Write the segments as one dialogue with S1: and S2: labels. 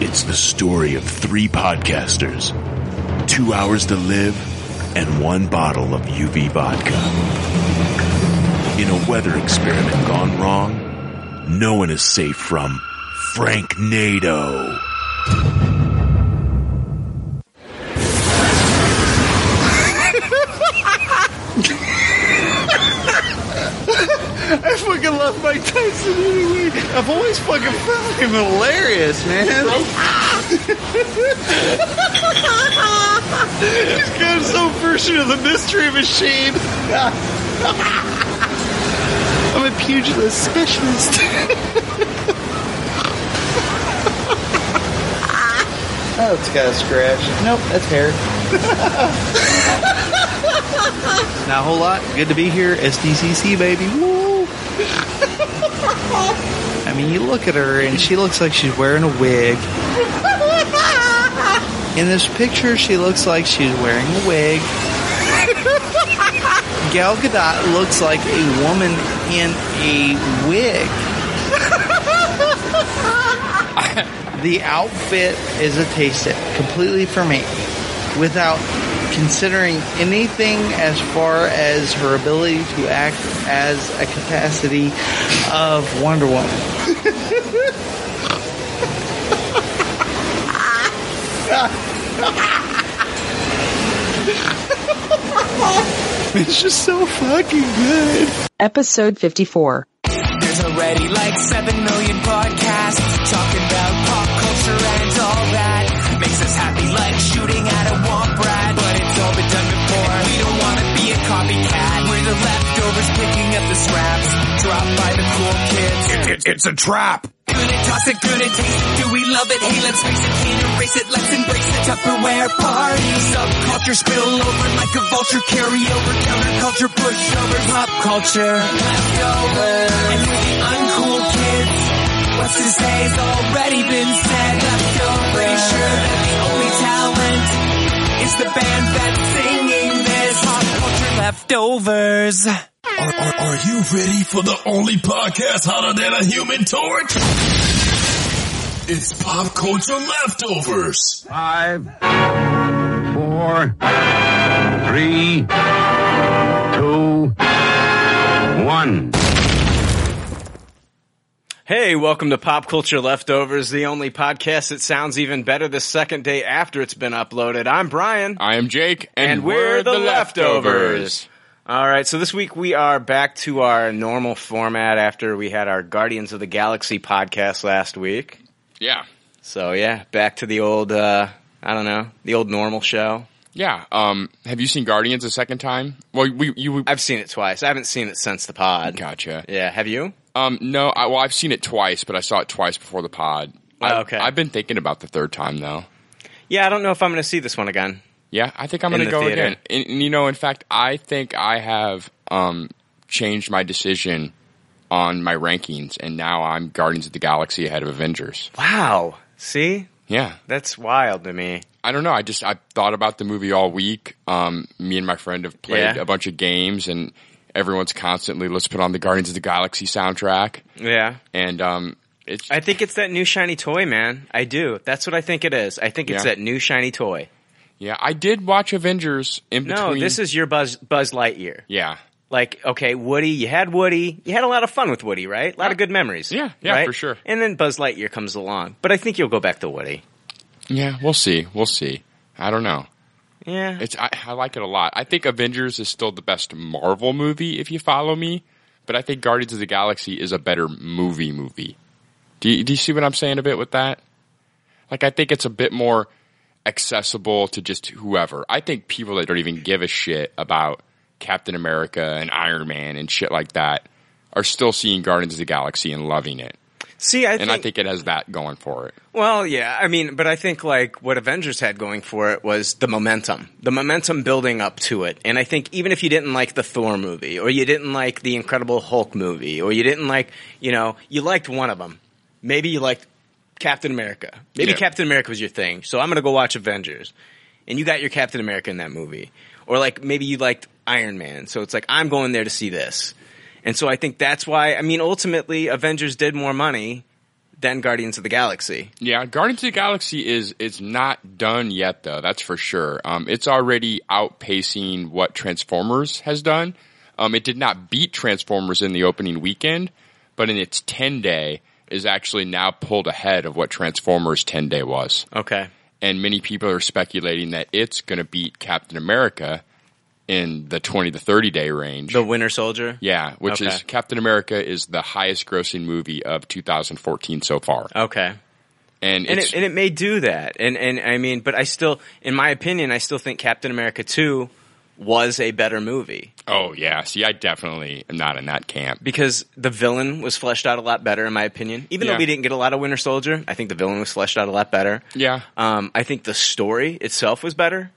S1: It's the story of three podcasters, two hours to live, and one bottle of UV vodka. In a weather experiment gone wrong, no one is safe from Frank Nado.
S2: I fucking love Mike Tyson anyway. I've always fucking found him hilarious, man. He's got his own version of the mystery machine. I'm a pugilist specialist. oh, it's got a scratch. Nope, that's hair. Not a whole lot. Good to be here. SDCC, baby. Woo! I mean, you look at her, and she looks like she's wearing a wig. In this picture, she looks like she's wearing a wig. Gal Gadot looks like a woman in a wig. the outfit is a taste it completely for me without considering anything as far as her ability to act as a capacity of Wonder Woman. It's just so fucking good.
S3: Episode 54.
S4: There's already like 7 million podcasts talking about pop culture and all that. Makes us happy like shooting at a womp rat, but it's all been done before. And we don't want to be a copycat. We're the leftovers picking up the scraps dropped by the cool kids.
S1: it's a trap!
S4: Good at toss it, good at taste it. Do we love it? Hey, let's face it, can't erase it. Let's embrace the Tupperware party. Subculture spill over like a vulture. Carry over counterculture, pushovers, pop culture. Leftovers. And we're the uncool kids. What's to say's already been said. Leftovers. Pretty sure that the only talent is the band that's singing this. Pop culture leftovers.
S5: Are, are, are you ready for the only podcast hotter than a human torch? It's Pop Culture Leftovers.
S6: Five, four, three, two, one.
S7: Hey, welcome to Pop Culture Leftovers, the only podcast that sounds even better the second day after it's been uploaded. I'm Brian.
S8: I am Jake,
S7: And we're the leftovers. All right, so this week we are back to our normal format after we had our Guardians of the Galaxy podcast last week.
S8: Yeah,
S7: So, yeah, back to the old, uh, I don't know, the old normal show.
S8: yeah. Um, have you seen Guardians a second time? Well, we you we,
S7: I've seen it twice. I haven't seen it since the pod.
S8: gotcha.
S7: Yeah, have you?
S8: Um, no, I, well, I've seen it twice, but I saw it twice before the pod. I,
S7: Oh, okay.
S8: I've been thinking about the third time though.
S7: Yeah, I don't know if I'm going to see this one again.
S8: Yeah, I think I'm
S7: In
S8: going to
S7: the
S8: go
S7: theater.
S8: again. And, and, you know, in fact, I think I have um changed my decision on my rankings, and now I'm Guardians of the Galaxy ahead of Avengers.
S7: Wow. See?
S8: Yeah,
S7: That's wild to me.
S8: I don't know. I just I thought about the movie all week. Um, me and my friend have played
S7: Yeah.
S8: a bunch of games, and everyone's constantly let's put on the Guardians of the Galaxy soundtrack.
S7: Yeah.
S8: And um, it's
S7: I think it's that new shiny toy, man. I do. That's what I think it is. I think it's
S8: Yeah.
S7: that new shiny toy.
S8: yeah. I did watch Avengers in
S7: No,
S8: between.
S7: this is your Buzz Buzz Lightyear.
S8: yeah,
S7: Like, okay, Woody, you had Woody. You had a lot of fun with Woody, right? A lot of good memories.
S8: Yeah, yeah,
S7: right?
S8: for sure.
S7: And then Buzz Lightyear comes along. But I think you'll go back to Woody.
S8: yeah. We'll see. We'll see. I don't know.
S7: Yeah.
S8: It's I, I like it a lot. I think Avengers is still the best Marvel movie if you follow me, but I think Guardians of the Galaxy is a better movie movie. Do you, do you see what I'm saying a bit with that? Like I think it's a bit more accessible to just whoever. I think people that don't even give a shit about Captain America and Iron Man and shit like that are still seeing Guardians of the Galaxy and loving it.
S7: See, I
S8: And I think it has that going for it.
S7: Well, yeah, I mean, but I think like what Avengers had going for it was the momentum, the momentum building up to it. And I think even if you didn't like the Thor movie, or you didn't like the Incredible Hulk movie, or you didn't like, you know, you liked one of them. Maybe you liked Captain America. Maybe
S8: Yeah.
S7: Captain America was your thing. So I'm gonna go watch Avengers, and you got your Captain America in that movie. Or like maybe you liked Iron Man, so it's like I'm going there to see this. And so I think that's why. I mean, ultimately, Avengers did more money than Guardians of the Galaxy.
S8: Yeah, Guardians of the Galaxy is it's not done yet though. That's for sure. Um, it's already outpacing what Transformers has done. Um, it did not beat Transformers in the opening weekend, but in its ten day is actually now pulled ahead of what Transformers ten day was.
S7: Okay.
S8: And many people are speculating that it's going to beat Captain America in the twenty to thirty day range.
S7: The Winter Soldier.
S8: yeah, which
S7: Okay.
S8: is Captain America is the highest grossing movie of 2014 so far.
S7: Okay.
S8: And,
S7: and
S8: it's,
S7: it, and it may do that. And and I mean, but I still, in my opinion, I still think Captain America Two was a better movie
S8: oh yeah, see, I definitely am not in that camp.
S7: because the villain was fleshed out a lot better, in my opinion. Even
S8: Yeah.
S7: though we didn't get a lot of Winter Soldier, I think the villain was fleshed out a lot better.
S8: Yeah.
S7: Um, I think the story itself was better.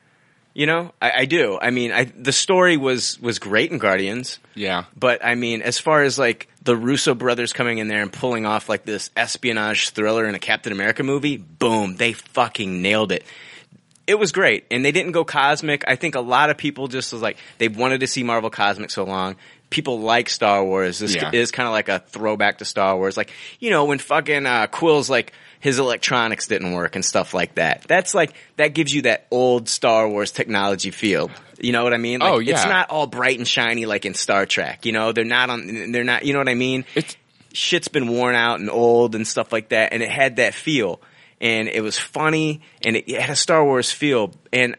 S7: You know, I, I do. I mean, I the story was was great in Guardians.
S8: Yeah.
S7: But I mean, as far as like the Russo brothers coming in there and pulling off like this espionage thriller in a Captain America movie, boom, they fucking nailed it. It was great, and they didn't go cosmic. I think a lot of people just was like they wanted to see Marvel cosmic so long. People like Star Wars. This
S8: Yeah.
S7: is kind of like a throwback to Star Wars, like you know when fucking uh, Quill's like his electronics didn't work and stuff like that. That's like that gives you that old Star Wars technology feel. You know what I mean? Like,
S8: Oh,
S7: It's
S8: yeah.
S7: not all bright and shiny like in Star Trek. You know, they're not on. They're not. You know what I mean?
S8: It's-
S7: shit's been worn out and old and stuff like that, and it had that feel, and it was funny, and it, it had a Star Wars feel, and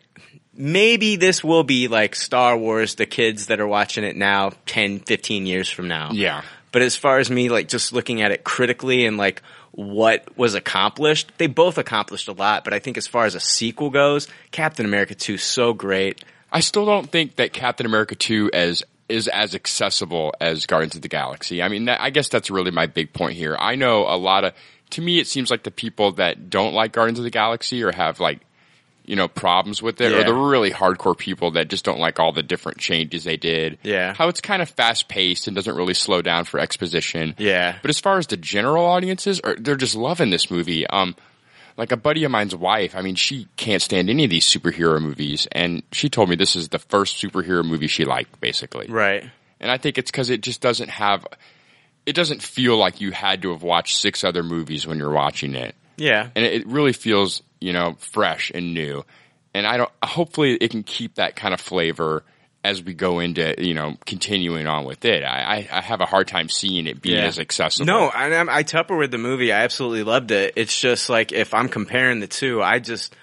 S7: maybe this will be like Star Wars, the kids that are watching it now, 10, 15 years from now.
S8: Yeah.
S7: But as far as me, like, just looking at it critically and like what was accomplished, they both accomplished a lot. But I think as far as a sequel goes, Captain America 2 is so great.
S8: I still don't think that Captain America 2 as is as accessible as Guardians of the Galaxy. I mean, that, I guess that's really my big point here. I know a lot of to me it seems like the people that don't like Guardians of the Galaxy or have like you know problems with it
S7: Yeah.
S8: or the really hardcore people that just don't like all the different changes they did.
S7: Yeah.
S8: How it's kind of fast paced and doesn't really slow down for exposition.
S7: Yeah.
S8: But as far as the general audiences are they're just loving this movie. Um like a buddy of mine's wife, I mean, she can't stand any of these superhero movies, and she told me this is the first superhero movie she liked, basically.
S7: Right.
S8: And I think it's because it just doesn't have, it doesn't feel like you had to have watched six other movies when you're watching it,
S7: Yeah.
S8: and it it really feels, you know, fresh and new. And I don't. Hopefully, it can keep that kind of flavor as we go into, you know, continuing on with it. I, I, I have a hard time seeing it being
S7: Yeah.
S8: as accessible.
S7: No, I, I'm- I Tupperware the movie. I absolutely loved it. It's just like if I'm comparing the two, I just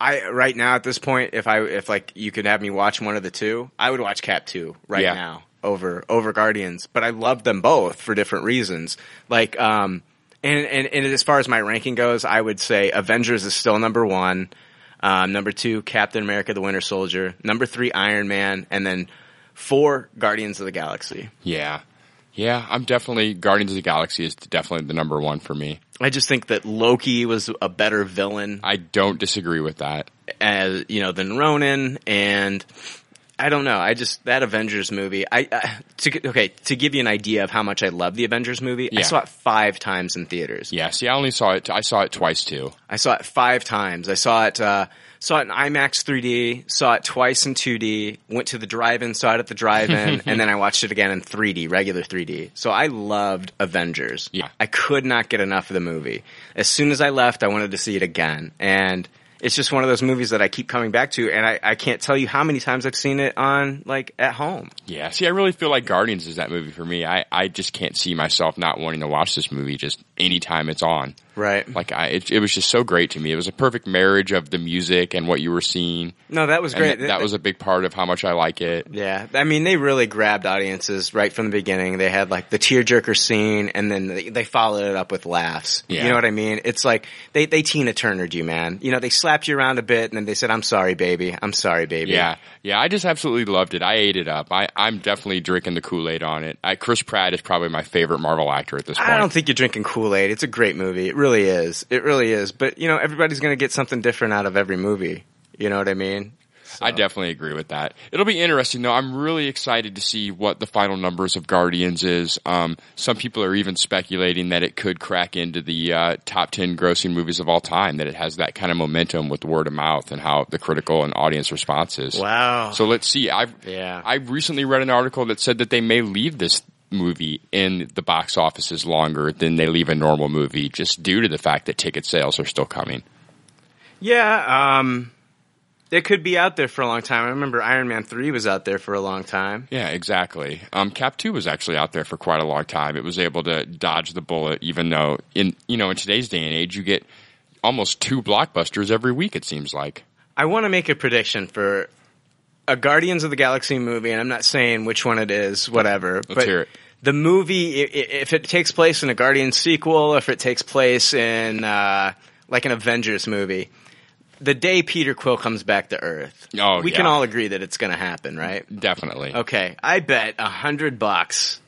S7: I right now at this point, if I if like you could have me watch one of the two, I would watch Cap Two right
S8: Yeah.
S7: now over over Guardians. But I love them both for different reasons. Like um and, and and as far as my ranking goes, I would say Avengers is still number one. Um, number two, Captain America: The Winter Soldier. Number three, Iron Man, and then four, Guardians of the Galaxy.
S8: Yeah. Yeah, I'm definitely Guardians of the Galaxy is definitely the number one for me.
S7: I just think that Loki was a better villain,
S8: I don't disagree with that.
S7: as you know, than Ronan, and I don't know. I just that Avengers movie. I, I to, okay to give you an idea of how much I love the Avengers movie. I
S8: Yeah.
S7: saw it five times in theaters.
S8: Yeah, see, I only saw it. I saw it twice too.
S7: I saw it five times. I saw it uh, saw it in IMAX 3D. Saw it twice in 2D. Went to the drive-in. Saw it at the drive-in, and then I watched it again in 3D, regular 3D. So I loved Avengers.
S8: Yeah.
S7: I could not get enough of the movie. As soon as I left, I wanted to see it again, and it's just one of those movies that I keep coming back to, and I, I can't tell you how many times I've seen it on like at home.
S8: Yeah, see, I really feel like Guardians is that movie for me. I, I just can't see myself not wanting to watch this movie just anytime it's on.
S7: Right.
S8: Like, I, it, it was just so great to me. It was a perfect marriage of the music and what you were seeing.
S7: No, that was
S8: And
S7: great.
S8: th- that was a big part of how much I like it.
S7: Yeah, I mean, they really grabbed audiences right from the beginning. They had like the tearjerker scene, and then they, they followed it up with laughs.
S8: Yeah.
S7: You know what I mean? It's like they they Tina Turnered you, man. You know, they slapped you around a bit, and then they said, "I'm sorry, baby. I'm sorry, baby."
S8: Yeah, yeah, I just absolutely loved it. I ate it up. I, I'm definitely drinking the Kool Aid on it. I, Chris Pratt is probably my favorite Marvel actor at this point.
S7: I don't think you're drinking Kool Aid. It's a great movie. It really is. It really is. But you know, everybody's gonna get something different out of every movie. You know what I mean?
S8: I definitely agree with that. It'll be interesting though. I'm really excited to see what the final numbers of Guardians is. Um, some people are even speculating that it could crack into the uh, top 10 grossing movies of all time, that it has that kind of momentum with word of mouth and how the critical and audience response is.
S7: Wow.
S8: So let's see. I've,
S7: Yeah.
S8: I recently read an article that said that they may leave this movie in the box offices longer than they leave a normal movie just due to the fact that ticket sales are still coming.
S7: Yeah, um, it could be out there for a long time. I remember Iron Man 3 was out there for a long time.
S8: Yeah, exactly. Um, Cap 2 was actually out there for quite a long time. It was able to dodge the bullet even though in you know in today's day and age you get almost two blockbusters every week it seems like.
S7: I want to make a prediction for a Guardians of the Galaxy movie, and I'm not saying which one it is, whatever.
S8: Let's
S7: but
S8: hear it.
S7: The movie, i- i- if it takes place in a Guardians sequel, if it takes place in uh, like an Avengers movie, the day Peter Quill comes back to Earth,
S8: Oh,
S7: we can
S8: yeah.
S7: all agree that it's going to happen, right?
S8: Definitely.
S7: Okay, I bet a hundred bucks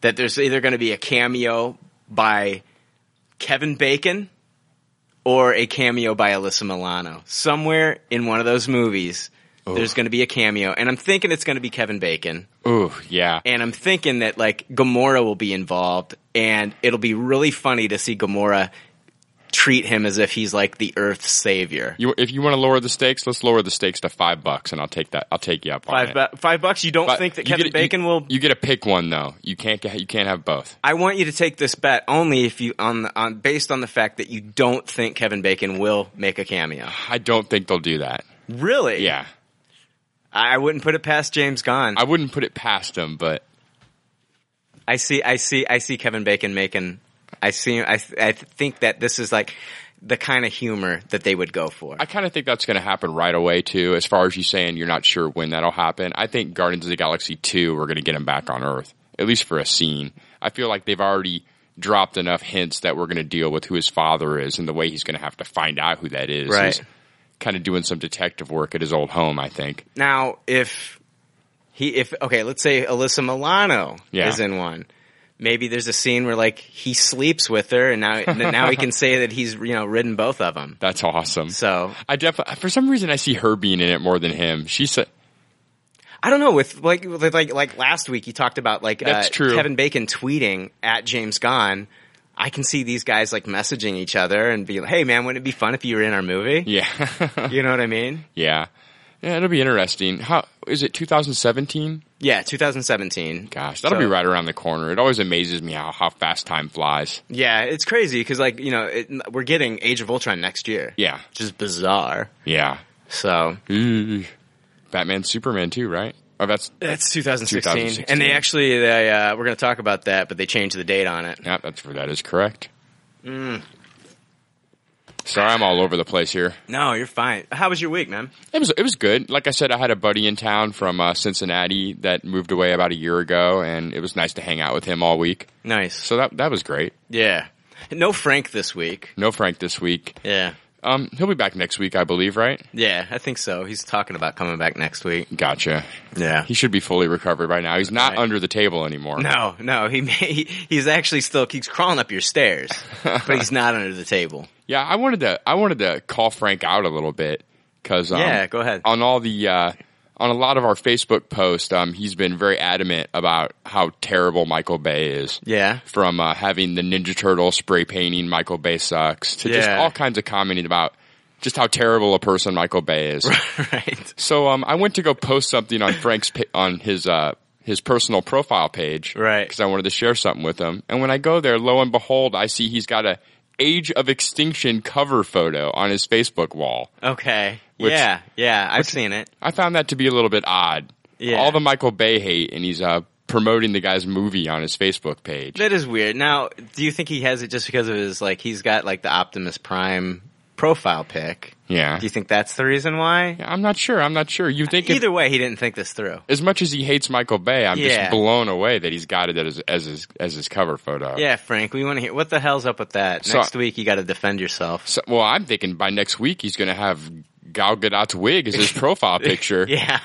S7: that there's either going to be a cameo by Kevin Bacon or a cameo by Alyssa Milano. Somewhere in one of those movies, there's going to be a cameo, and I'm thinking it's going to be Kevin Bacon,
S8: Ooh, yeah.
S7: and I'm thinking that like Gamora will be involved, and it'll be really funny to see Gamora treat him as if he's like the Earth's savior.
S8: You, if you want to lower the stakes, let's lower the stakes to five bucks, and I'll take that. I'll take you up on
S7: Five,
S8: it.
S7: bu- five bucks. You don't
S8: But
S7: think that
S8: you
S7: Kevin
S8: get- you-
S7: Bacon will
S8: You get to pick one though. You can't. Get, you can't have both.
S7: I want you to take this bet only if you on the, on based on the fact that you don't think Kevin Bacon will make a cameo.
S8: I don't think they'll do that.
S7: Really?
S8: Yeah,
S7: I, I wouldn't put it past James Gunn.
S8: I
S7: I,
S8: wouldn't put it past them, but
S7: see. I see. I see Kevin Bacon making. I see. I th- I think that this is like the kind of humor that they would go for.
S8: I kind of think that's going to happen right away too. As far as you saying you're not sure when that'll happen, I think Guardians of the Galaxy two we're going to get him back on Earth at least for a scene. I feel like they've already dropped enough hints that we're going to deal with who his father is and the way he's going to have to find out who that is.
S7: Right.
S8: He's kind of doing some detective work at his old home. I think.
S7: now, if he if okay, let's say Alyssa Milano
S8: Yeah.
S7: is in one. Maybe there's a scene where like he sleeps with her, and now now he can say that he's you know ridden both of them.
S8: That's awesome.
S7: So
S8: I definitely, for some reason, I see her being in it more than him. She said,
S7: I don't know. With like, with like, like last week, you talked about like
S8: That's
S7: uh,
S8: true.
S7: Kevin Bacon tweeting at James Gunn. I can see these guys like messaging each other and be like, "Hey, man, wouldn't it be fun if you were in our movie?"
S8: "Yeah,
S7: You know what I mean?
S8: yeah, yeah." It'll be interesting. How is it? 2017?
S7: Yeah, 2017.
S8: Gosh, that'll be
S7: So-
S8: right around the corner. It always amazes me how how fast time flies.
S7: Yeah, it's crazy because like you know it, we're getting Age of Ultron next year.
S8: Yeah,
S7: which is bizarre.
S8: yeah.
S7: So
S8: Ooh. Batman, Superman too, right? Oh, that's
S7: that's 2016,
S8: 2016.
S7: and they actually they, uh, we're going to talk about that, but they changed the date on it. Mm,
S8: yeah, that's that is correct. Sorry, I'm all over the place here.
S7: No, you're fine. How was your week, man?
S8: It was it was good. Like I said, I had a buddy in town from uh, Cincinnati that moved away about a year ago, and it was nice to hang out with him all week.
S7: Nice.
S8: So that that was great.
S7: Yeah. No Frank this week.
S8: No Frank this week.
S7: Yeah.
S8: Um, he'll be back next week, I believe. Right?
S7: Yeah, I think so. He's talking about coming back next week.
S8: Gotcha.
S7: Yeah.
S8: He should be fully recovered by now. He's not
S7: Right.
S8: under the table anymore.
S7: No, no, he, may, he he's actually still he's crawling up your stairs, but he's not under the table.
S8: Yeah, I wanted to. I wanted to call Frank out a little bit because um,
S7: Yeah, go ahead.
S8: On all the uh, on a lot of our Facebook posts, um, he's been very adamant about how terrible Michael Bay is.
S7: Yeah,
S8: from uh, having the Ninja Turtle spray painting Michael Bay sucks to just
S7: Yeah.
S8: all kinds of commenting about just how terrible a person Michael Bay is.
S7: right,
S8: so um, I went to go post something on Frank's pa- on his uh, his personal profile page,
S7: Right.
S8: Because I wanted to share something with him. And when I go there, lo and behold, I see he's got a Age of Extinction cover photo on his Facebook wall.
S7: okay,
S8: Which-
S7: yeah, yeah, I've seen it.
S8: I found that to be a little bit odd.
S7: Yeah.
S8: All the Michael Bay hate, and he's uh, promoting the guy's movie on his Facebook page.
S7: That is weird. Now, do you think he has it just because of his like he's got like the Optimus Prime profile pic?
S8: yeah.
S7: Do you think that's the reason why?
S8: Yeah, I'm not sure. I'm not sure. You think if-
S7: Either way, he didn't think this through.
S8: as much as he hates Michael Bay, I'm
S7: Yeah.
S8: just blown away that he's got it as, as his as his cover photo.
S7: Yeah, Frank, we want to hear what the hell's up with that.
S8: Uh, So-
S7: Next week, you got to defend yourself.
S8: So, well, I'm thinking by next week he's going to have Gal Gadot's wig as his profile picture.
S7: Yeah.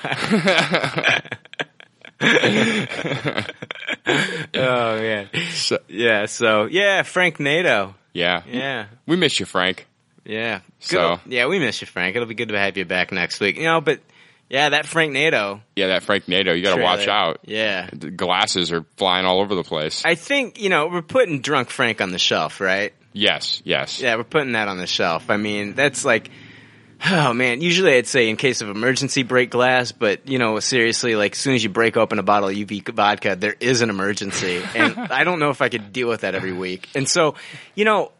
S7: oh man.
S8: So-
S7: Yeah. So yeah, Frank Nato.
S8: yeah.
S7: Yeah.
S8: We miss you, Frank.
S7: Yeah. Good
S8: So-
S7: ol- yeah, we miss you, Frank. It'll be good to have you back next week. You know, but yeah, that Frank Nato.
S8: Yeah, that Frank Nato. You got to watch
S7: trailer.
S8: out.
S7: Yeah.
S8: The glasses are flying all over the place.
S7: I think you know we're putting drunk Frank on the shelf, right?
S8: yes. Yes.
S7: Yeah, we're putting that on the shelf. I mean, that's like Oh man, usually I'd say in case of emergency break glass, but you know, seriously, like as soon as you break open a bottle of UV vodka, there is an emergency. And I don't know if I could deal with that every week. And so, you know,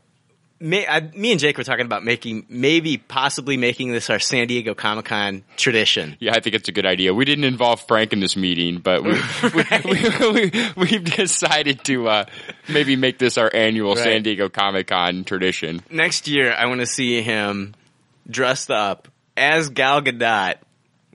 S7: may, I, me and Jake were talking about making, maybe possibly making this our San Diego Comic Con tradition.
S8: Yeah, I think it's a good idea. We didn't involve Frank in this meeting, but we, we, we, have decided to uh, maybe make this our annual
S7: Right.
S8: San Diego Comic Con tradition.
S7: Next year, I want to see him dressed up as Gal Gadot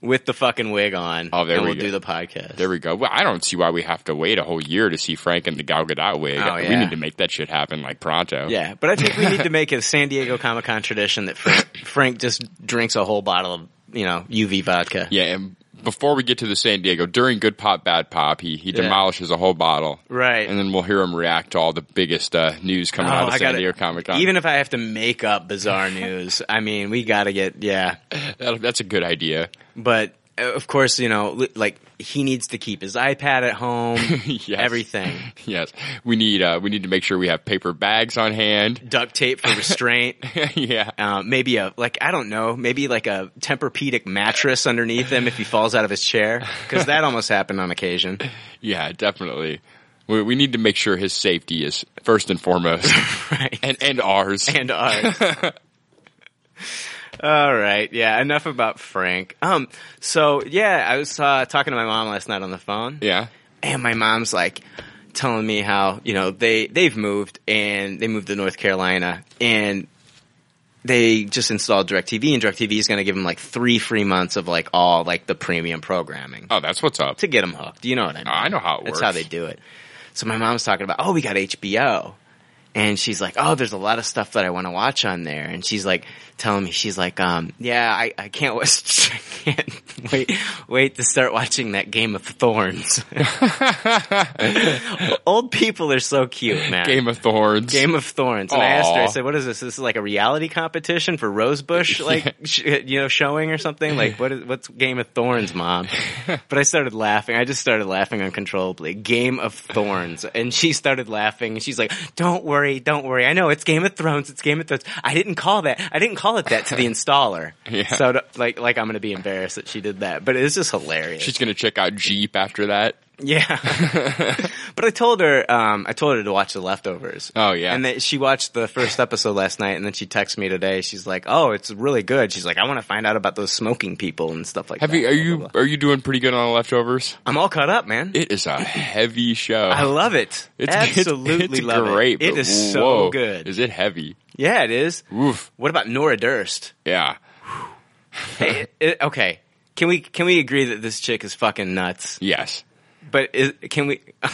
S7: with the fucking wig on.
S8: Oh, there
S7: and
S8: we
S7: will
S8: go.
S7: do the podcast.
S8: There we go. Well, I don't see why we have to wait a whole year to see Frank in the Gal Gadot wig.
S7: Oh,
S8: We
S7: yeah.
S8: need to make that shit happen like pronto.
S7: Yeah, but I think we need to make a San Diego Comic Con tradition that Frank, Frank just drinks a whole bottle of you know UV vodka.
S8: Yeah, and before we get to the San Diego, during Good Pop Bad Pop, he, he
S7: Yeah.
S8: demolishes a whole bottle.
S7: Right.
S8: And then we'll hear him react to all the biggest uh, news coming
S7: Oh,
S8: out of
S7: I
S8: San
S7: gotta-
S8: Diego Comic Con.
S7: Even if I have to make up bizarre news, I mean, we got to get yeah.
S8: That- that's a good idea.
S7: But uh, of course, you know, li- like he needs to keep his iPad at home.
S8: Yes.
S7: Everything.
S8: Yes, we need uh, we need to make sure we have paper bags on hand.
S7: Duct tape for restraint.
S8: yeah,
S7: Uh, maybe a like I don't know, maybe like a Tempur-Pedic mattress underneath him if he falls out of his chair because that almost happened on occasion.
S8: yeah, definitely. We, we need to make sure his safety is first and foremost,
S7: Right.
S8: and and ours.
S7: and uh, ours. All right, yeah. Enough about Frank. Um, so yeah, I was uh, talking to my mom last night on the phone,
S8: yeah,
S7: and my mom's like telling me how you know they they've moved and they moved to North Carolina and they just installed DirecTV and DirecTV is going to give them like three free months of like all like the premium programming
S8: oh, that's what's up.
S7: to get them hooked. You know what I mean?
S8: I know how it
S7: That's
S8: works.
S7: how they do it. So my mom's talking about, oh, we got HBO. And she's like, oh, there's a lot of stuff that I want to watch on there. And she's like, telling me, she's like, um, yeah, I, I can't watch, I can't wait, wait to start watching that Game of Thorns. Old people are so cute, man.
S8: Game of Thorns.
S7: Game of Thorns. And I asked her, I
S8: Aw.
S7: said, what is this? This is like a reality competition for Rosebush, like, sh- you know, showing or something? Like, what is, what's Game of Thorns, mom? But I started laughing. I just started laughing uncontrollably. Game of Thorns. And she started laughing and she's like, don't worry, don't worry. I know it's Game of Thrones. It's Game of Thrones. I didn't call that. I didn't call it that to the installer.
S8: Yeah.
S7: So to- like, like I'm going to be embarrassed that she did that, but it's just hilarious.
S8: She's gonna check out Jeep after that.
S7: Yeah, but I told her, um, I told her to watch The Leftovers.
S8: Oh, yeah.
S7: and that she watched the first episode last night, and then she texted me today. She's like, "Oh, it's really good." She's like, "I want to find out about those smoking people and stuff like
S8: Have
S7: that."
S8: you are
S7: blah, blah,
S8: you
S7: blah.
S8: are you doing pretty good on the leftovers?
S7: I'm all caught up, man.
S8: It is a heavy show.
S7: I love it.
S8: uh, It's
S7: Absolutely
S8: it's, it's
S7: love
S8: great.
S7: it. It
S8: but
S7: is so
S8: whoa,
S7: good.
S8: Is it heavy?
S7: yeah, it is.
S8: Oof.
S7: What about Nora Durst?
S8: Yeah.
S7: Hey, it- okay, can we can we agree that this chick is fucking nuts?
S8: Yes.
S7: But is, can we?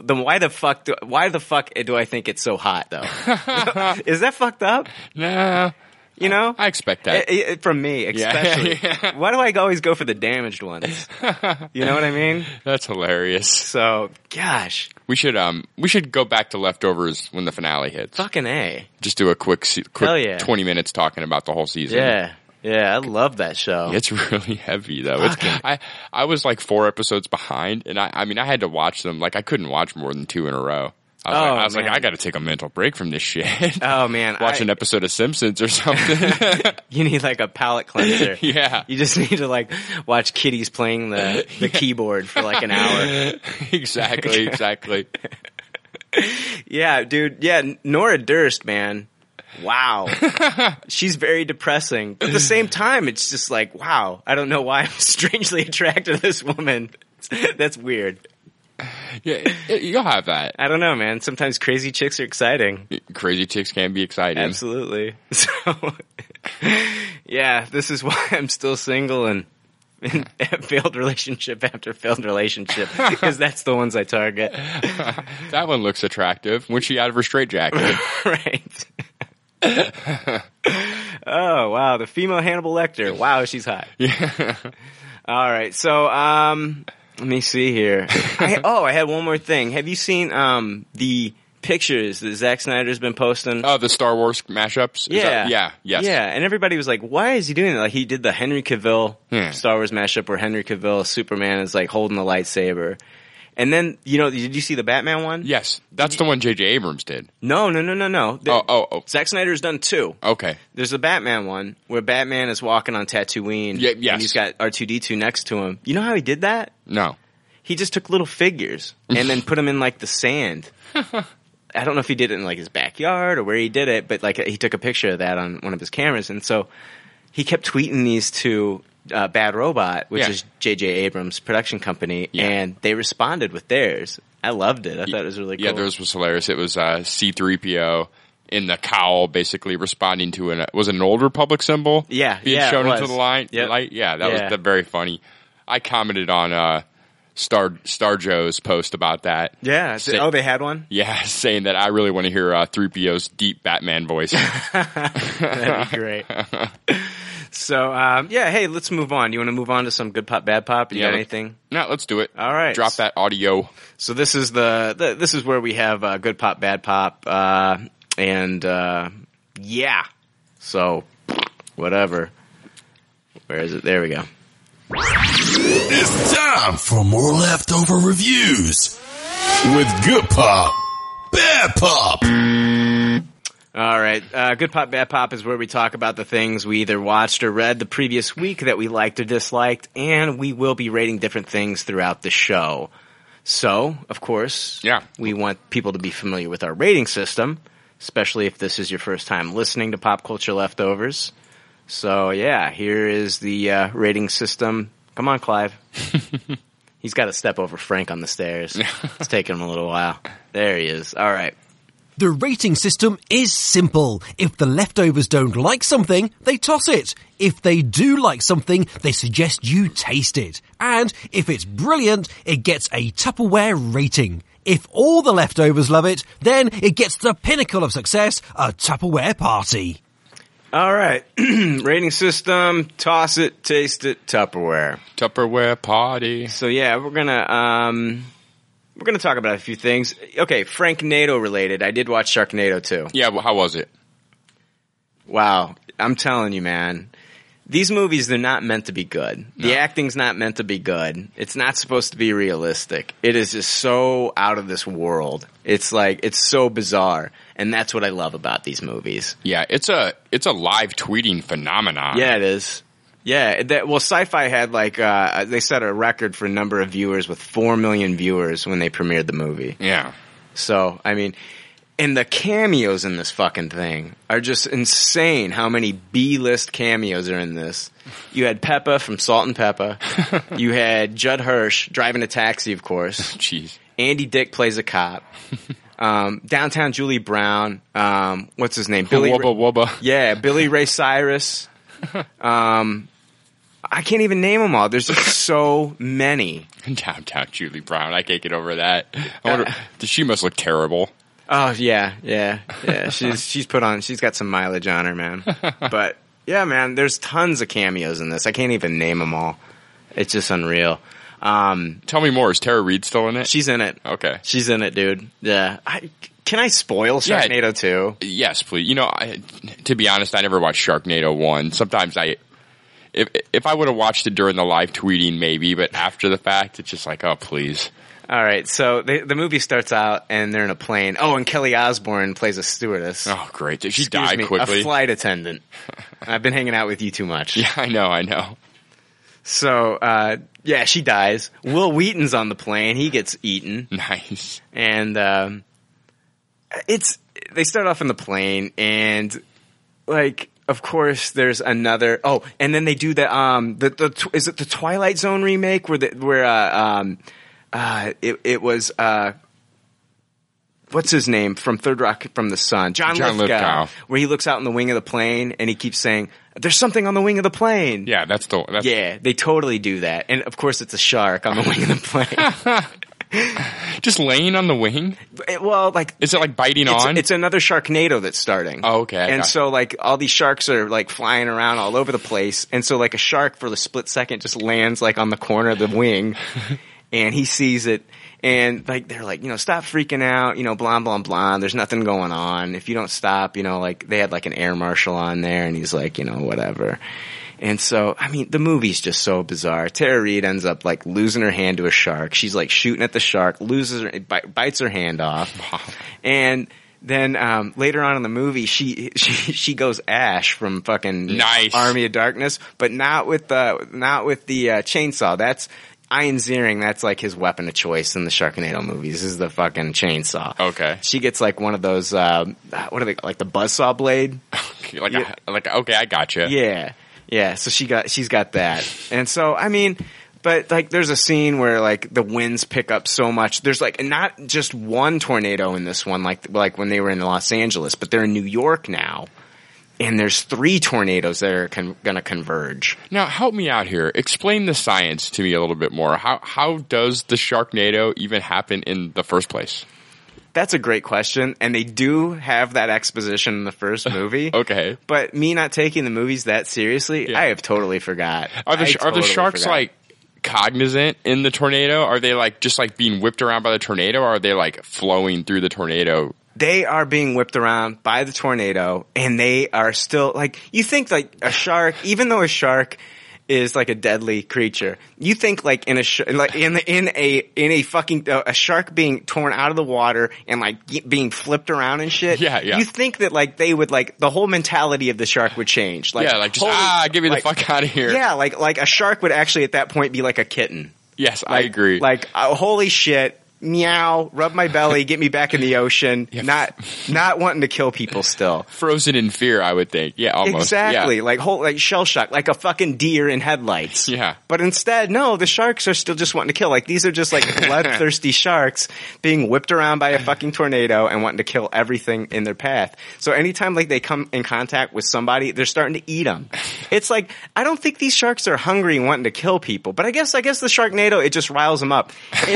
S7: then why the fuck? Do, why the fuck do I think it's so hot though? is that fucked up?
S8: Nah.
S7: You know,
S8: I expect that.
S7: I- I- I- from me especially.
S8: yeah.
S7: Why do I always go for the damaged ones? You know what I mean?
S8: That's hilarious.
S7: So, gosh,
S8: We should um we should go back to leftovers when the finale hits.
S7: fucking a.
S8: Just do a quick se-
S7: Hell
S8: quick
S7: yeah.
S8: twenty minutes talking about the whole season.
S7: Yeah, yeah, I love that show.
S8: It's really heavy though. It's, I I was like four episodes behind, and I I mean I had to watch them. Like I couldn't watch more than two in a row. I was,
S7: Oh,
S8: like, I was like,
S7: man.
S8: I got to take a mental break from this shit.
S7: Oh man,
S8: watch
S7: I-
S8: an episode of Simpsons or something.
S7: you need like a palate cleanser.
S8: yeah,
S7: You just need to like watch kitties playing the, the keyboard for like an hour.
S8: exactly, exactly.
S7: Yeah, dude. Yeah, Nora Durst, man. Wow. She's very depressing. But at the same time, it's just like, wow, I don't know why I'm strangely attracted to this woman. That's weird.
S8: Yeah, y- you'll have that.
S7: I don't know, man. Sometimes crazy chicks are exciting.
S8: Crazy chicks can be exciting.
S7: Absolutely. So, yeah, this is why I'm still single and in failed relationship after failed relationship because that's the ones I target.
S8: That one looks attractive when she out of her straitjacket.
S7: right. oh wow, the female Hannibal Lecter. Wow, she's hot. All right, so um, let me see here. I, oh, I had one more thing. Have you seen um the pictures that Zack Snyder's been posting?
S8: oh, the Star Wars mashups. Is
S7: yeah,
S8: that- yeah, yes.
S7: yeah. And everybody was like, "Why is he doing that?" Like he did the Henry Cavill
S8: Hmm.
S7: Star Wars mashup where Henry Cavill Superman is like holding the lightsaber. And then you know, did you see the Batman one?
S8: Yes, that's the one J.J. Abrams did.
S7: No, no, no, no, no. The-
S8: Oh, oh, oh.
S7: Zack Snyder's done two.
S8: Okay,
S7: There's the Batman one where Batman is walking on Tatooine.
S8: Ye-
S7: And
S8: yes.
S7: he's got R2D2 next to him. You know how he did that?
S8: no,
S7: He just took little figures and then put them in like the sand. I don't know if he did it in like his backyard or where he did it, but like he took a picture of that on one of his cameras. And so he kept tweeting these to uh, Bad Robot, which
S8: Yeah.
S7: is J.J. Abrams' production company,
S8: Yeah.
S7: and they responded with theirs. I loved it. I thought it was really cool.
S8: yeah, theirs was hilarious. It was uh, C-3PO in the cowl, basically responding to an was it an old Republic symbol.
S7: Yeah,
S8: being
S7: yeah, it
S8: shown into
S7: was.
S8: the line.
S7: Yep.
S8: light. Yeah, that
S7: Yeah.
S8: was the, very funny. I commented on uh, Star Star Joe's post about that.
S7: Yeah.
S8: Say-
S7: oh, they had one?
S8: Yeah, saying that I really want to hear uh, 3PO's deep Batman voice.
S7: That'd be great. so, um, yeah, hey, let's move on. You want to move on to some good pop, bad pop? You
S8: Yeah,
S7: got
S8: let-
S7: anything?
S8: no, let's do it.
S7: All right.
S8: Drop that audio.
S7: So this is the, the this is where we have uh, good pop, bad pop, uh, and uh, yeah. So whatever. Where is it? There we go.
S5: It's time for more leftover reviews with Good Pop, Bad Pop.
S7: All right. Uh, good pop, bad pop is where we talk about the things we either watched or read the previous week that we liked or disliked, and we will be rating different things throughout the show. So, of course,
S8: Yeah.
S7: we want people to be familiar with our rating system, especially if this is your first time listening to Pop Culture Leftovers. So, yeah, here is the uh, rating system. Come on, Clive. He's got to step over Frank on the stairs. it's taking him a little while. There he is. All right.
S9: The rating system is simple. If the leftovers don't like something, they toss it. If they do like something, they suggest you taste it. And if it's brilliant, it gets a Tupperware rating. If all the leftovers love it, then it gets the pinnacle of success, a Tupperware party.
S7: All right. Rating system, toss it, taste it, Tupperware.
S8: Tupperware party.
S7: So yeah, we're going to um we're going to talk about a few things. Okay, Frank Nato related. I did watch Sharknado too.
S8: Yeah, well, how was it?
S7: Wow, I'm telling you, man. These movies they're not meant to be good. The acting's not meant to be good. It's not supposed to be realistic. It is just so out of this world. It's like it's so bizarre, and that's what I love about these movies.
S8: Yeah, it's a it's a live tweeting phenomenon.
S7: Yeah, it is. Yeah, that, well, Sci-Fi had like uh, they set a record for number of viewers with four million viewers when they premiered the movie.
S8: yeah,
S7: So I mean, and the cameos in this fucking thing are just insane. How many B-list cameos are in this? You had Peppa from Salt and Peppa. you had Judd Hirsch driving a taxi, of course.
S8: jeez.
S7: Andy Dick plays a cop. Um, downtown Julie Brown. Um, what's his name? Billy.
S8: wubba wubba.
S7: Yeah, Billy Ray Cyrus. Um, I can't even name them all. There's just so many.
S8: Downtown Julie Brown. I can't get over that. I wonder. she must look terrible.
S7: Oh yeah, yeah, yeah. She's she's put on. She's got some mileage on her, man. But yeah, man. There's tons of cameos in this. I can't even name them all. It's just unreal. Um,
S8: Tell me more. Is Tara Reid still in it?
S7: she's in it.
S8: okay.
S7: She's in it, dude. Yeah. I, can I spoil
S8: Yeah.
S7: Sharknado 2?
S8: Yes, please. You know, I, to be honest, I never watched Sharknado one. Sometimes I, if if I would have watched it during the live tweeting, maybe. But after the fact, it's just like, oh, please.
S7: All right. So the the movie starts out and they're in a plane. Oh, and Kelly Osbourne plays a stewardess.
S8: Oh, great. Did she
S7: Excuse
S8: die
S7: me,
S8: quickly?
S7: A flight attendant. I've been hanging out with you too much.
S8: yeah, I know. I know.
S7: So, uh, yeah, she dies. Will Wheaton's on the plane. He gets eaten.
S8: Nice.
S7: And, um, it's, they start off in the plane and, like, of course, there's another. Oh, and then they do the um the the tw- is it the Twilight Zone remake where the where uh, um uh it it was uh what's his name from Third Rock from the Sun John,
S8: John Lithgow.
S7: where he looks out in the wing of the plane and he keeps saying there's something on the wing of the plane
S8: Yeah, that's the that's
S7: yeah, they totally do that. And of course, it's a shark on the wing of the plane.
S8: just laying on the wing.
S7: It- well, like.
S8: Is it like biting
S7: It's,
S8: on?
S7: it's another Sharknado that's starting.
S8: Oh, okay, I
S7: And
S8: got
S7: so, like, all these sharks are like flying around all over the place, and so, like, a shark for the split second just lands like on the corner of the wing, and he sees it, and like they're like, you know, stop freaking out, you know, blah blah blah. There's nothing going on. If you don't stop, you know, like they had like an air marshal on there, and he's like, you know, whatever. And so, I mean, the movie's just so bizarre. Tara Reid ends up like losing her hand to a shark. She's like shooting at the shark, loses her, bi- bites her hand off. And then um, later on in the movie, she she she goes Ash from fucking
S8: Nice.
S7: Army of Darkness, but not with the not with the uh, chainsaw. That's Ian Ziering. That's like his weapon of choice in the Sharknado movies. Is the fucking chainsaw.
S8: Okay.
S7: She gets like one of those. Uh, what are they like the buzzsaw blade?
S8: like,
S7: Yeah.
S8: a, like, okay, I gotcha.
S7: Yeah, yeah. So she got she's got that, and so I mean, but like, there's a scene where like the winds pick up so much. There's like not just one tornado in this one, like like when they were in Los Angeles, but they're in New York now, and there's three tornadoes that are con- going to converge.
S8: Now, help me out here. Explain the science to me a little bit more. How how does the Sharknado even happen in the first place?
S7: That's a great question, and they do have that exposition in the first movie.
S8: Okay.
S7: But me not taking the movies that seriously,
S8: Yeah.
S7: I have totally forgot.
S8: Are the
S7: I
S8: sh- are the
S7: totally
S8: sharks
S7: forgot.
S8: like cognizant in the tornado? Are they like just like being whipped around by the tornado? Or are they like flowing through the tornado?
S7: they are being whipped around by the tornado and they are still like you think like a shark even though a shark is like a deadly creature you think like in a sh- like in the, in a in a fucking uh, a shark being torn out of the water and like ge- being flipped around and shit
S8: Yeah, yeah.
S7: you think that like they would like the whole mentality of the shark would change like
S8: yeah, like just
S7: holy-
S8: ah, get me
S7: like-
S8: the fuck out of here.
S7: yeah like like a shark would actually at that point be like a kitten
S8: Yes, I
S7: like,
S8: agree.
S7: Like, uh, holy shit, meow, rub my belly, get me back in the ocean. Not, not wanting to kill people still.
S8: frozen in fear, I would think. Yeah, almost. Yeah.
S7: Exactly. Like whole, like shell shock, like a fucking deer in headlights.
S8: Yeah.
S7: But instead, no, the sharks are still just wanting to kill. Like these are just like bloodthirsty sharks being whipped around by a fucking tornado and wanting to kill everything in their path. So anytime like they come in contact with somebody, they're starting to eat them. It's like, I don't think these sharks are hungry and wanting to kill people, but I guess, I guess the Sharknado, it just riles them up.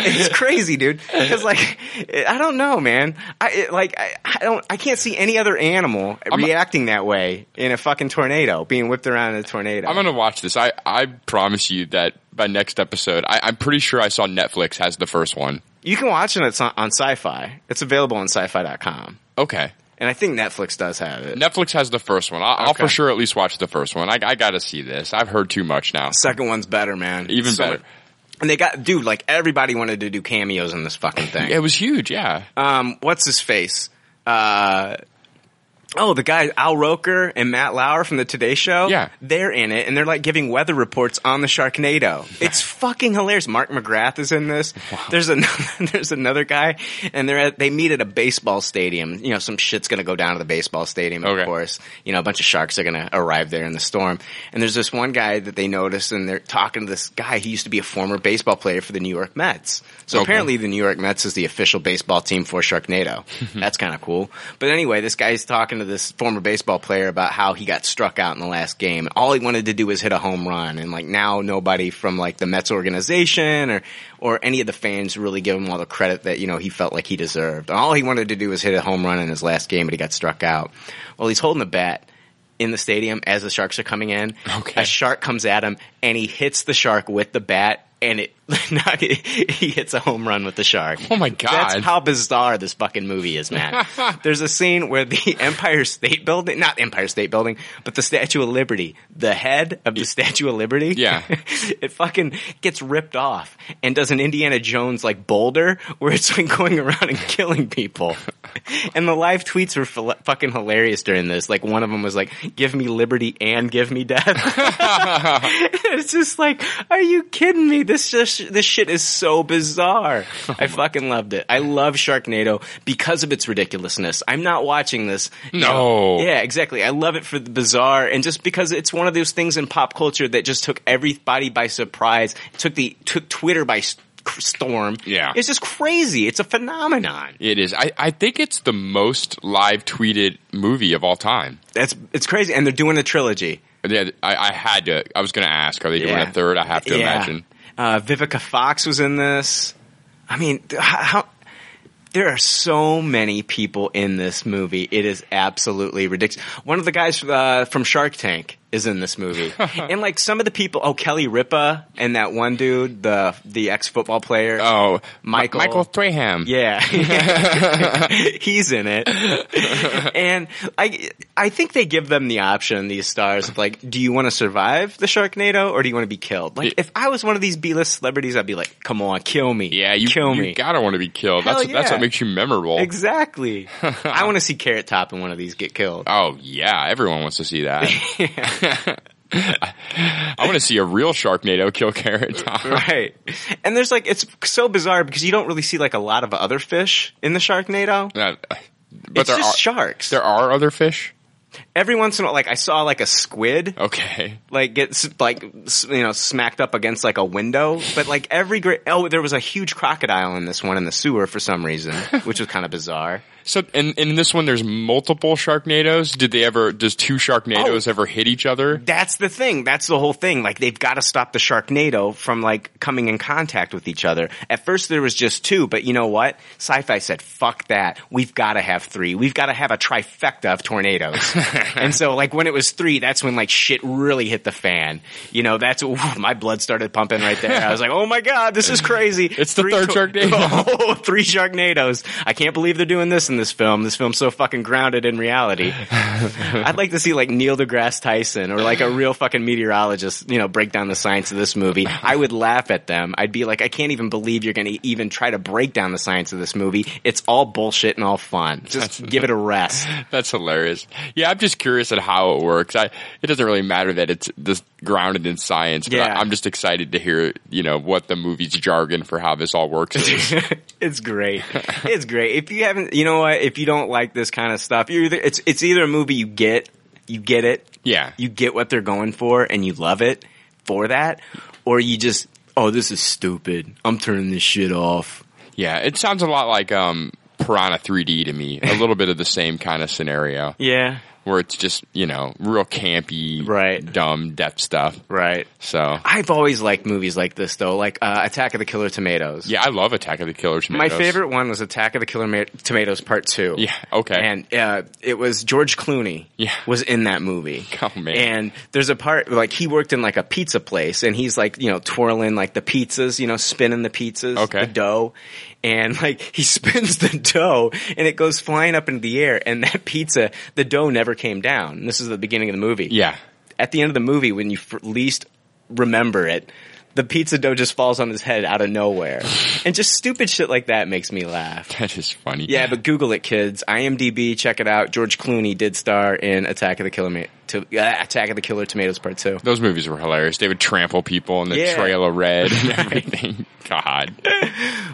S7: It's, it's crazy, dude. Cause like, I don't know, man. I, it, like, I, I don't, I can't see any other animal reacting that way in a fucking tornado, being whipped around in a tornado.
S8: I'm gonna watch this. I, I promise you that by next episode, I, I'm pretty sure I saw Netflix has the first one.
S7: You can watch it on, on Sci-Fi. It's available on Sci-Fi.com,
S8: Okay.
S7: and I think Netflix does have it.
S8: Netflix has the first one. I'll, I'll
S7: Okay.
S8: for sure at least watch the first one. I, I gotta see this. I've heard too much now.
S7: Second one's better, man.
S8: Even
S7: So-
S8: better.
S7: And they got dude, like everybody wanted to do cameos in this fucking thing.
S8: It was huge, yeah.
S7: um, what's his face? Uh, oh, the guy Al Roker and Matt Lauer from the Today Show.
S8: Yeah.
S7: they're in it, and they're like giving weather reports on the Sharknado. It's fucking hilarious. Mark McGrath is in this. There's another there's another guy, and they're at, they meet at a baseball stadium. You know, some shit's gonna go down to the baseball stadium, of
S8: Okay.
S7: course. You know, a bunch of sharks are gonna arrive there in the storm. And there's this one guy that they notice, and they're talking to this guy. He used to be a former baseball player for the New York Mets. So
S8: Okay.
S7: apparently, the New York Mets is the official baseball team for Sharknado. That's kind of cool. But anyway, this guy's talking to this former baseball player about how he got struck out in the last game. All he wanted to do was hit a home run, and like now nobody from like the Mets organization or or any of the fans really give him all the credit that you know he felt like he deserved. All he wanted to do was hit a home run in his last game, but he got struck out. Well, he's holding the bat in the stadium as the sharks are coming in.
S8: Okay.
S7: A shark comes at him and he hits the shark with the bat and it he hits a home run with the shark.
S8: Oh my God.
S7: That's how bizarre this fucking movie is, man. There's a scene where the Empire State Building, not Empire State Building, but the Statue of Liberty, the head of the Statue of Liberty,
S8: Yeah.
S7: it fucking gets ripped off and does an Indiana Jones like boulder where it's like going around and killing people. And the live tweets were fil- fucking hilarious during this. Like one of them was like, "Give me liberty and give me death." it's just like, are you kidding me? This just this shit is so bizarre. I fucking loved it. I love Sharknado because of its ridiculousness. I'm not watching this. you
S8: No.
S7: know, yeah, exactly. I love it for the bizarre and just because it's one of those things in pop culture that just took everybody by surprise, took the took Twitter by s- storm.
S8: Yeah.
S7: It's just crazy. It's a phenomenon.
S8: It is. I, I think it's the most live tweeted movie of all time.
S7: That's it's crazy and they're doing a trilogy.
S8: Yeah, I, I had to. I was going to ask. Are they doing
S7: Yeah.
S8: a third? I have to
S7: Yeah.
S8: imagine.
S7: Uh, Vivica Fox was in this. I mean, th- how, how there are so many people in this movie. It is absolutely ridiculous. One of the guys uh, from Shark Tank is in this movie, and like some of the people, oh Kelly Ripa and that one dude, the the ex football player,
S8: Oh,
S7: Michael-
S8: Michael Traham.
S7: yeah, he's in it. and I I think they give them the option these stars of like, do you want to survive the Sharknado or do you want to be killed? Like, if I was one of these B list celebrities, I'd be like, come on, kill me,
S8: Yeah, you,
S7: kill
S8: you
S7: me.
S8: gotta want to be killed.
S7: Hell
S8: that's what, that's
S7: yeah.
S8: what makes you memorable.
S7: Exactly. I want to see Carrot Top in one of these get killed.
S8: Oh yeah, everyone wants to see that. I want to see a real Sharknado kill Carrot Top.
S7: Right. And there's like, it's so bizarre because you don't really see like a lot of other fish in the Sharknado.
S8: Uh, But
S7: It's
S8: there
S7: just
S8: are
S7: sharks.
S8: there are other fish.
S7: Every once in a while, like I saw like a squid
S8: Okay,
S7: like get s- like s- you know smacked up against like a window. But like every great oh, there was a huge crocodile in this one in the sewer for some reason, which was kind of bizarre.
S8: so in in this one, there's multiple Sharknados. Did they ever? Does two Sharknados ever hit each other?
S7: Oh. That's the thing. That's the whole thing. Like they've got to stop the Sharknado from like coming in contact with each other. At first there was just two, but you know what? Sci-fi said, "Fuck that. We've got to have three. We've got to have a trifecta of tornadoes." and so like when it was three, that's when like shit really hit the fan. You know, that's oof, my blood started pumping right there. I was like, "Oh my god, this is crazy."
S8: It's the third Sharknado.
S7: Oh, three Sharknadoes. I can't believe they're doing this in this film. This film's so fucking grounded in reality. I'd like to see like Neil deGrasse Tyson or like a real fucking meteorologist, you know, break down the science of this movie. I would laugh at them. I'd be like, I can't even believe you're going to even try to break down the science of this movie. It's all bullshit and all fun. Just give it a rest.
S8: That's hilarious. Yeah, I'm just curious at how it works. I it doesn't really matter that it's this grounded in science. But
S7: Yeah.
S8: I, am just excited to hear you know what the movie's jargon for how this all works. is.
S7: it's great. It's great. If you haven't, you know what? If you don't like this kind of stuff, you're either, it's it's either a movie you get, you get it,
S8: yeah,
S7: you get what they're going for and you love it for that, or you just oh this is stupid. I'm turning this shit off.
S8: yeah. It sounds a lot like um, Piranha 3D to me. A little bit of the same kind of scenario.
S7: Yeah.
S8: where it's just you know real campy,
S7: Right.
S8: Dumb depth stuff.
S7: Right.
S8: So
S7: I've always liked movies like this though, like uh, Attack of the Killer Tomatoes.
S8: yeah, I love Attack of the Killer
S7: My
S8: Tomatoes.
S7: favorite one was Attack of the Killer Ma- Tomatoes Part Two.
S8: Yeah, okay.
S7: And uh, it was George Clooney.
S8: Yeah.
S7: was in that movie.
S8: Oh, man.
S7: And there's a part like he worked in like a pizza place, and he's like you know twirling like the pizzas, you know spinning the pizzas,
S8: Okay.
S7: the dough, and like he spins the dough, and it goes flying up into the air, and that pizza, the dough never came down. This is the beginning of the movie
S8: Yeah,
S7: at the end of the movie when you f- least remember it the pizza dough just falls on his head out of nowhere and just stupid shit like that makes me laugh
S8: that is funny.
S7: yeah but google it kids imdb check it out george clooney did star in attack of the killer Ma- to, uh, attack of the killer tomatoes part 2
S8: those movies were hilarious. They would trample people in the
S7: Yeah.
S8: Trail of Red and everything. God,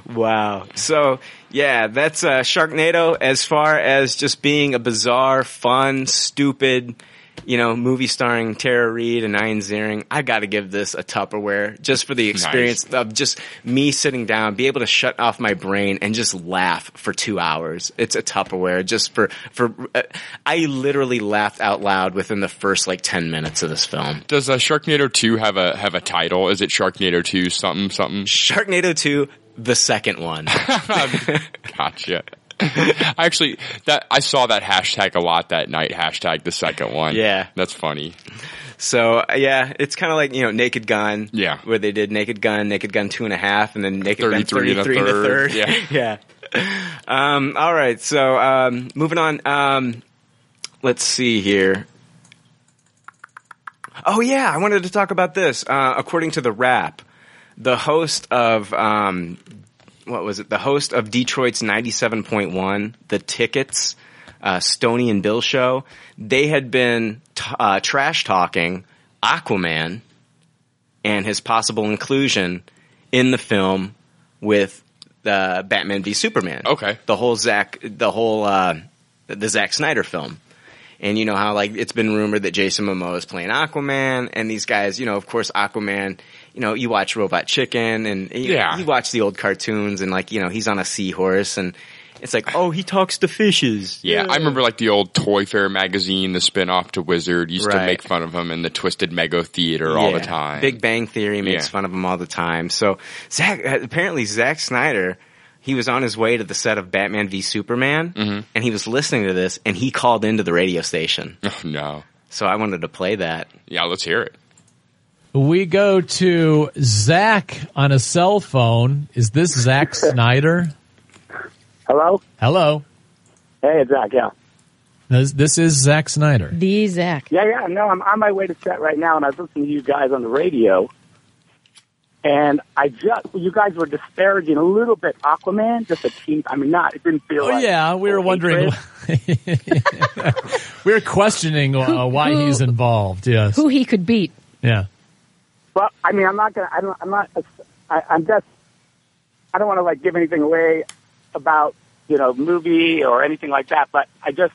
S7: wow so yeah that's uh, sharknado as far as just being a bizarre fun stupid you know, movie starring Tara Reid and Ian Ziering. I got to give this a Tupperware just for the experience of just me sitting down, be able to shut off my brain and just laugh for two hours. It's a Tupperware just for for. Uh, I literally laughed out loud within the first like ten minutes of this film.
S8: does uh, Sharknado Two have a have a title? Is it Sharknado Two something something?
S7: Sharknado Two, the second one.
S8: Gotcha. I actually that I saw that hashtag a lot that night. Hashtag the second one.
S7: Yeah.
S8: that's funny.
S7: So uh, yeah, it's kind of like you know Naked Gun.
S8: Yeah.
S7: where they did Naked Gun, Naked Gun two and a half, and then Naked Gun
S8: 33 and a
S7: thirty-three and a
S8: third.
S7: third. yeah. Um, all right, so um, moving on. Um, let's see here. Oh yeah, I wanted to talk about this. Uh, according to the rap, the host of um, what was it? The host of Detroit's 97.1, The Tickets, uh, Stony and Bill show, they had been t- uh, trash talking Aquaman and his possible inclusion in the film with uh, Batman v Superman.
S8: Okay.
S7: The whole Zack, the whole, uh, the Zack Snyder film. And you know how like it's been rumored that Jason Momoa is playing Aquaman, and these guys, you know, of course, Aquaman. You know, you watch Robot Chicken, and you,
S8: Yeah.
S7: you watch the old cartoons, and like you know, he's on a seahorse, and it's like, oh, he talks to fishes.
S8: Yeah, I
S10: Mm.
S8: remember like the old Toy Fair magazine, the spin off to Wizard used to
S7: Right.
S8: make fun of him in the Twisted Mego Theater all the
S7: Yeah.
S8: time.
S7: Big Bang Theory makes
S8: Yeah.
S7: fun of him all the time. So Zach, apparently Zack Snyder, he was on his way to the set of
S8: Mm-hmm.
S7: Batman v Superman, and he was listening to this, and he called into the radio station.
S8: oh, no.
S7: So I wanted to play that.
S8: Yeah, let's hear it.
S11: We go to Zach on a cell phone. Is this Zach Snyder?
S12: Hello?
S11: Hello.
S12: Hey, it's Zach, yeah.
S11: This, this is Zach Snyder.
S10: The Zach.
S12: Yeah, yeah, no, I'm on my way to set right now, and I was listening to you guys on the radio, and I just, you guys were disparaging a little bit Aquaman, just a team. I mean, not, it didn't feel
S11: Oh,
S12: like.
S11: yeah, we were wondering. we were questioning uh, why he's involved. Yes.
S10: Who he could beat.
S11: Yeah.
S12: Well, I mean, I'm not gonna. I don't. I'm not. I, I'm just. I don't want to like give anything away about you know movie or anything like that. But I just,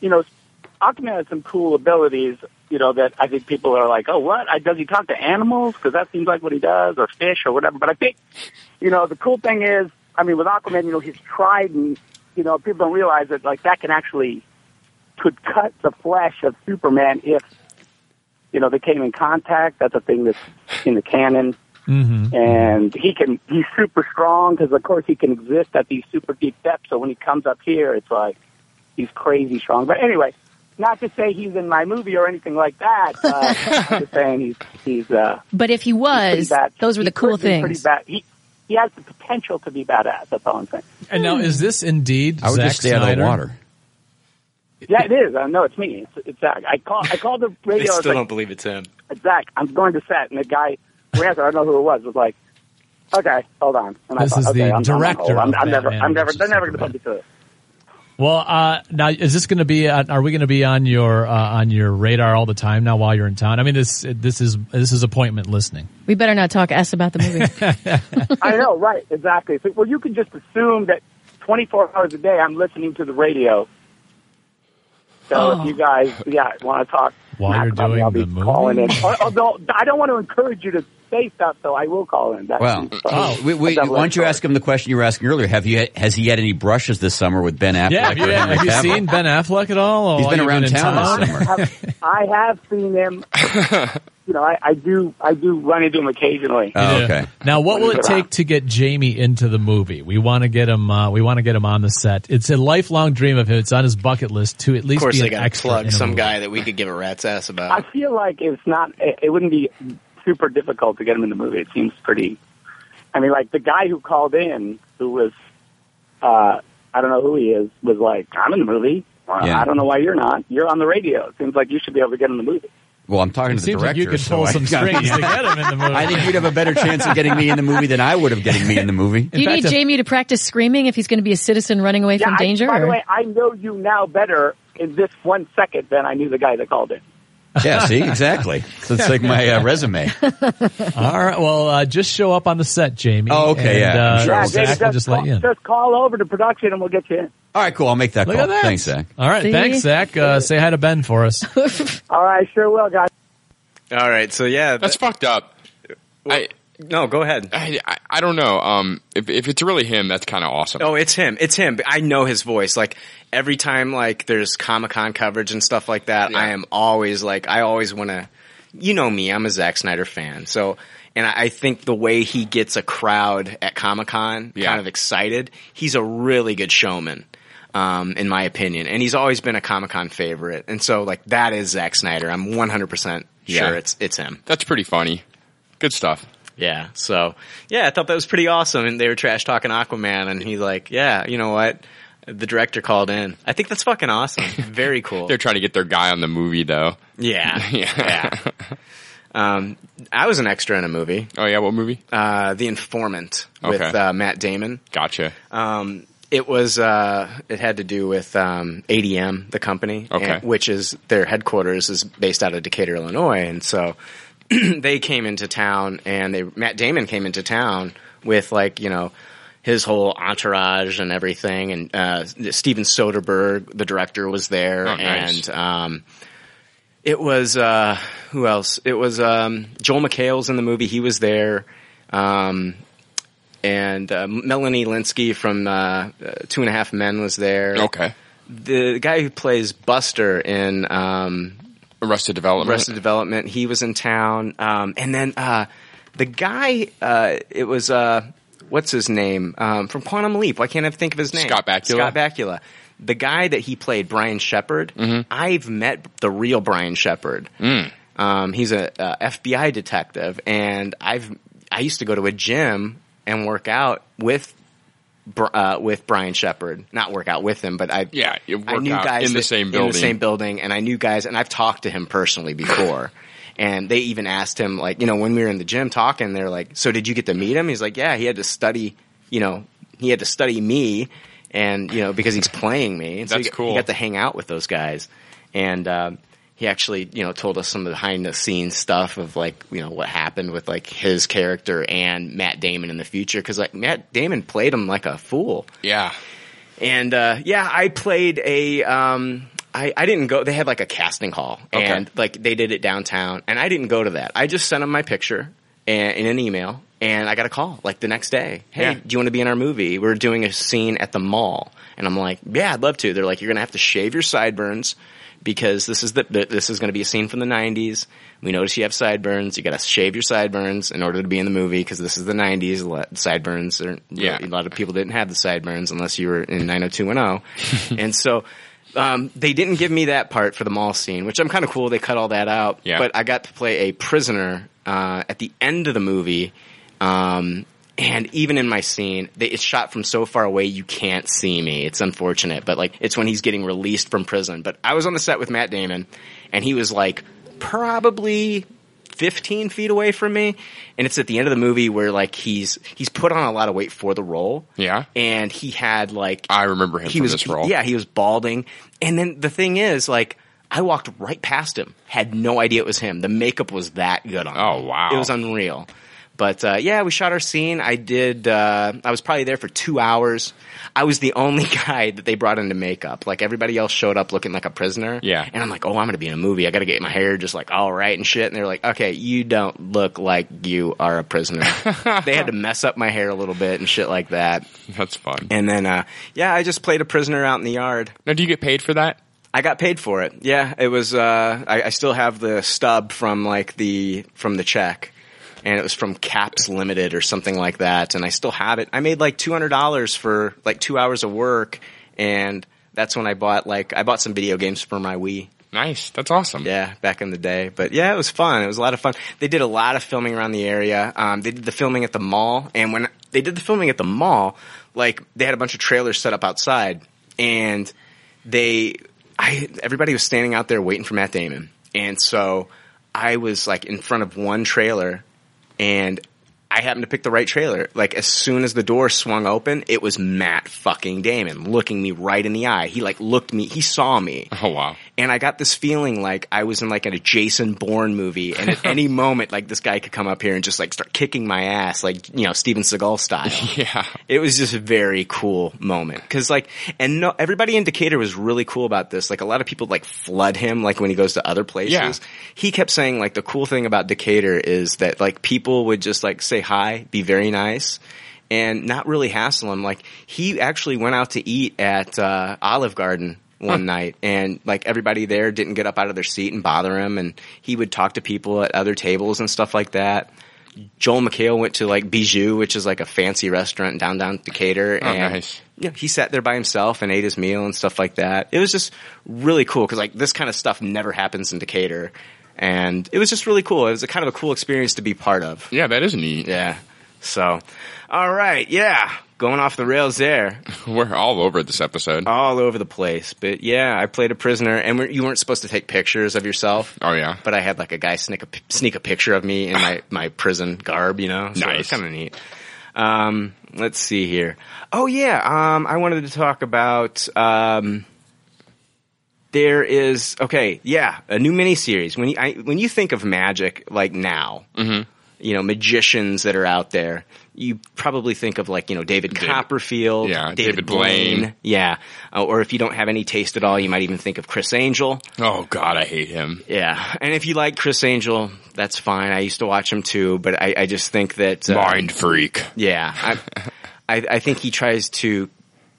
S12: you know, Aquaman has some cool abilities. You know that I think people are like, oh, what? I, does he talk to animals? Because that seems like what he does, or fish, or whatever. But I think, you know, the cool thing is, I mean, with Aquaman, you know, he's tried, and you know, people don't realize that like that can actually could cut the flesh of Superman if you know they came in contact. That's a thing that's in the canon,
S11: Mm-hmm.
S12: and he can he's super strong because of course he can exist at these super deep depths. So when he comes up here, it's like he's crazy strong. But anyway, not to say he's in my movie or anything like that. Uh, I'm just saying he's he's uh,
S10: But if he
S12: pretty
S10: was,
S12: bad.
S10: those were the
S12: He's
S10: cool
S12: pretty-
S10: things.
S12: Pretty bad. He, he has the potential to be badass. That's all I'm saying.
S11: And now, is this indeed
S13: I would
S11: Zack
S13: just stay out
S11: Snyder?
S13: of the water.
S12: Yeah, it is. I know it's me. It's, it's Zach. I call I called the
S7: They
S12: radio. I was
S7: still
S12: like,
S7: don't believe it's him.
S12: Zach, I'm going to set. And the guy, Ransom, I don't know who it was, was like, okay, hold on. And
S11: This
S12: I thought,
S11: is
S12: okay,
S11: the
S12: I'm, I'm on
S11: director
S12: hold. I'm,
S11: of
S12: I'm never,
S11: Batman
S12: I'm never,
S11: versus
S12: they're never going to put me to it.
S11: Well, uh, now is this going to be? Uh, are we going to be on your uh, on your radar all the time now while you're in town? I mean this this is this is appointment listening.
S10: We better not talk S about the movie.
S12: I know, right, exactly. So, well, you can just assume that 24 hours a day I'm listening to the radio. So if you guys, yeah, want to talk
S11: While you're
S12: about me,
S11: doing
S12: I'll be
S11: the movie?
S12: calling in. Al- Although, I don't want to encourage you to say stuff, so I will call in. That's
S13: Well,
S12: Oh,
S13: we, we, why don't you ask him the question you were asking earlier? Have you has he had any brushes this summer with Ben Affleck?
S11: yeah, have you,
S13: or Henry
S11: have you
S13: Cavill?
S11: seen Ben Affleck at all? or
S13: He's
S11: while
S13: been
S11: you've
S13: around
S11: in
S13: town this summer.
S12: I have seen him. you know, I, I do. I do run into him occasionally.
S13: Oh,
S11: Yeah. Now, what will it take to get Jamie into the movie? We want to get him. Uh, we want to get him on the set. It's a lifelong dream of him. It's on his bucket list to at
S7: Of
S11: least
S7: course,
S11: be
S7: they
S11: an
S7: got to
S11: extra in
S7: plug
S11: a
S7: some
S11: movie.
S7: guy that we could give a rat's ass
S12: I
S7: about.
S12: feel like it's not. It, it wouldn't be super difficult to get him in the movie. It seems pretty. I mean, like the guy who called in, who was, uh, I don't know who he is, was like, "I'm in the movie. Uh,
S13: Yeah.
S12: I don't know why you're not. You're on the radio. It seems like you should be able to get in the movie."
S13: Well, I'm talking to the
S12: seems like
S13: director.
S12: you could
S13: so
S12: pull
S13: I-
S12: some strings to
S11: get him in the movie.
S13: I think you'd have a better chance of getting me in the movie than I would of getting me in the movie.
S10: Do you
S12: uh,
S10: need Jamie to practice screaming if he's going to be a citizen running away from
S12: I-
S10: danger?
S12: by the
S10: or-
S12: way, I know you now better in this one second than I knew the guy that called in.
S13: Yeah, see, exactly. So it's like my uh, resume.
S11: All right. Well, uh, just show up on the set, Jamie.
S13: Oh, okay,
S11: and,
S13: yeah,
S11: Uh,
S13: sure.
S11: Zach
S13: Yeah,
S11: will
S13: just-
S11: just let you in.
S12: Just call over to production and we'll get you in.
S13: All right, cool. I'll make that
S11: Look
S13: call.
S11: at that.
S13: Thanks, Zach.
S11: All right.
S12: See?
S11: Thanks, Zach. Uh, say hi to Ben for us.
S12: All right, sure will, guys.
S7: All right, so yeah,
S8: that's fucked up. I,
S7: no, go ahead.
S8: I, I, I don't know. Um, if, if it's really him, that's kind of awesome.
S7: Oh, it's him. It's him. I know his voice. Like every time, like there's Comic Con coverage and stuff like that. I am always like, I always want to. You know me. I'm a Zack Snyder fan. So, and I, I think the way he gets a crowd at Comic Con kind of excited. He's a really good showman. Um, in my opinion, and he's always been a Comic Con favorite, and so like that is Zack Snyder. I'm 100 percent
S8: Yeah.
S7: sure it's it's him.
S8: That's pretty funny. Good stuff.
S7: Yeah. So yeah, I thought that was pretty awesome. And they were trash talking Aquaman, and he's like, "Yeah, you know what? The director called in. I think that's fucking awesome. Very cool."
S8: They're trying to get their guy on the movie, though.
S7: yeah.
S8: Yeah.
S7: Um, I was an extra in a movie.
S8: Oh yeah, what movie?
S7: Uh, The Informant with
S8: Okay.
S7: uh, Matt Damon.
S8: Gotcha.
S7: Um, it was uh, it had to do with um, ADM, the company,
S8: Okay.
S7: and- which is their headquarters is based out of Decatur, Illinois, and so they came into town, and they Matt Damon came into town with like you know his whole entourage and everything, and uh, Steven Soderbergh, the director, was there,
S8: Oh, nice.
S7: and um, it was uh, who else? It was um, Joel McHale's in the movie. He was there. Um, and uh, Melanie Linsky from uh, uh, Two and a Half Men was there.
S8: Okay.
S7: The guy who plays Buster in um,
S8: Arrested Development.
S7: Arrested Development, he was in town. Um, and then uh, the guy, uh, it was, uh, what's his name? Um, from Quantum Leap. Why can't I think of his name?
S8: Scott Bakula.
S7: Scott Bakula. the guy that he played, Brian Shepard,
S8: Mm-hmm.
S7: I've met the real Brian Shepard.
S8: Mm.
S7: Um, he's a, uh FBI detective, and I've I used to go to a gym and work out with Br- uh, with Brian Shepard. Not work out with him, but I
S8: yeah, you
S7: I
S8: work
S7: knew
S8: out
S7: guys
S8: in the
S7: that-
S8: same
S7: in the
S8: building.
S7: same building, and I knew guys, and I've talked to him personally before. And they even asked him, like, you know, when we were in the gym talking, they're like, "So did you get to meet him?" He's like, "Yeah, he had to study, you know, he had to study me, and you know, because he's playing me." And so
S8: That's
S7: he, got-
S8: cool.
S7: He got to hang out with those guys, and um, he actually, you know, told us some behind the scenes stuff of like, you know, what happened with like his character and Matt Damon in the future, because like Matt Damon played him like a fool.
S8: Yeah.
S7: And uh, yeah, I played a. Um, I, I didn't go. They had like a casting hall,
S8: Okay.
S7: and like they did it downtown, and I didn't go to that. I just sent them my picture and, in an email, and I got a call like the next day. Hey,
S8: Yeah.
S7: do you want to be in our movie? We're doing a scene at the mall, and I'm like, yeah, I'd love to. They're like, you're gonna have to shave your sideburns because this is the th- this is gonna be a scene from the '90s. We notice you have sideburns. You gotta shave your sideburns in order to be in the movie because this is the '90s. Le- Sideburns are
S8: Yeah.
S7: a lot of people didn't have the sideburns unless you were in 90210. and so um, they didn't give me that part for the mall scene, which I'm kind of cool. They cut all that out.
S8: Yeah.
S7: But I got to play a prisoner uh, at the end of the movie. Um, and even in my scene, they, it's shot from so far away you can't see me. It's unfortunate, but like it's when he's getting released from prison. But I was on the set with Matt Damon, and he was like probably 15 feet away from me and it's at the end of the movie where like he's he's put on a lot of weight for the role
S8: Yeah.
S7: and he had like
S8: I remember him
S7: he
S8: from
S7: was
S8: this role.
S7: yeah he was balding and then the thing is like i walked right past him had no idea it was him the makeup was that good on
S8: Oh, wow.
S7: it was unreal but uh, yeah we shot our scene i did uh, i was probably there for two hours i was the only guy that they brought into makeup like everybody else showed up looking like a prisoner
S8: Yeah.
S7: and i'm like oh i'm gonna be in a movie i gotta get my hair just like all right and shit and they're like okay you don't look like you are a prisoner they had to mess up my hair a little bit and shit like that
S8: That's fun.
S7: and then, uh, yeah, I just played a prisoner out in the yard.
S8: Now, do you get paid for that?
S7: I got paid for it. Yeah, it was. Uh, I, I still have the stub from like the from the check, and it was from Caps Limited or something like that. And I still have it. I made like two hundred dollars for like two hours of work, and that's when I bought like I bought some video games for my Wii.
S8: Nice. That's awesome.
S7: Yeah, back in the day. But yeah, it was fun. It was a lot of fun. They did a lot of filming around the area. Um, they did the filming at the mall, and when they did the filming at the mall, like they had a bunch of trailers set up outside, and they, I, everybody was standing out there waiting for Matt Damon, and so I was like in front of one trailer, and. I happened to pick the right trailer. Like as soon as the door swung open, it was Matt fucking Damon looking me right in the eye. He like looked me, he saw me
S8: Oh wow.
S7: and I got this feeling like I was in like a Jason Bourne movie, and at any moment, like this guy could come up here and just like start kicking my ass, like you know Steven Seagal style.
S8: Yeah.
S7: It was just a very cool moment because like, and no, everybody in Decatur was really cool about this. Like a lot of people like flood him like when he goes to other places.
S8: Yeah.
S7: He kept saying like the cool thing about Decatur is that like people would just like say hi, be very nice. And not really hassle him. Like he actually went out to eat at uh, Olive Garden one night, and like everybody there didn't get up out of their seat and bother him. And he would talk to people at other tables and stuff like that. Joel McHale went to like Bijou, which is like a fancy restaurant in downtown Decatur.
S8: Oh,
S7: and
S8: nice.
S7: Yeah, he sat there by himself and ate his meal and stuff like that. It was just really cool because like this kind of stuff never happens in Decatur, and it was just really cool. It was a kind of a cool experience to be part of.
S8: Yeah, that is neat.
S7: Yeah. So, all right, yeah, going off the rails there,
S8: We're all over this episode.
S7: all over the place. But yeah, I played a prisoner, and we're, you weren't supposed to take pictures of yourself.
S8: oh yeah.
S7: But I had like a guy sneak a sneak a picture of me in my my prison garb, you know. So
S8: Nice.
S7: it's kind of neat. Um, let's see here. Oh yeah, um, I wanted to talk about. Um, there is okay, yeah, a new miniseries. When you I, when you think of magic, like now, you know, magicians that are out there, you probably think of like you know David, Copperfield,
S8: yeah, David Blaine.
S7: yeah, Uh, or if you don't have any taste at all, you might even think of Chris Angel.
S8: Oh god, I hate him.
S7: Yeah, and if you like Chris Angel, that's fine. I used to watch him too, but I, I just think that uh,
S8: Mind freak.
S7: Yeah, I, I I think he tries to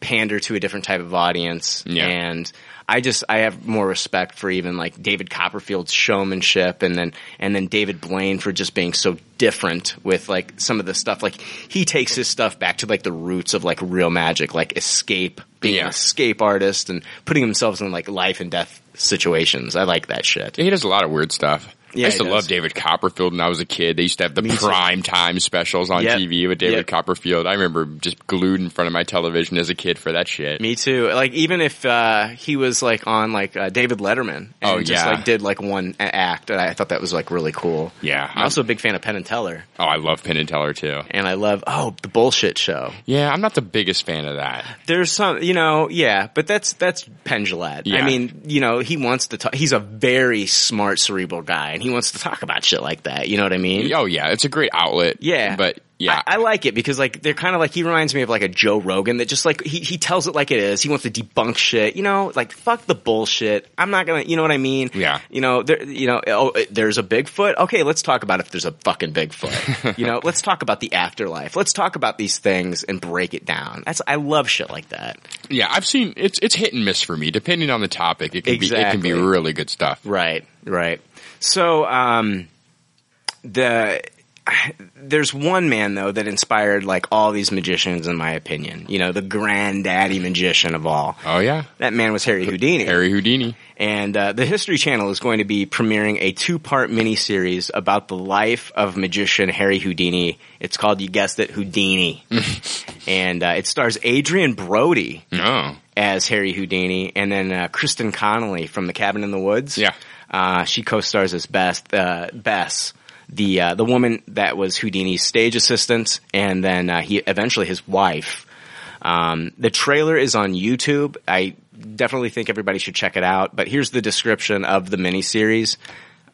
S7: pander to a different type of audience.
S8: Yeah.
S7: And I just I have more respect for even like David Copperfield's showmanship and then and then David Blaine for just being so different with like some of the stuff like he takes his stuff back to like the roots of like real magic like escape being an
S8: Yeah.
S7: escape artist and putting themselves in like life and death situations. I like that shit.
S8: He does a lot of weird stuff. I
S7: Yeah,
S8: used
S7: he
S8: to love
S7: does.
S8: David Copperfield when I was a kid. They used to have the
S7: Me too.
S8: prime time specials on
S7: Yep.
S8: TV with David
S7: Yep.
S8: Copperfield. I remember just glued in front of my television as a kid for that shit.
S7: Me too. Like even if uh, he was like on like uh, David Letterman and
S8: Oh,
S7: just
S8: yeah.
S7: like did like one a- act, I I thought that was like really cool.
S8: Yeah.
S7: I'm also a big fan of Penn and Teller,
S8: Oh, I love Penn and Teller too.
S7: and I love oh the bullshit show.
S8: Yeah, I'm not the biggest fan of that.
S7: There's some, you know, yeah, but that's that's Pendulat.
S8: Yeah.
S7: I mean, you know, he wants to talk. He's a very smart, cerebral guy, and he wants to talk about shit like that. You know what I mean?
S8: Oh yeah, it's a great outlet.
S7: Yeah,
S8: but yeah,
S7: I, I like it because like they're kind of like he reminds me of like a Joe Rogan that just like he he tells it like it is. He wants to debunk shit, you know, like fuck the bullshit. I'm not gonna, you know what I mean?
S8: Yeah.
S7: you know, there, you know, oh, it- there's a Bigfoot. Okay, let's talk about if there's a fucking Bigfoot. you know, let's talk about the afterlife. Let's talk about these things and break it down. That's I love shit like that.
S8: yeah, I've seen it's it's hit and miss for me depending on the topic. It can be it can be
S7: Exactly.
S8: really good stuff.
S7: Right, right. So um, the there's one man though that inspired like all these magicians, in my opinion. You know, the granddaddy magician of all.
S8: Oh yeah,
S7: That man was Harry Houdini.
S8: Harry Houdini.
S7: And uh, the History Channel is going to be premiering a two-part miniseries about the life of magician Harry Houdini. It's called, you guessed it, Houdini. and uh, it stars Adrian Brody
S8: No.
S7: as Harry Houdini, and then uh, Kristen Connolly from The Cabin in the Woods.
S8: Yeah.
S7: uh, she co-stars as Bess, uh, Bess, the uh, the woman that was Houdini's stage assistant, and then uh, he eventually his wife. Um, the trailer is on YouTube. I definitely think everybody should check it out. But here's the description of the miniseries.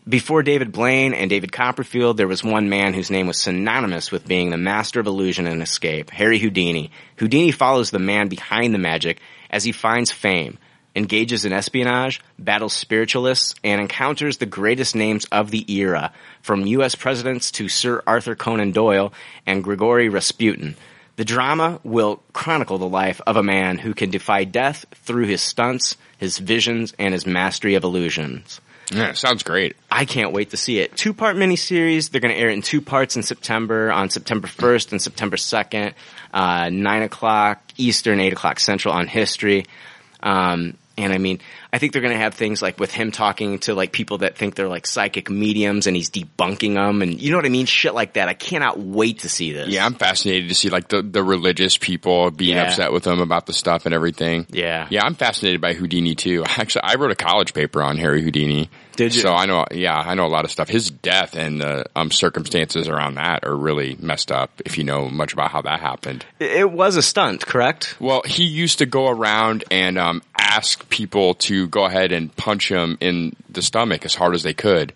S7: Before David Blaine and David Copperfield, there was one man whose name was synonymous with being the master of illusion and escape, Harry Houdini. Houdini follows the man behind the magic as he finds fame, engages in espionage, battles spiritualists, and encounters the greatest names of the era, from U.S. presidents to Sir Arthur Conan Doyle and Grigori Rasputin. The drama will chronicle the life of a man who can defy death through his stunts, his visions, and his mastery of illusions.
S8: Yeah, sounds great.
S7: I can't wait to see it. Two part miniseries. They're going to air it in two parts in September, on September 1st and September 2nd, uh, 9 o'clock Eastern, 8 o'clock Central on history. Um, and I mean, I think they're going to have things like with him talking to like people that think they're like psychic mediums and he's debunking them and you know what I mean? Shit like that. I cannot wait to see this.
S8: Yeah, I'm fascinated to see like the, the religious people being
S7: Yeah.
S8: upset with him about the stuff and everything.
S7: Yeah.
S8: Yeah, I'm fascinated by Houdini too. Actually, I wrote a college paper on Harry Houdini.
S7: Did you?
S8: So I know, yeah, I know a lot of stuff. His death and the um, circumstances around that are really messed up. If you know much about how that happened.
S7: It it was a stunt, correct?
S8: Well, he used to go around and um, ask people to go ahead and punch him in the stomach as hard as they could,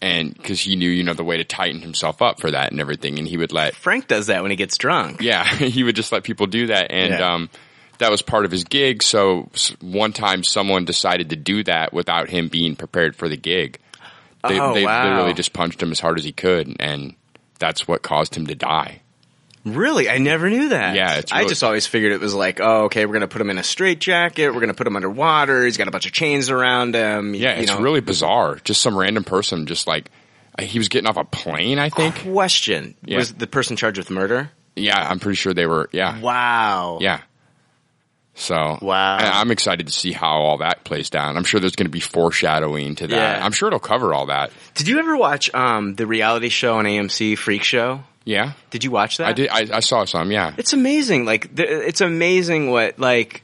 S8: and because he knew, you know, the way to tighten himself up for that and everything, and he would let
S7: Frank does that when he gets drunk.
S8: yeah, he would just let people do that, and
S7: Yeah.
S8: um, that was part of his gig. So s- one time, someone decided to do that without him being prepared for the gig. They,
S7: Oh,
S8: they
S7: wow.
S8: literally just punched him as hard as he could, and that's what caused him to die.
S7: Really? I never knew that.
S8: Yeah, it's
S7: I
S8: really-
S7: just always figured it was like, oh, okay, we're going to put him in a straitjacket, we're going to put him underwater, he's got a bunch of chains around him.
S8: Yeah,
S7: you
S8: it's
S7: know.
S8: really bizarre. Just some random person, just like uh, he was getting off a plane, I think.
S7: Question.
S8: Yeah.
S7: Was the person charged with murder?
S8: Yeah, I'm pretty sure they were. Yeah,
S7: Wow.
S8: yeah. So
S7: Wow.
S8: and I'm excited to see how all that plays down. I'm sure there's going to be foreshadowing to that.
S7: Yeah.
S8: I'm sure it'll cover all that.
S7: Did you ever watch um, the reality show on AMC, Freak Show?
S8: Yeah,
S7: Did you watch that?
S8: I did. I, I saw some. Yeah,
S7: It's amazing. Like, th- it's amazing what, like,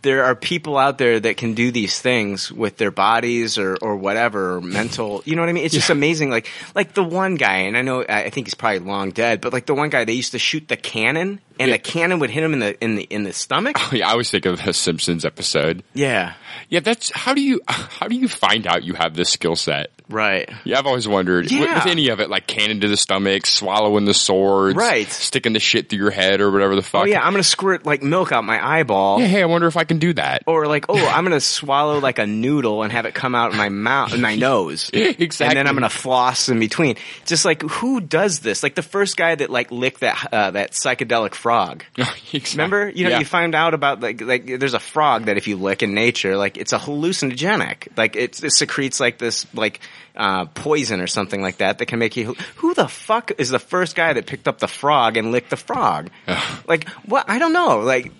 S7: there are people out there that can do these things with their bodies or, or whatever, or mental. You know what I mean? It's just amazing. Like like the one guy, and I know I I think he's probably long dead, but like the one guy, they used to shoot the cannon, and the cannon would hit him in the in the in the stomach.
S8: yeah. I always think of the Simpsons episode.
S7: yeah,
S8: Yeah, that's how do you how do you find out you have this skill set?
S7: right.
S8: Yeah, I've always wondered with,
S7: Yeah.
S8: with any of it, like cannon to the stomach, swallowing the swords,
S7: Right.
S8: sticking the shit through your head or whatever the fuck.
S7: Oh yeah, I'm gonna squirt like milk out my eyeball.
S8: Yeah, hey, I wonder if I can do that.
S7: Or like, oh, I'm gonna swallow like a noodle and have it come out of my mouth, my nose,
S8: Exactly.
S7: And then I'm gonna floss in between. Just like, who does this? Like the first guy that like licked that uh, that psychedelic frog. Remember, you know,
S8: Yeah.
S7: you find out about like like there's a frog that if you lick in nature, like it's a hallucinogenic. Like it's, it secretes like this like uh, poison or something like that that can make you. Who the fuck is the first guy that picked up the frog and licked the frog? like what? I don't know. Like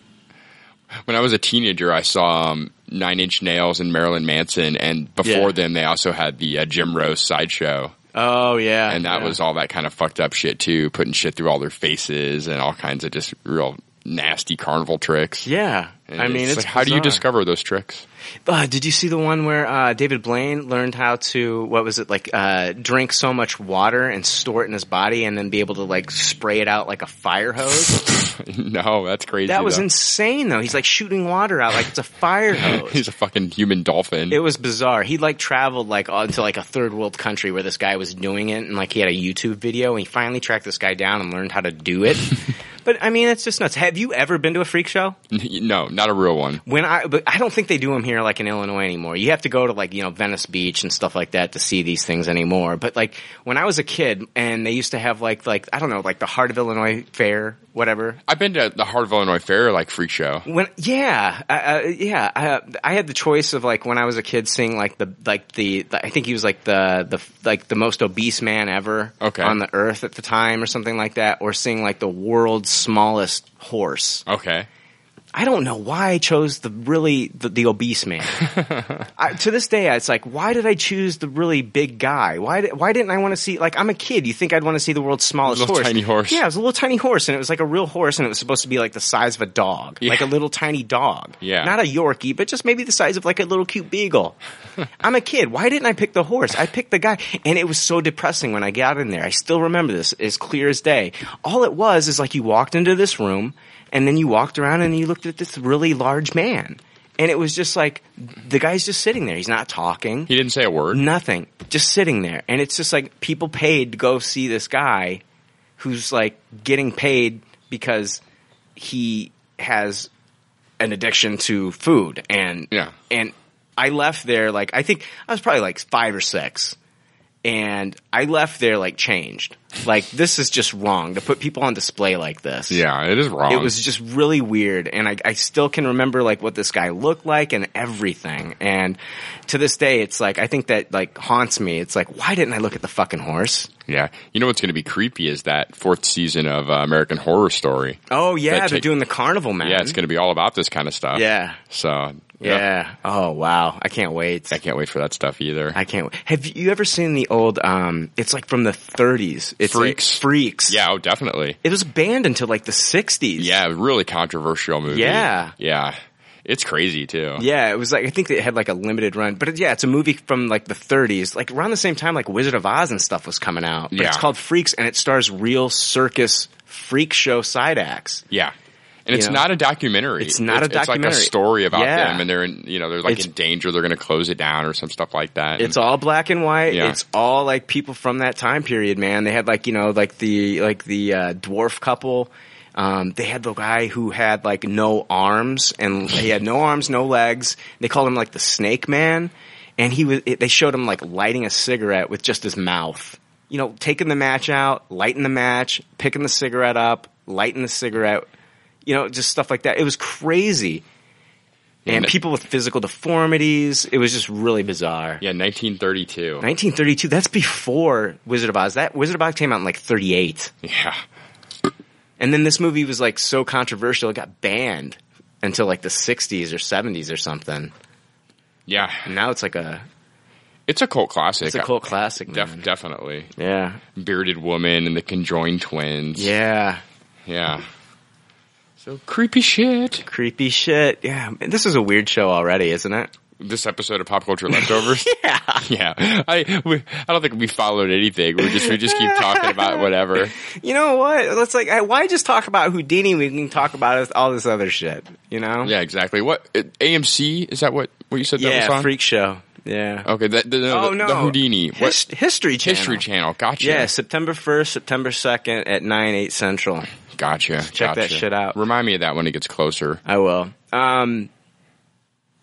S8: When I was a teenager, I saw um, Nine Inch Nails and Marilyn Manson, and before them, they also had the uh, Jim Rose sideshow.
S7: Oh yeah,
S8: and that
S7: yeah.
S8: was all that kind of fucked up shit too, putting shit through all their faces and all kinds of just real nasty carnival tricks.
S7: Yeah,
S8: And
S7: I mean, it's
S8: like, how do you
S7: bizarre.
S8: discover those tricks?
S7: Uh, did you see the one where uh, David Blaine learned how to what was it like uh, drink so much water and store it in his body and then be able to like spray it out like a fire hose?
S8: no, that's crazy.
S7: that was
S8: though.
S7: insane though. He's like shooting water out like it's a fire hose.
S8: He's a fucking human dolphin.
S7: It was bizarre. He like traveled like on to like a third world country where this guy was doing it, and like he had a YouTube video, and he finally tracked this guy down and learned how to do it. but I mean, it's just nuts. Have you ever been to a freak show?
S8: no, not a real one.
S7: When I, but I don't think they do them here like in Illinois anymore. You have to go to like you know Venice Beach and stuff like that to see these things anymore. But like when I was a kid, and they used to have like like I don't know like the Heart of Illinois Fair, whatever.
S8: I've been to the Heart of Illinois Fair, like freak show.
S7: When yeah, uh, uh, yeah, I, I had the choice of like when I was a kid seeing like the like the, the I think he was like the the like the most obese man ever
S8: Okay.
S7: on the earth at the time or something like that, or seeing like the world's smallest horse.
S8: Okay,
S7: I don't know why I chose the really the, the obese man. I, to this day, it's like why did I choose the really big guy? Why di- why didn't I want to see like I'm a kid? You think I'd want to see the world's smallest
S8: Little
S7: horse?
S8: tiny horse.
S7: Yeah, it was a little tiny horse, and it was like a real horse, and it was supposed to be like the size of a dog, like a little tiny dog.
S8: Yeah.
S7: not a Yorkie, but just maybe the size of like a little cute beagle. I'm a kid. Why didn't I pick the horse? I picked the guy, and it was so depressing when I got in there. I still remember this as clear as day. All it was is like you walked into this room, and then you walked around, and you looked at this really large man, and it was just like the guy's just sitting there. He's not talking. He
S8: didn't say a word.
S7: Nothing. Just sitting there, and it's just like people paid to go see this guy, who's like getting paid because he has an addiction to food and yeah. and I left there like I think I was probably like 5 or 6 and I left there like changed. Like this is just wrong to put people on display like this.
S8: Yeah, it is wrong.
S7: It was just really weird and I I still can remember like what this guy looked like and everything and to this day it's like I think that like haunts me. It's like why didn't I look at the fucking horse?
S8: yeah. You know what's going to be creepy is that fourth season of uh, American Horror Story.
S7: Oh yeah,
S8: That
S7: they're
S8: take-
S7: doing the carnival man.
S8: Yeah, it's going to be all about this kind of stuff.
S7: Yeah.
S8: So
S7: Yeah. Oh wow, I can't wait. I
S8: can't wait for that stuff either.
S7: I can't. wait. Have you ever seen the old? Um, it's like from the 30s. It's
S8: Freaks.
S7: like freaks.
S8: Yeah, oh, definitely.
S7: It was banned until like the 60s.
S8: Yeah, really controversial movie.
S7: Yeah.
S8: Yeah. It's crazy too.
S7: Yeah, it was like I think it had like a limited run, but it, yeah, it's a movie from like the 30s, like around the same time like Wizard of Oz and stuff was coming out. But it's
S8: Yeah.
S7: called Freaks, and it stars real circus freak show side acts.
S8: Yeah. And it's
S7: You know?
S8: not a documentary.
S7: It's not a
S8: It's
S7: documentary.
S8: like a story about
S7: Yeah.
S8: them and they're in, you know, they're like
S7: It's-
S8: in danger. They're going to close it down or some stuff like that.
S7: It's all black and white.
S8: Yeah.
S7: It's all like people from that time period, man. They had like you know like the like the uh, dwarf couple. Um, they had the guy who had like no arms and he had no arms, no legs. They called him like the Snake Man, and he was. It, they showed him like lighting a cigarette with just his mouth. You know, taking the match out, lighting the match, picking the cigarette up, lighting the cigarette. You know, just stuff like that. It was crazy.
S8: Yeah,
S7: And
S8: that-
S7: people with physical deformities. It was just really bizarre.
S8: Yeah, 1932.
S7: 1932. That's before Wizard of Oz. That Wizard of Oz came out in like 38.
S8: Yeah.
S7: And then this movie was like so controversial, it got banned until like the 60s or 70s or something.
S8: Yeah.
S7: Now it's like a
S8: It's a cult classic.
S7: it's a cult classic. Man.
S8: Def- definitely.
S7: Yeah.
S8: Bearded Woman and the Conjoined Twins.
S7: Yeah.
S8: Yeah. So creepy shit.
S7: Creepy shit. Yeah. Man, This is a weird show already, isn't it?
S8: This episode of Pop Culture Leftovers. yeah. Yeah. I we, I don't think we followed anything. We just we just keep talking about whatever.
S7: You know what? Let's like I- why just talk about Houdini? We can talk about all this other shit. You know?
S8: Yeah, exactly. What uh, AMC is that? What what you said?
S7: Yeah,
S8: that was on?
S7: Freak Show. Yeah.
S8: Okay. That, the, no,
S7: Oh,
S8: the,
S7: no.
S8: the Houdini. What-
S7: His- History Channel.
S8: History Channel. Gotcha.
S7: Yeah, September 1st, September 2nd at 9, 8 central.
S8: Gotcha.
S7: Check that
S8: gotcha.
S7: shit out.
S8: Remind me of that when it gets closer.
S7: I will. Um,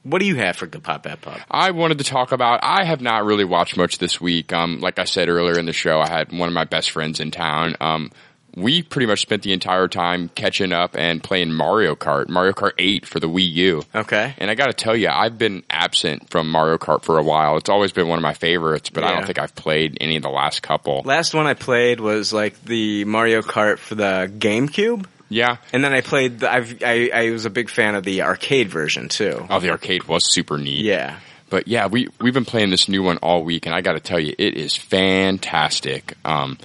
S7: what do you have for good pop at pop?
S8: I wanted to talk about. I have not really watched much this week. Um, like I said earlier in the show, I had one of my best friends in town. Um, we pretty much spent the entire time catching up and playing Mario Kart, Mario Kart 8 for the Wii U.
S7: Okay.
S8: And I got to tell you, I've been absent from Mario Kart for a while. It's always been one of my favorites, but I
S7: Yeah.
S8: don't think I've played any of the last couple.
S7: Last one I played was like the Mario Kart for the GameCube.
S8: Yeah,
S7: and then I played. The, I've, I I was a big fan of the arcade version too.
S8: Oh, the arcade was super neat.
S7: Yeah.
S8: But yeah, we we've been playing this new one all week, and I got to tell you, it is fantastic. Um,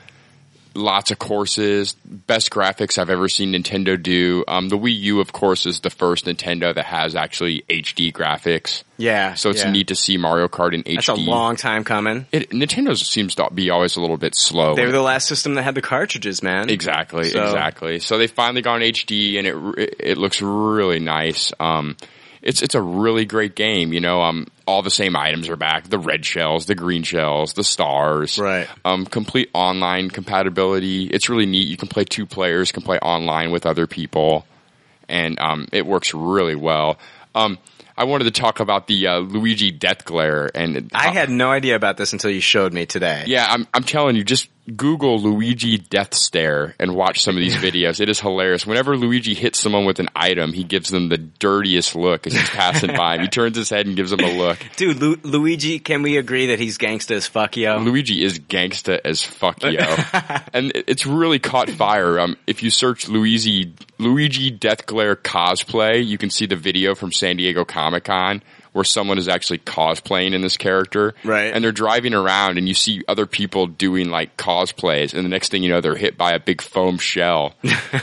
S8: lots of courses, best graphics I've ever seen Nintendo do. Um, the Wii U, of course, is the first Nintendo that has actually HD graphics.
S7: Yeah,
S8: so it's
S7: yeah.
S8: neat to see Mario Kart in HD.
S7: That's a long time coming.
S8: It, Nintendo seems to be always a little bit slow.
S7: They were the last system that had the cartridges, man.
S8: Oh, Exactly,
S7: So-
S8: exactly. So they finally got an HD, and it re- it looks really nice. Um, it's it's a really great game. You know, um, all the same items are back: the red shells, the green shells, the stars. Right. Um, complete online compatibility. It's really neat. You can play two players, can play online with other people, and um, it works really well. Um, I wanted to talk about the uh, Luigi Death Glare, and
S7: I had no idea about this until you showed me today.
S8: yeah, I'm, I'm telling you, just Google Luigi Death Stare and watch some of these videos. It is hilarious. Whenever Luigi hits someone with an item, he gives them the dirtiest look as he's passing by him. He turns his head and gives them a look.
S7: Dude, Lu- Luigi, can we agree that he's gangsta as fuck, yo?
S8: Luigi is gangsta as fuck, yo. and it- it's really caught fire. Um, if you search Luigi, Luigi Death Glare cosplay, you can see the video from San Diego Comic Con where someone is actually cosplaying in this character. Right. And they're driving around and you see other people doing like cosplays. And the next thing you know, they're hit by a big foam shell.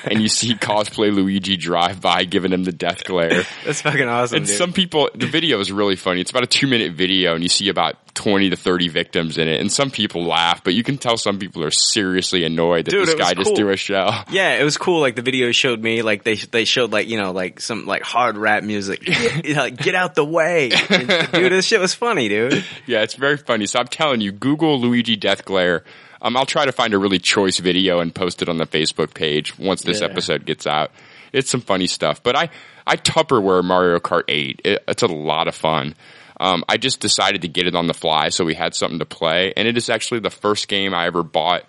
S8: and you see cosplay Luigi drive by giving him the death glare.
S7: That's fucking awesome,
S8: And
S7: dude.
S8: some people, the video is really funny. It's about a two minute video, and you see about twenty to thirty victims in it. And some people laugh, but you can tell some people are seriously annoyed that
S7: Dude,
S8: this
S7: it was
S8: guy just
S7: cool.
S8: threw a shell.
S7: Yeah, it was cool. Like the video showed me, like they they showed like you know like some like hard rap music, You know, like get out the way, And, dude. This shit was funny, dude.
S8: Yeah, it's very funny. So I'm telling you, Google Luigi Death Glare. Um, I'll try to find a really choice video and post it on the Facebook page once this
S7: Yeah.
S8: episode gets out. It's some funny stuff, but I I Tupperware Mario Kart Eight. It, it's a lot of fun. Um, I just decided to get it on the fly, so we had something to play, and it is actually the first game I ever bought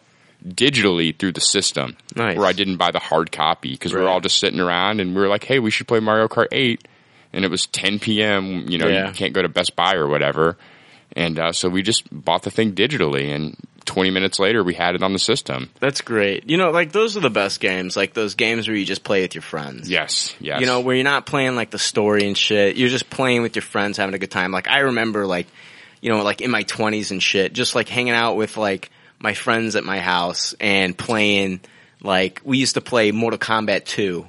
S8: digitally through the system,
S7: Nice.
S8: where I didn't buy the hard copy because we were
S7: Right.
S8: all just sitting around and we were like, "Hey, we should play Mario Kart 8." And it was 10 p.m. You know,
S7: Yeah.
S8: you can't go to Best Buy or whatever. And uh, so we just bought the thing digitally, and 20 minutes later, we had it on the system.
S7: That's great. You know, like those are the best games. Like those games where you just play with your friends.
S8: Yes, yes.
S7: You know, where you're not playing like the story and shit. You're just playing with your friends, having a good time. Like I remember, like you know, like in my twenties and shit, just like hanging out with like my friends at my house and playing. Like we used to play Mortal Kombat two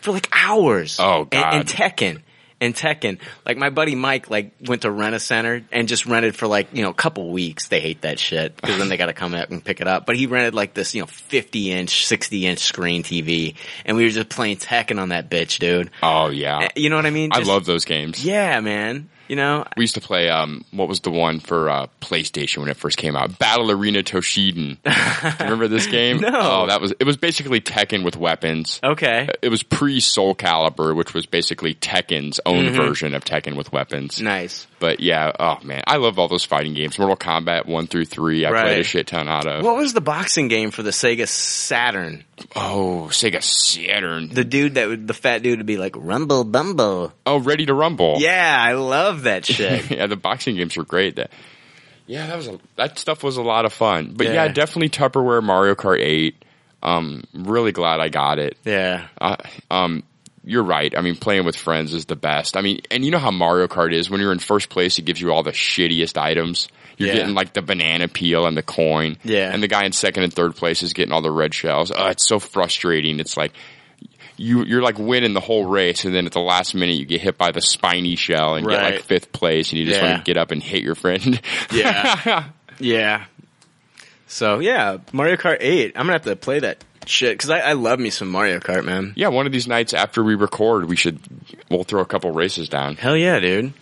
S7: for like hours. Oh
S8: God.
S7: and Tekken. And Tekken, like my buddy Mike, like went to rent a center and just rented for like you know a couple weeks. They hate that shit because then they got to come up and pick it up. But he rented like this you know fifty inch, sixty inch screen TV, and we were just playing Tekken on that bitch, dude. Eh,
S8: Oh yeah,
S7: you know what I mean?
S8: I
S7: Just-
S8: love those games.
S7: Yeah, man. You know,
S8: we used to play. Um, what was the one for uh, PlayStation when it first came out? Battle Arena Toshiden. Do you remember this game?
S7: No.
S8: Oh, that was it. Was basically Tekken with weapons.
S7: Okay.
S8: It was pre Soul Calibur, which was basically Tekken's own
S7: Mhm.
S8: version of Tekken with weapons.
S7: Nice.
S8: But yeah, oh man, I love all those fighting games. Mortal Kombat one through three. I played a
S7: Right.
S8: shit ton out of.
S7: What was the boxing game for the Sega Saturn?
S8: Oh, Sega Saturn.
S7: The dude that would, the fat dude would be like Rumble Bumble.
S8: Oh, Ready to Rumble.
S7: Yeah, I love that shit.
S8: yeah, the boxing games were great. That yeah, that was a, that stuff was a lot of fun. But yeah,
S7: Yeah.
S8: definitely Tupperware Mario Kart Eight. Um, really glad I got it.
S7: Yeah.
S8: Uh, um, you're right. I mean, playing with friends is the best. I mean, and you know how Mario Kart is. When you're in first place, it gives you all the shittiest items. You're
S7: Yeah.
S8: getting like the banana peel and the coin.
S7: Yeah.
S8: And the guy in second and third place is getting all the red shells. Oh, it's so frustrating. It's like you you're like winning the whole race, and then at the last minute you get hit by the spiny shell and get like
S7: Right.
S8: fifth place, and you just
S7: Yeah.
S8: want to get up and hit your friend.
S7: Yeah. yeah. So yeah, Mario Kart 8. I'm gonna have to play that shit because I, I love me some Mario Kart, man.
S8: yeah, one of these nights after we record, we should we'll throw a couple races down.
S7: Hell yeah, dude.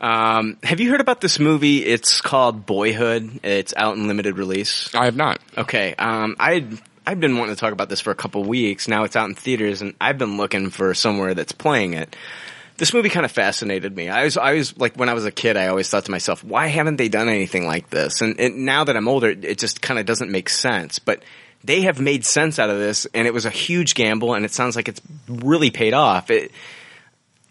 S7: Um, have you heard about this movie? It's called Boyhood. It's out in limited release.
S8: I have not.
S7: Okay. Um, I had- I've been wanting to talk about this for a couple weeks. Now it's out in theaters, and I've been looking for somewhere that's playing it. This movie kind of fascinated me. I was, I was like, when I was a kid, I always thought to myself, why haven't they done anything like this? And, and now that I'm older, it just kind of doesn't make sense. But they have made sense out of this, and it was a huge gamble, and it sounds like it's really paid off. It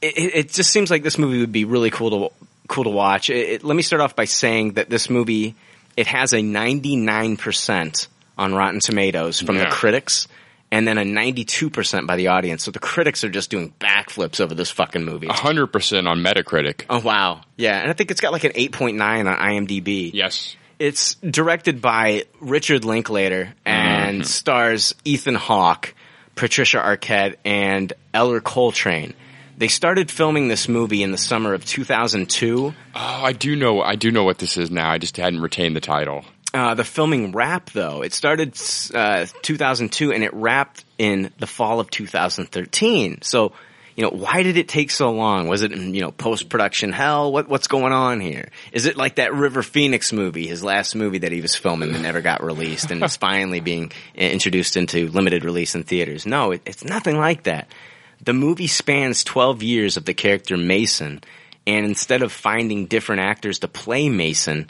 S7: it, it just seems like this movie would be really cool to cool to watch. It, it, let me start off by saying that this movie it has a ninety nine percent on Rotten Tomatoes from
S8: Yeah.
S7: the critics. And then a 92% by the audience. So the critics are just doing backflips over this fucking movie.
S8: 100% on Metacritic.
S7: Oh wow, yeah, and I think it's got like an eight point nine on IMDb.
S8: Yes,
S7: it's directed by Richard Linklater and
S8: Mm-hmm.
S7: stars Ethan Hawke, Patricia Arquette, and Eller Coltrane. They started filming this movie in the summer of
S8: Oh,
S7: 2002.
S8: I do know. I do know what this is now. I just hadn't retained the title.
S7: Uh, the filming wrapped though. It started uh, 2002 and it wrapped in the fall of 2013. So, you know, why did it take so long? Was it in, you know post production hell? What what's going on here? Is it like that River Phoenix movie, his last movie that he was filming that never got released and is finally being i- introduced into limited release in theaters? No, it, it's nothing like that. The movie spans 12 years of the character Mason, and instead of finding different actors to play Mason,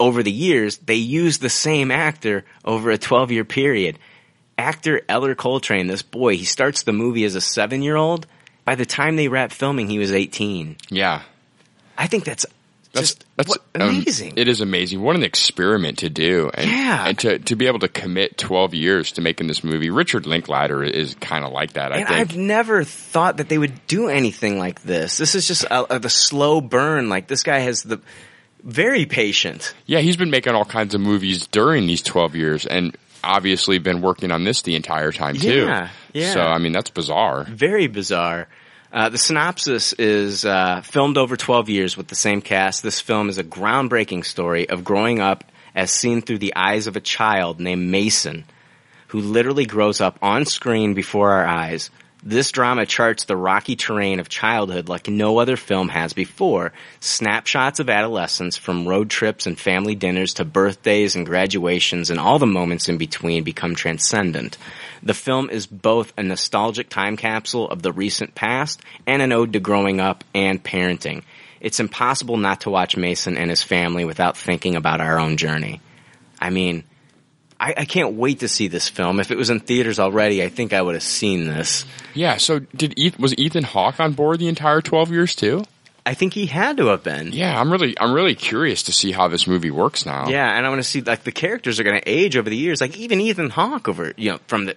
S7: over the years, they used the same actor over a 12 year period. Actor Eller Coltrane, this boy, he starts the movie as a seven year old. By the time they wrap filming, he was 18.
S8: Yeah.
S7: I think that's
S8: That's
S7: just what-
S8: um,
S7: amazing.
S8: it is amazing. What an experiment to do, and,
S7: Yeah.
S8: and to to be able to commit twelve years to making this movie. Richard Linklater is kind of like that. I
S7: and
S8: think.
S7: I've never thought that they would do anything like this. This is just a, a, the slow burn. Like, this guy has the very patient.
S8: yeah, he's been making all kinds of movies during these twelve years, and obviously been working on this the entire time too.
S7: Yeah, yeah.
S8: So I mean, that's bizarre.
S7: Very bizarre. Uh, the synopsis is uh, filmed over 12 years with the same cast. This film is a groundbreaking story of growing up as seen through the eyes of a child named Mason, who literally grows up on screen before our eyes. This drama charts the rocky terrain of childhood like no other film has before. Snapshots of adolescence from road trips and family dinners to birthdays and graduations and all the moments in between become transcendent. The film is both a nostalgic time capsule of the recent past and an ode to growing up and parenting. It's impossible not to watch Mason and his family without thinking about our own journey. I mean, I, I can't wait to see this film. If it was in theaters already, I think I would have seen this.
S8: Yeah. So did Eth- was Ethan Hawke on board the entire twelve years too?
S7: I think he had to have been.
S8: Yeah, I'm really I'm really curious to see how this movie works now.
S7: Yeah, and I want to see like the characters are going to age over the years. Like even Ethan Hawke over you know from the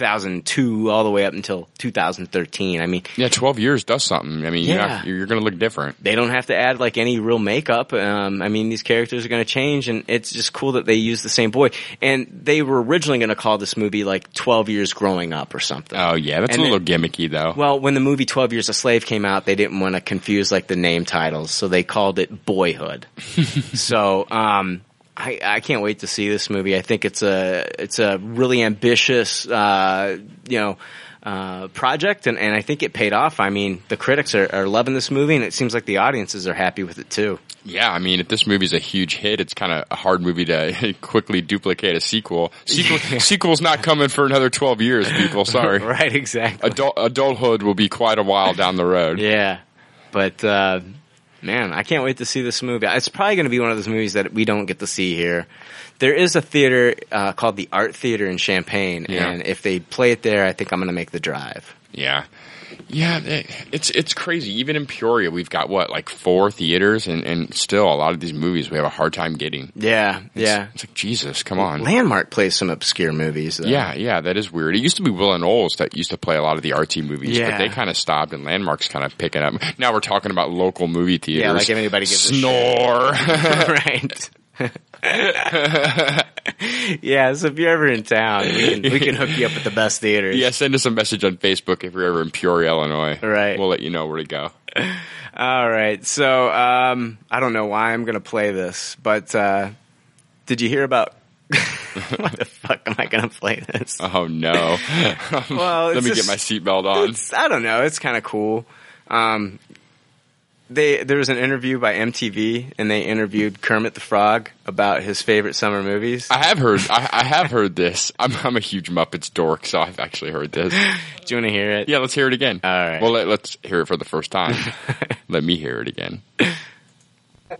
S7: 2002 all the way up until 2013. I mean,
S8: Yeah, twelve years does something. I mean, you're,
S7: Yeah.
S8: not, you're going to look different.
S7: they don't have to add like any real makeup. Um, I mean, these characters are going to change, and it's just cool that they use the same boy. And they were originally going to call this movie like 12 Years Growing Up or something.
S8: Oh yeah, that's
S7: And
S8: a little
S7: then-
S8: gimmicky though.
S7: Well, when the movie 12 Years a Slave came out, they didn't want to confuse like the name titles, so they called it Boyhood. so, um, I, I can't wait to see this movie. I think it's a it's a really ambitious uh, you know uh, project, and, and I think it paid off. I mean, the critics are, are loving this movie, and it seems like the audiences are happy with it too.
S8: Yeah, I mean, if this movie's a huge hit, it's kind of a hard movie to quickly duplicate a sequel. Sequel, Sequel's not coming for another 12 years, people. Sorry.
S7: Right, exactly.
S8: Adult, adulthood will be quite a while down the road.
S7: Yeah, but uh, man, I can't wait to see this movie. It's probably going to be one of those movies that we don't get to see here. There is a theater uh, called the Art Theater in Champaign,
S8: Yeah.
S7: and if they play it there, I think I'm going to make the drive.
S8: Yeah. Yeah, it- it's it's crazy. Even in Peoria, we've got what like four theaters, and, and still a lot of these movies we have a hard time getting.
S7: Yeah,
S8: It's-
S7: yeah.
S8: It's like Jesus, come on.
S7: Landmark plays some obscure movies. Though.
S8: Yeah, yeah, that is weird. It used to be Will and Oles that used to play a lot of the artsy movies,
S7: Yeah.
S8: but they kind of stopped, and Landmark's kind of picking up. Now we're talking about local movie theaters.
S7: yeah, like if anybody gives
S8: snore.
S7: a shit. right. yeah, so if you're ever in town, we can, we can hook you up with the best theaters.
S8: yeah, send us a message on Facebook if you're ever in Peoria, Illinois.
S7: Right.
S8: we'll let you know where to go.
S7: All right. So um, I don't know why I'm going to play this, but uh, did you hear about? what the fuck am I going to play this?
S8: Oh no!
S7: Well,
S8: let
S7: it's
S8: me
S7: just-
S8: get my seatbelt on.
S7: It's, I don't know. It's kind of cool. Um, they there was an interview by MTV, and they interviewed Kermit the Frog about his favorite summer movies.
S8: I have heard. I, I have heard this. I'm, I'm a huge Muppets dork, so I've actually heard this.
S7: Do you want to hear it?
S8: Yeah, let's hear it again. All
S7: right.
S8: Well, let, let's hear it for the first time. let me hear it again.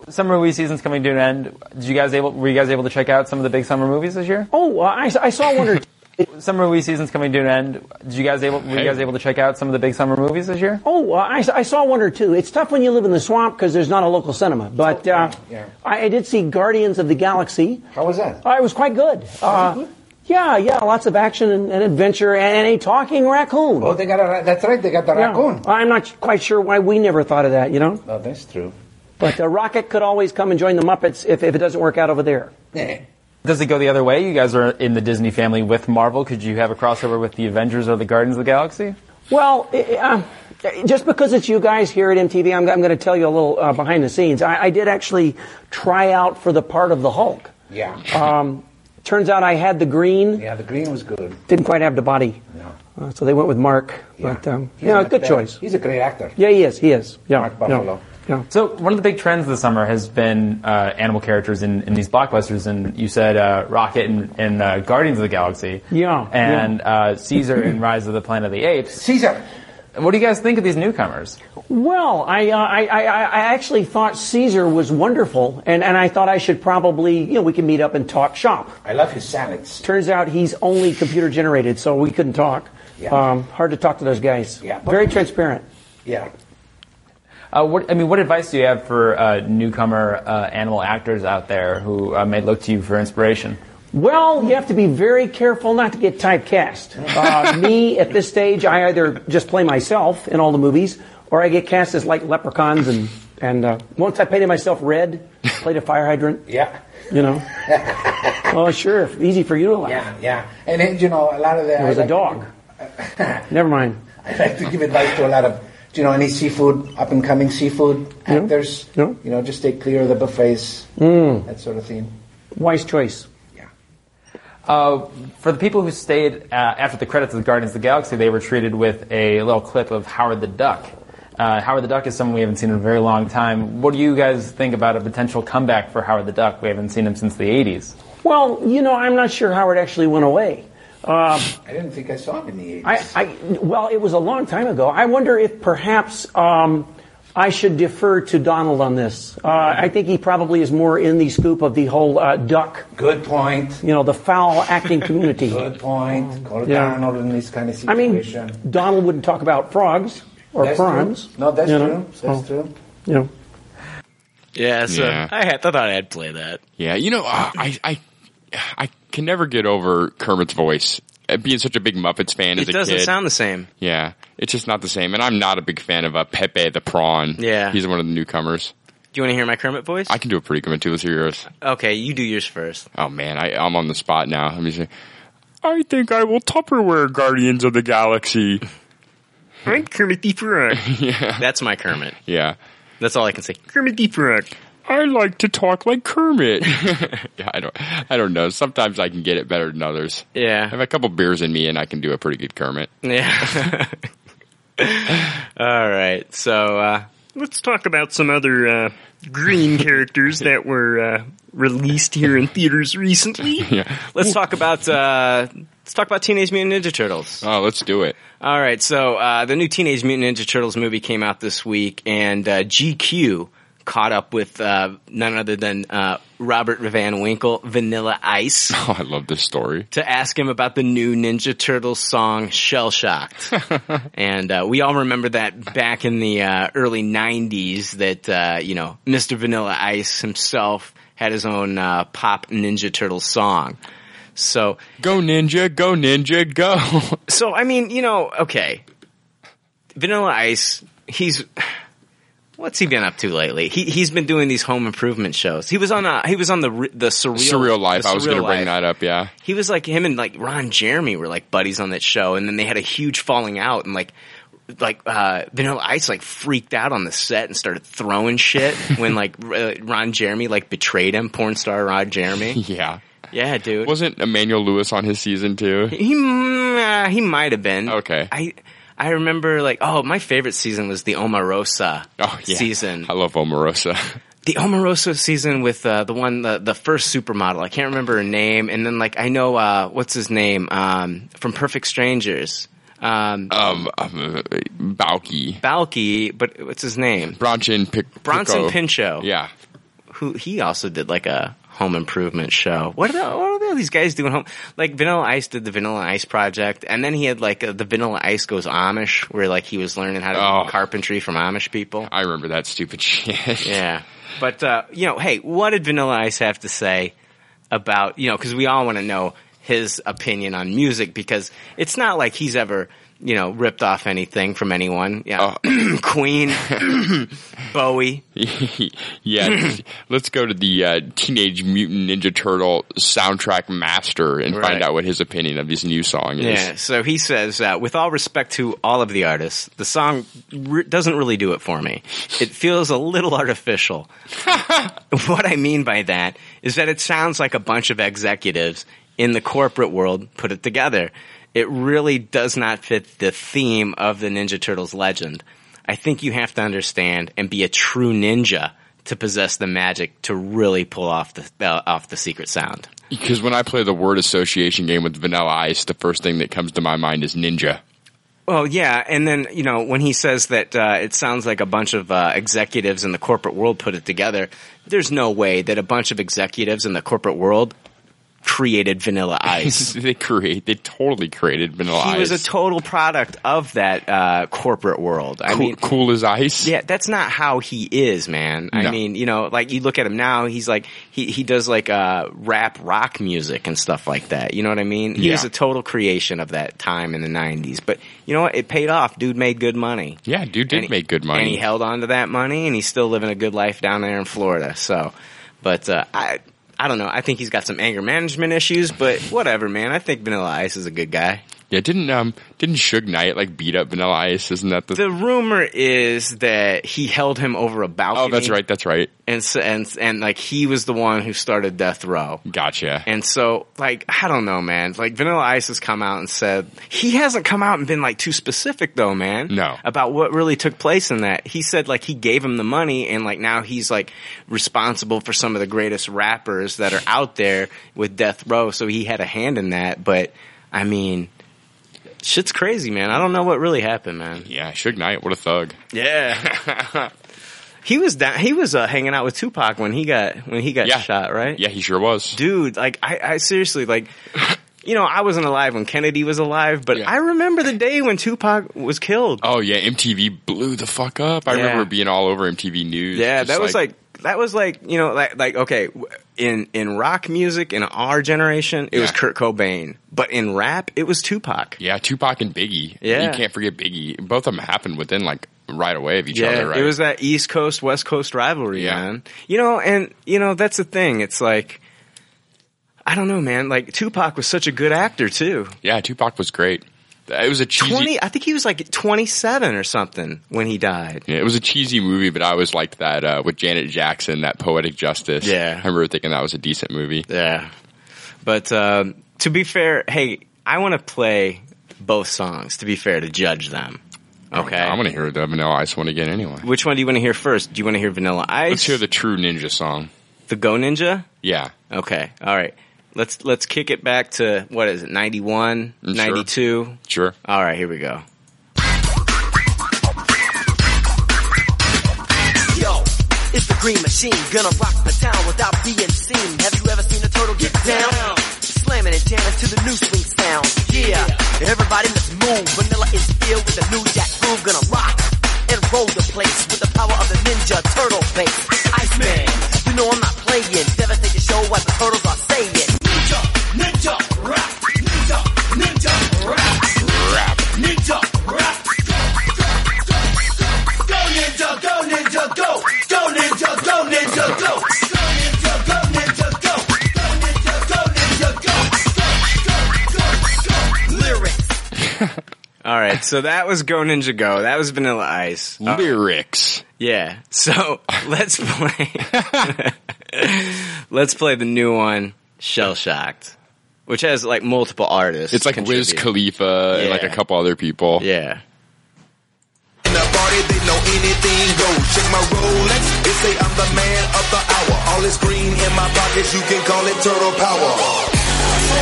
S14: summer movie season's coming to an end. Did you guys able? Were you guys able to check out some of the big summer movies this year?
S15: Oh, I, I saw one or
S14: Summer movie season's coming to an end. Did you guys able? Were you guys able to check out some of the big summer movies this year?
S15: Oh, I, I saw one or two. It's tough when you live in the swamp because there's not a local cinema. But uh,
S16: yeah.
S15: I, I did see Guardians of the Galaxy.
S16: How was that?
S15: Uh, it was quite good. Uh, Yeah, yeah, lots of action and, and adventure and, a talking raccoon.
S16: Oh, they got a, ra- that's right, they got the
S15: Yeah.
S16: raccoon.
S15: I'm not quite sure why we never thought of that, you know?
S16: Oh, that's true.
S15: But uh, Rocket could always come and join the Muppets if, if it doesn't work out over there.
S16: Eh.
S14: Does it go the other way? You guys are in the Disney family with Marvel. Could you have a crossover with the Avengers or the Guardians of the Galaxy?
S15: Well, eh, uh, just because it's you guys here at MTV, I'm, I'm going to tell you a little uh, behind the scenes. I, I did actually try out for the part of the Hulk.
S16: Yeah.
S15: Um, turns out I had the green.
S16: Yeah, the green was good.
S15: Didn't quite have the body. No. so they went with Mark. But, um, you know,
S16: not
S15: good
S16: bad.
S15: choice.
S16: He's a great actor.
S15: Yeah, he is. He is. Yeah.
S14: Mark
S15: Buffalo.
S14: So one of the big trends this summer has been uh, animal characters in, in these blockbusters, and you said uh, Rocket and, and uh, Guardians of the Galaxy.
S15: Yeah,
S14: And Uh, Caesar in Rise of the Planet of the Apes.
S16: Caesar.
S14: What do you guys think of these newcomers?
S15: Well, I, uh, I, I, I actually thought Caesar was wonderful, and, and I thought I should probably, you know, we can meet up and talk shop.
S16: I love his salads.
S15: Turns out he's only computer generated, so we couldn't talk.
S16: Yeah.
S15: Um, hard to talk to those guys. Yeah. Very transparent.
S16: Yeah.
S14: Uh, what, I mean, what advice do you have for uh, newcomer uh, animal actors out there who uh, may look to you for inspiration?
S15: Well, you have to be very careful not to get typecast. Uh, me, at this stage, I either just play myself in all the movies, or I get cast as like leprechauns and, and uh, once I painted myself red, played a fire hydrant.
S16: Yeah.
S15: You know? oh, sure. Easy for you to laugh.
S16: Yeah, yeah. And then, you know, a lot of the.
S15: There was
S16: I
S15: a dog. Never mind.
S16: I like to give advice to a lot of, do you know, any seafood, up and coming seafood actors. You know, just stay clear of the buffets,
S15: Mm.
S16: that sort of thing.
S15: Wise choice.
S14: Uh, for the people who stayed uh, after the credits of the Guardians of the Galaxy, they were treated with a little clip of Howard the Duck. Uh, Howard the Duck is someone we haven't seen in a very long time. What do you guys think about a potential comeback for Howard the Duck? We haven't seen him since the 80s.
S15: Well, you know, I'm not sure Howard actually went away. Uh,
S16: I didn't think I saw him in the 80s.
S15: I, I, well, it was a long time ago. I wonder if perhaps um, I should defer to Donald on this. Uh, I think he probably is more in the scoop of the whole uh, duck.
S16: Good point.
S15: You know, the foul acting community. Um,
S16: Good point. Call
S15: Yeah.
S16: Donald in this kind of
S15: I mean,
S16: situation.
S15: Donald wouldn't talk about frogs or
S16: That's true.
S15: prawns.
S16: No, that's
S15: you know, Oh.
S16: true. That's
S15: so,
S16: true.
S15: You know.
S7: Yeah, so
S8: Yeah.
S7: I, had, I thought I'd play that.
S8: Yeah, you know, uh, I I I can never get over Kermit's voice. Uh, Being such a big Muppets fan as
S7: It
S8: a
S7: doesn't
S8: kid,
S7: sound the same.
S8: Yeah, it's just not the same. And I'm not a big fan of uh, Pepe the Prawn.
S7: Yeah.
S8: he's one of the newcomers.
S7: Do you want to hear my Kermit voice?
S8: I can do a pretty good one too. Let's hear yours.
S7: Okay, you do yours first.
S8: Oh man, I, I'm on the spot now. Let me see. I think I will Tupperware Guardians of the Galaxy.
S7: I'm Kermit the Frog. yeah. That's my Kermit.
S8: Yeah.
S7: That's all I can say. Kermit the Frog.
S8: I like to talk like Kermit. yeah, I don't. I don't know. Sometimes I can get it better than others.
S7: Yeah.
S8: I have a couple beers in me, and I can do a pretty good Kermit.
S7: Yeah. All right. So uh,
S17: Let's talk about some other uh, green characters that were uh, released here in theaters recently.
S8: Yeah.
S7: let's talk about uh, let's talk about Teenage Mutant Ninja Turtles.
S8: Oh, let's do it.
S7: All right. So uh, the new Teenage Mutant Ninja Turtles movie came out this week, and uh, GQ caught up with uh, none other than uh, Robert Van Winkle, Vanilla Ice.
S8: Oh, I love this story.
S7: to ask him about the new Ninja Turtles song "Shell Shocked," and uh, we all remember that back in the uh, early '90s. That uh, you know, Mr. Vanilla Ice himself had his own uh, pop Ninja Turtles song. So
S8: go ninja, go ninja, go.
S7: so I mean, you know, okay, Vanilla Ice, he's. What's he been up to lately? He he's been doing these home improvement shows. He was on a he was on the re- the surreal
S8: Surreal life.
S7: the
S8: I was going
S7: Surreal
S8: to bring
S7: Life
S8: that up. Yeah.
S7: he was like him and like Ron Jeremy were like buddies on that show, and then they had a huge falling out, and like like uh, Vanilla Ice like freaked out on the set and started throwing shit when like R- uh, Ron Jeremy like betrayed him, porn star Ron Jeremy.
S8: Yeah.
S7: Yeah, dude.
S8: Wasn't Emmanuel Lewis on his season too?
S7: He mm, uh, he might have been.
S8: Okay.
S7: I I remember like oh my favorite season was the Omarosa
S8: Oh, yeah.
S7: season.
S8: I love Omarosa.
S7: The Omarosa season with uh, the one the, the first supermodel. I can't remember her name, and then like I know uh, what's his name um, from Perfect Strangers. Um,
S8: um, um Balky.
S7: Balky, but what's his name?
S8: Bronson Pic-
S7: Bronson
S8: Pinchot.
S7: Pinchot.
S8: Yeah.
S7: who he also did like a home improvement show. What are, the, what are these guys doing home? Like Vanilla Ice did the Vanilla Ice project, and then he had like uh the Vanilla Ice goes Amish, where like he was learning how to do carpentry from Amish people.
S8: Oh. I remember that stupid shit.
S7: yeah, but uh, you know, hey, what did Vanilla Ice have to say about you know? Because we all want to know his opinion on music because it's not like he's ever you know ripped off anything from anyone. Yeah,
S8: Oh.
S7: Queen, Bowie.
S8: yeah, let's go to the uh, Teenage Mutant Ninja Turtle soundtrack master and
S7: Right.
S8: find out what his opinion of this new song is.
S7: Yeah, so he says, uh, with all respect to all of the artists, the song re- doesn't really do it for me. It feels a little artificial. what I mean by that is that it sounds like a bunch of executives in the corporate world put it together. It really does not fit the theme of the Ninja Turtles legend. I think you have to understand and be a true ninja to possess the magic to really pull off the uh, off the secret sound.
S8: Because when I play the word association game with Vanilla Ice, the first thing that comes to my mind is ninja.
S7: Well, yeah, and then you know when he says that uh, it sounds like a bunch of uh, executives in the corporate world put it together. There's no way that a bunch of executives in the corporate world created Vanilla Ice.
S8: they create, they totally created Vanilla
S7: he was
S8: Ice.
S7: a total product of that uh, corporate world. I
S8: Cool-
S7: mean,
S8: cool as ice.
S7: Yeah, that's not how he is, man. I
S8: No.
S7: mean, you know, like you look at him now, he's like he he does like uh, rap rock music and stuff like that. You know what I mean? He was
S8: Yeah.
S7: a total creation of that time in the '90s. But you know what? It paid off. Dude made good money.
S8: yeah, dude did
S7: And he-
S8: make good
S7: And
S8: money.
S7: he held on to that money, and he's still living a good life down there in Florida. So, but uh, I, I don't know. I think he's got some anger management issues, but whatever, man. I think Vanilla Ice is a good guy.
S8: yeah, didn't um didn't Suge Knight like beat up Vanilla Ice? Isn't that the,
S7: The rumor is that he held him over a balcony.
S8: Oh, that's right, that's right.
S7: And s- and and like he was the one who started death row.
S8: Gotcha.
S7: And so like I don't know, man. Like Vanilla Ice has come out and said he hasn't come out and been like too specific though, man.
S8: No.
S7: About what really took place in that. He said like he gave him the money and like now he's like responsible for some of the greatest rappers that are out there with death row. So he had a hand in that, but I mean shit's crazy, man. I don't know what really happened, man.
S8: Yeah, Suge Knight, what a thug.
S7: Yeah. He was down. He was uh, hanging out with Tupac when he got when he got shot, right?
S8: Yeah, he sure was.
S7: Dude, like I, I seriously like, you know, I wasn't alive when Kennedy was alive, but I remember the day when Tupac was killed.
S8: Oh yeah, MTV blew the fuck up. I
S7: Yeah.
S8: remember being all over MTV News.
S7: Yeah,
S8: just
S7: that was like, that was like you know like like okay w- in in rock music in our generation it was
S8: Yeah.
S7: Kurt Cobain, but in rap it was Tupac.
S8: Yeah, Tupac and Biggie.
S7: Yeah.
S8: you can't forget Biggie. Both of them happened within like right away of each
S7: yeah,
S8: other. Right?
S7: It was that East Coast West Coast rivalry, man. You know, and you know that's the thing. It's like I don't know, man. Like Tupac was such a good actor too.
S8: Yeah, Tupac was great. It was a cheesy.
S7: Twenty, I think he was like twenty-seven or something when he died.
S8: Yeah, it was a cheesy movie, but I always liked that uh, with Janet Jackson, that Poetic Justice.
S7: Yeah.
S8: I remember thinking that was a decent movie.
S7: Yeah, but um, to be fair, hey, I want to play both songs. To be fair, to judge them. Okay,
S8: I want to hear the Vanilla Ice one again anyway.
S7: Which one do you want to hear first? Do you want to hear Vanilla Ice?
S8: Let's hear the True Ninja song.
S7: The Go Ninja?
S8: Yeah.
S7: Okay. All right. Let's let's kick it back to what is it? 91,
S8: Mm, sure.
S7: 92.
S8: Sure.
S7: All right, here we go.
S18: Yo, it's the green machine, gonna rock the town without being seen. Have you ever seen a turtle get down? Slamming and jamming to the new swing sound. Yeah, everybody let's move. Vanilla is ill with the new jack groove, gonna rock and roll the place with the power of the ninja turtle face. Iceman, you know I'm not playing. Devastated show what the turtles are saying. Ninja, ninja, rap, ninja, ninja, rap, rap, ninja, rap.
S4: Go ninja, go ninja, go! Go ninja, go ninja, go! Go ninja, go ninja, go! Go ninja, go ninja, go! Go, go, go, go! Lyrics.
S7: All right, so that was Go Ninja Go. That was Vanilla Ice.
S8: Lyrics.
S7: yeah. So let's play. let's play the new one, Shell Shocked, which has like multiple artists.
S8: It's like Wiz Khalifa Uh, and like a
S7: Yeah.
S8: couple other people.
S7: Yeah.
S19: In the party, they know anything goes. Check my Rolex, it say I'm the man of the hour. All is green in my pockets, you can call it turtle power.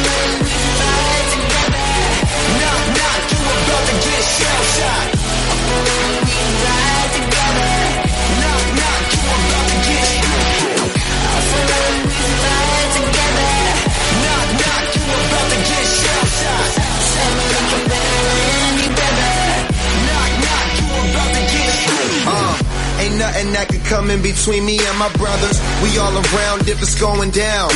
S19: Uh, coming between me and my brothers. We all around if it's going down.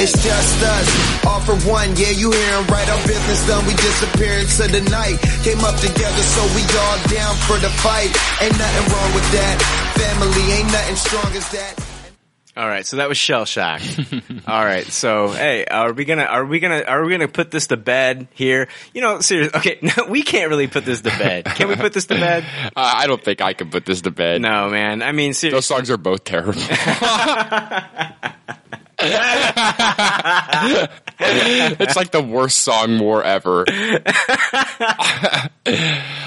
S19: It's just us, all for one. Yeah, you hearing right? Our business done. We disappearing to the night. Came up together, so we all down for the fight. Ain't nothing wrong with that. Family ain't nothing strong as that.
S7: All right, so that was shell shock. All right, so hey, are we gonna are we gonna are we gonna put this to bed here? You know, seriously, okay, no, we can't really put this to bed. Can we put this to bed?
S8: Uh, I don't think I can put this to bed.
S7: No, man. I mean, seriously,
S8: those songs are both terrible. it's like the worst song war ever.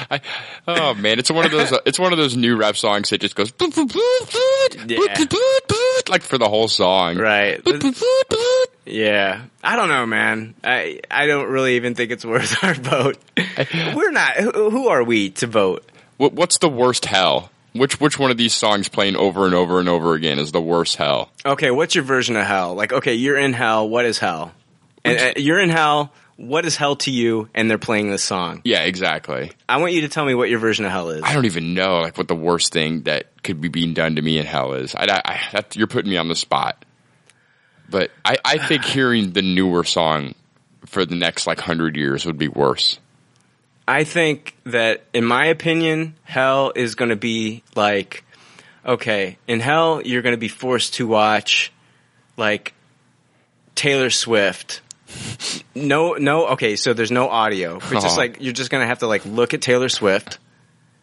S8: I, oh man, it's one of those. It's one of those new rap songs that just goes bloop, bloop, bloop, bloop,
S7: Yeah.
S8: bloop, bloop, bloop, bloop, like for the whole song.
S7: Right.
S8: Bloop, bloop, bloop, bloop.
S7: Yeah, I don't know, man. I I don't really even think it's worth our vote. We're not. Who who are we to vote?
S8: What, what's the worst hell? Which which one of these songs playing over and over and over again is the worst hell?
S7: Okay, what's your version of hell? Like, okay, you're in hell. What is hell? And, uh, you're in hell. What is hell to you? And they're playing this song.
S8: Yeah, exactly.
S7: I want you to tell me what your version of hell is.
S8: I don't even know like what the worst thing that could be being done to me in hell is. I, I, I- that, you're putting me on the spot, but I, I think hearing the newer song for the next like hundred years would be worse.
S7: I think that, in my opinion, hell is going to be like, okay, in hell, you're going to be forced to watch like Taylor Swift. No, no, okay, so there's no audio. It's just
S8: Aw.
S7: like, you're just going to have to like look at Taylor Swift.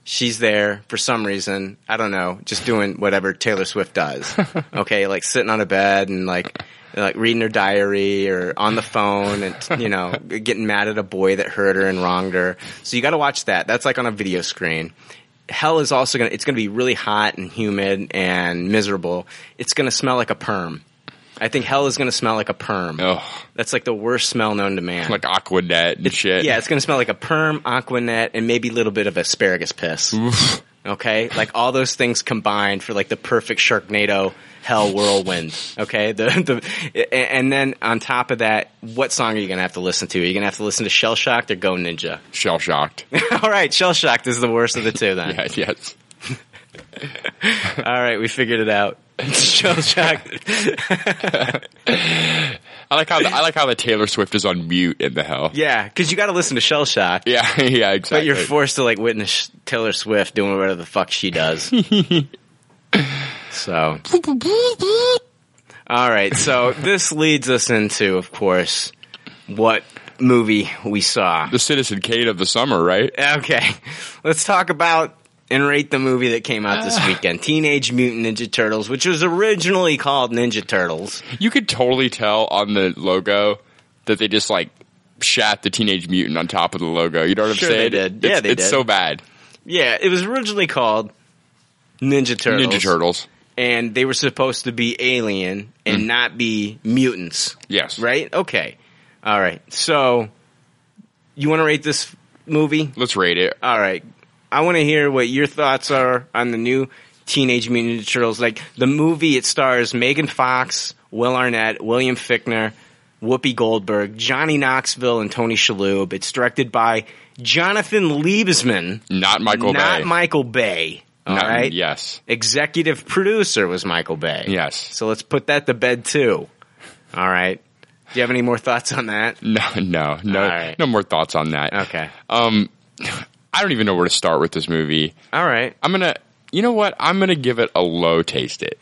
S7: She's there for some reason. I don't know, just doing whatever Taylor Swift does. Okay, like sitting on a bed and like, like reading her diary or on the phone and, you know, getting mad at a boy that hurt her and wronged her. So you gotta watch that. That's like on a video screen hell is also gonna it's gonna be really hot and humid and miserable. It's gonna smell like a perm. I think hell is gonna smell like a perm. That's like the worst smell known to man.
S8: Like Aquanet and shit.
S7: yeah, it's gonna smell like a perm, aquanet, and maybe a little bit of asparagus piss. Okay? Like all those things combined for like the perfect Sharknado hell whirlwind. Okay? The, the and then on top of that, what song are you gonna have to listen to? Are you gonna have to listen to Shell Shocked or Go Ninja?
S8: Shell shocked.
S7: All right, shell shocked is the worst of the two then.
S8: yes.
S7: All right, we figured it out. shell shocked.
S8: I like how the, I like how the Taylor Swift is on mute in the hell.
S7: Yeah, because you got to listen to shell shocked.
S8: Yeah, yeah, exactly.
S7: But you're forced to like witness Taylor Swift doing whatever the fuck she does. so All right, so this leads us into, of course, what movie we saw.
S8: The Citizen Kane of the summer, right?
S7: Okay, let's talk about and rate the movie that came out this weekend Teenage Mutant Ninja Turtles, which was originally called Ninja Turtles.
S8: You could totally tell on the logo that they just like shat the Teenage Mutant on top of the logo. You know what I'm
S7: Sure they
S8: saying?
S7: did.
S8: It's,
S7: Yeah, they
S8: it's
S7: did.
S8: so bad.
S7: Yeah, it was originally called Ninja Turtles.
S8: Ninja Turtles.
S7: And they were supposed to be alien and not be mutants.
S8: Mm. Yes.
S7: Right? Okay. All right. So, you want to rate this movie?
S8: Let's rate it.
S7: All right. I want to hear what your thoughts are on the new Teenage Mutant Ninja Turtles. Like, the movie, it stars Megan Fox, Will Arnett, William Fickner, Whoopi Goldberg, Johnny Knoxville, and Tony Shalhoub. It's directed by Jonathan Liebesman.
S8: Not Michael
S7: Not
S8: Bay.
S7: Michael Bay. All right.
S8: Not- Yes.
S7: Executive producer was Michael Bay.
S8: Yes.
S7: So let's put that to bed too. All right. Do you have any more thoughts on that?
S8: No, no, no, no more thoughts on that.
S7: Okay.
S8: Um, I don't even know where to start with this movie.
S7: All right.
S8: I'm gonna. You know what? I'm gonna give it a low taste. It.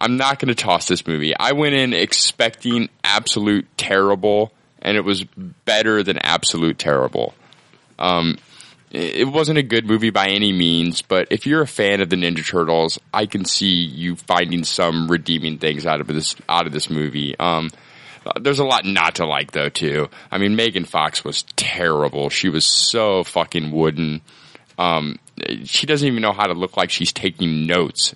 S8: I'm not gonna toss this movie. I went in expecting absolute terrible, and it was better than absolute terrible. Um, it it wasn't a good movie by any means, but if you're a fan of the Ninja Turtles, I can see you finding some redeeming things out of this out of this movie. Um, there's a lot not to like though too. I mean, Megan Fox was terrible. She was so fucking wooden. Um, she doesn't even know how to look like she's taking notes.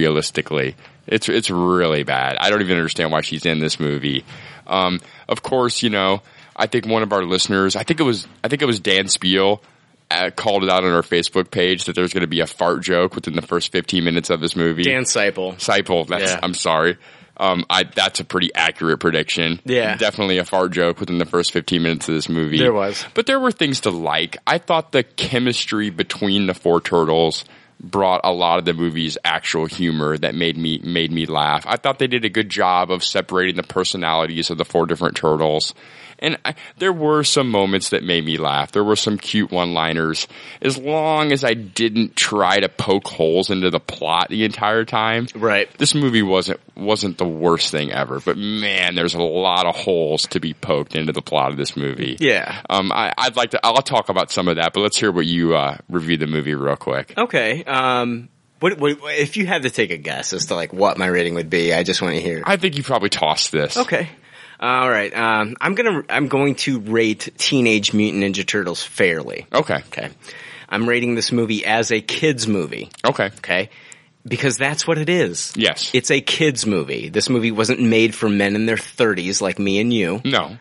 S8: Realistically, it's it's really bad. I don't even understand why she's in this movie. Um, of course, you know, I think one of our listeners, I think it was, I think it was Dan Spiel, uh, called it out on our Facebook page that there's going to be a fart joke within the first 15 minutes of this movie.
S7: Dan Seipel.
S8: Seipel. That's,
S7: Yeah.
S8: I'm sorry. Um, I, that's a pretty accurate prediction.
S7: Yeah.
S8: Definitely a fart joke within the first 15 minutes of this movie.
S7: There was.
S8: But there were things to like. I thought the chemistry between the four turtles brought a lot of the movie's actual humor that made me made me laugh. I thought they did a good job of separating the personalities of the four different turtles. And I, there were some moments that made me laugh. There were some cute one-liners. As long as I didn't try to poke holes into the plot the entire time,
S7: right?
S8: This movie wasn't wasn't the worst thing ever. But man, there's a lot of holes to be poked into the plot of this movie.
S7: Yeah.
S8: Um, I, I'd like to. I'll talk about some of that, but let's hear what you uh, review the movie real quick.
S7: Okay. Um, what, what if you had to take a guess as to like what my rating would be? I just want to hear.
S8: I think you probably tossed this.
S7: Okay. All right. Um, I'm gonna I'm going to rate Teenage Mutant Ninja Turtles fairly.
S8: Okay.
S7: Okay. I'm rating this movie as a kids movie.
S8: Okay.
S7: Okay. Because that's what it is.
S8: Yes.
S7: It's a kids movie. This movie wasn't made for men in their 30s like me and you.
S8: No.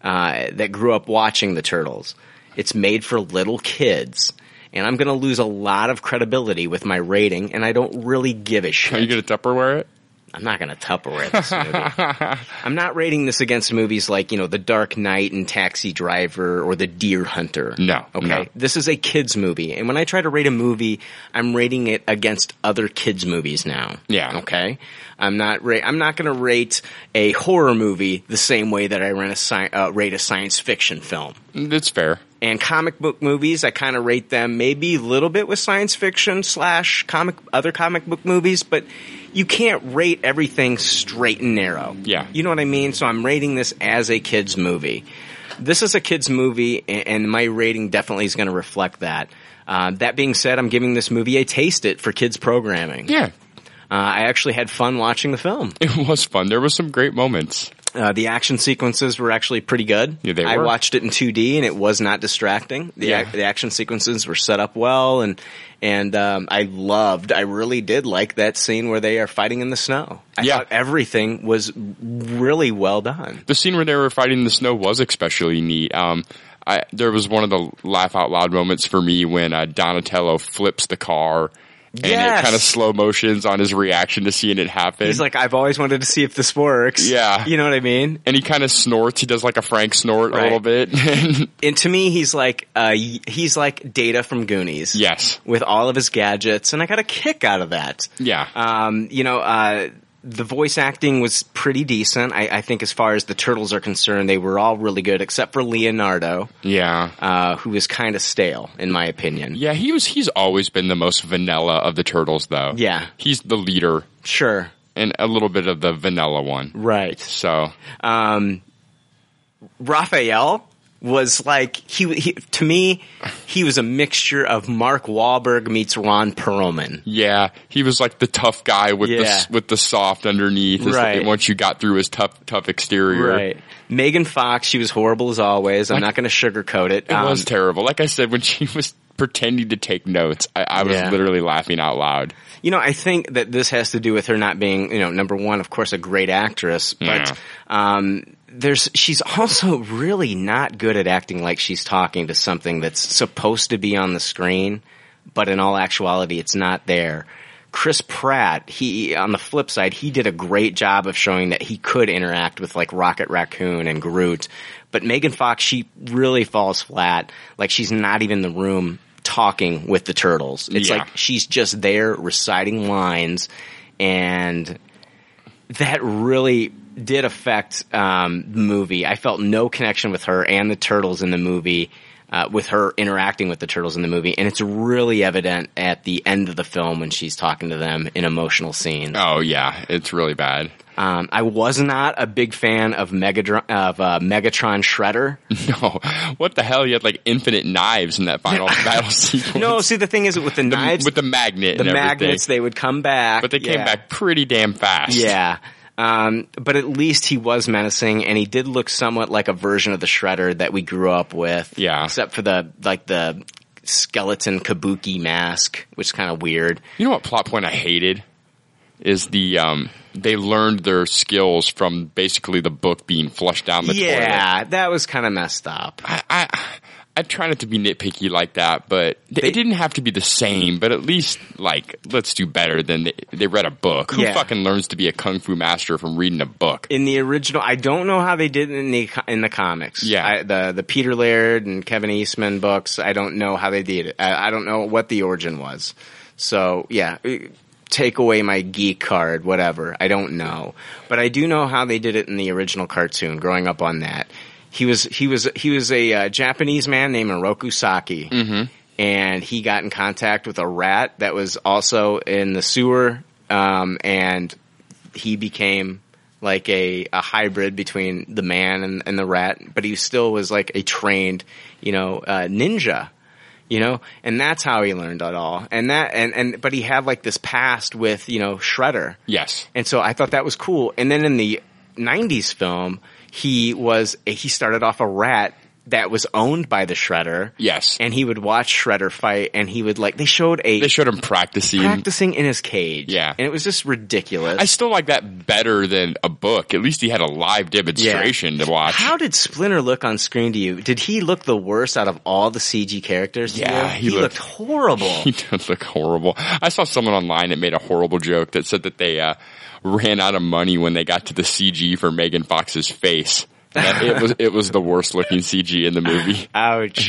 S7: Uh, that grew up watching the Turtles. It's made for little kids. And I'm going to lose a lot of credibility with my rating, and I don't really give a shit.
S8: Are you going to Tupperware it?
S7: I'm not going to Tupperware this movie. I'm not rating this against movies like, you know, The Dark Knight and Taxi Driver or The Deer Hunter.
S8: No.
S7: Okay.
S8: no.
S7: This is a kids movie. And when I try to rate a movie, I'm rating it against other kids movies now.
S8: Yeah.
S7: Okay. I'm not ra- I'm not going to rate a horror movie the same way that I ran a sci- uh, rate a science fiction film.
S8: Mm, That's fair.
S7: And comic book movies, I kind of rate them maybe a little bit with science fiction slash comic other comic book movies, but you can't rate everything straight and narrow.
S8: Yeah.
S7: You know what I mean? So I'm rating this as a kids movie. This is a kids movie, a- and my rating definitely is going to reflect that. Uh, that being said, I'm giving this movie a taste it for kids programming.
S8: Yeah.
S7: Uh, I actually had fun watching the film.
S8: It was fun. There was some great moments.
S7: Uh, the action sequences were actually pretty good.
S8: Yeah, they
S7: I
S8: were.
S7: watched it in 2D and it was not distracting. The,
S8: Yeah.
S7: ac- the action sequences were set up well and and um, I loved. I really did like that scene where they are fighting in the snow. I
S8: Yeah.
S7: thought everything was really well done.
S8: The scene where they were fighting in the snow was especially neat. Um, I, there was one of the laugh out loud moments for me when uh, Donatello flips the car and
S7: Yes.
S8: it kind of slow motions on his reaction to seeing it happen.
S7: He's like, I've always wanted to see if this works.
S8: Yeah.
S7: You know what I mean?
S8: and he kind of snorts. He does like a Frank snort a
S7: Right.
S8: little bit.
S7: and to me, he's like uh, y- he's like Data from Goonies.
S8: Yes.
S7: with all of his gadgets, and I got a kick out of that.
S8: Yeah.
S7: Um, you know, uh, the voice acting was pretty decent. I, I think, as far as the turtles are concerned, they were all really good, except for Leonardo,
S8: yeah.
S7: uh, who was kind of stale, in my opinion.
S8: Yeah, he was. He's always been the most vanilla of the turtles, though.
S7: Yeah.
S8: he's the leader.
S7: Sure,
S8: and a little bit of the vanilla one,
S7: Right.
S8: So,
S7: um, Raphael was like he, he to me he was a mixture of Mark Wahlberg meets Ron Perlman.
S8: yeah, he was like the tough guy with the
S7: Yeah.
S8: the with the soft underneath. is-
S7: Right.
S8: Once you got through his tough tough exterior,
S7: Right. Megan Fox, she was horrible as always. I'm
S8: Like-
S7: not going to sugarcoat it.
S8: It
S7: Um,
S8: was terrible. Like I said, when she was pretending to take notes, I, I was
S7: Yeah.
S8: literally laughing out loud.
S7: You know, I think that this has to do with her not being, you know, number one, of course, a great actress, but
S8: Yeah.
S7: um, there's she's also really not good at acting like she's talking to something that's supposed to be on the screen, but in all actuality, it's not there. Chris Pratt, he on the flip side, he did a great job of showing that he could interact with like Rocket Raccoon and Groot, but Megan Fox, she really falls flat. Like she's not even in the room talking with the turtles. It's
S8: Yeah.
S7: like she's just there reciting lines and that really did affect um, the movie. I felt no connection with her and the turtles in the movie, uh, with her interacting with the turtles in the movie, and it's really evident at the end of the film when she's talking to them in emotional scenes.
S8: Oh yeah, it's really bad.
S7: Um, I was not a big fan of Megadron, of uh, Megatron Shredder.
S8: No, what the hell? You had like infinite knives in that final battle sequence.
S7: No, see the thing is with the knives,
S8: with the magnet,
S7: the
S8: and everything.
S7: magnets, they would come back,
S8: but they came
S7: yeah.
S8: back pretty damn fast.
S7: Yeah. Um, but at least he was menacing and he did look somewhat like a version of the shredder that we grew up with.
S8: Yeah.
S7: Except for the, like the skeleton kabuki mask, which is kind of weird.
S8: You know what plot point I hated is the um they learned their skills from basically the book being flushed down the toilet.
S7: yeah. That was kind of messed up.
S8: I, I I try not to be nitpicky like that, but th- it didn't have to be the same. But at least like let's do better than they, they read a book. Who
S7: Yeah.
S8: fucking learns to be a kung fu master from reading a book?
S7: In the original, I don't know how they did it in the in the comics.
S8: Yeah.
S7: I, the the Peter Laird and Kevin Eastman books. I don't know how they did it. I, I don't know what the origin was. So yeah, uh, take away my geek card, whatever. I don't know, but I do know how they did it in the original cartoon. Growing up on that, he was he was he was a uh, Japanese man named Oroku Saki.
S8: Mm-hmm.
S7: And he got in contact with a rat that was also in the sewer, um, and he became like a, a hybrid between the man and, and the rat, but he still was like a trained, you know, uh, ninja, you know, and that's how he learned it all. And that, and, and, but he had like this past with, you know, Shredder.
S8: Yes.
S7: And so I thought that was cool. And then in the 90s film, he was, he started off a rat that was owned by the Shredder.
S8: Yes.
S7: And he would watch Shredder fight and he would like, they showed a,
S8: They showed him practicing.
S7: practicing in his cage.
S8: Yeah.
S7: And it was just ridiculous.
S8: I still like that better than a book. At least he had a live demonstration to watch.
S7: How did Splinter look on screen to you? Did he look the worst out of all the CG characters? to
S8: Yeah,
S7: you? he, looked, horrible.
S8: He did look horrible. I saw someone online that made a horrible joke that said that they uh, ran out of money when they got to the CG for Megan Fox's face. That it was it was the worst looking CG in the movie.
S7: Ouch!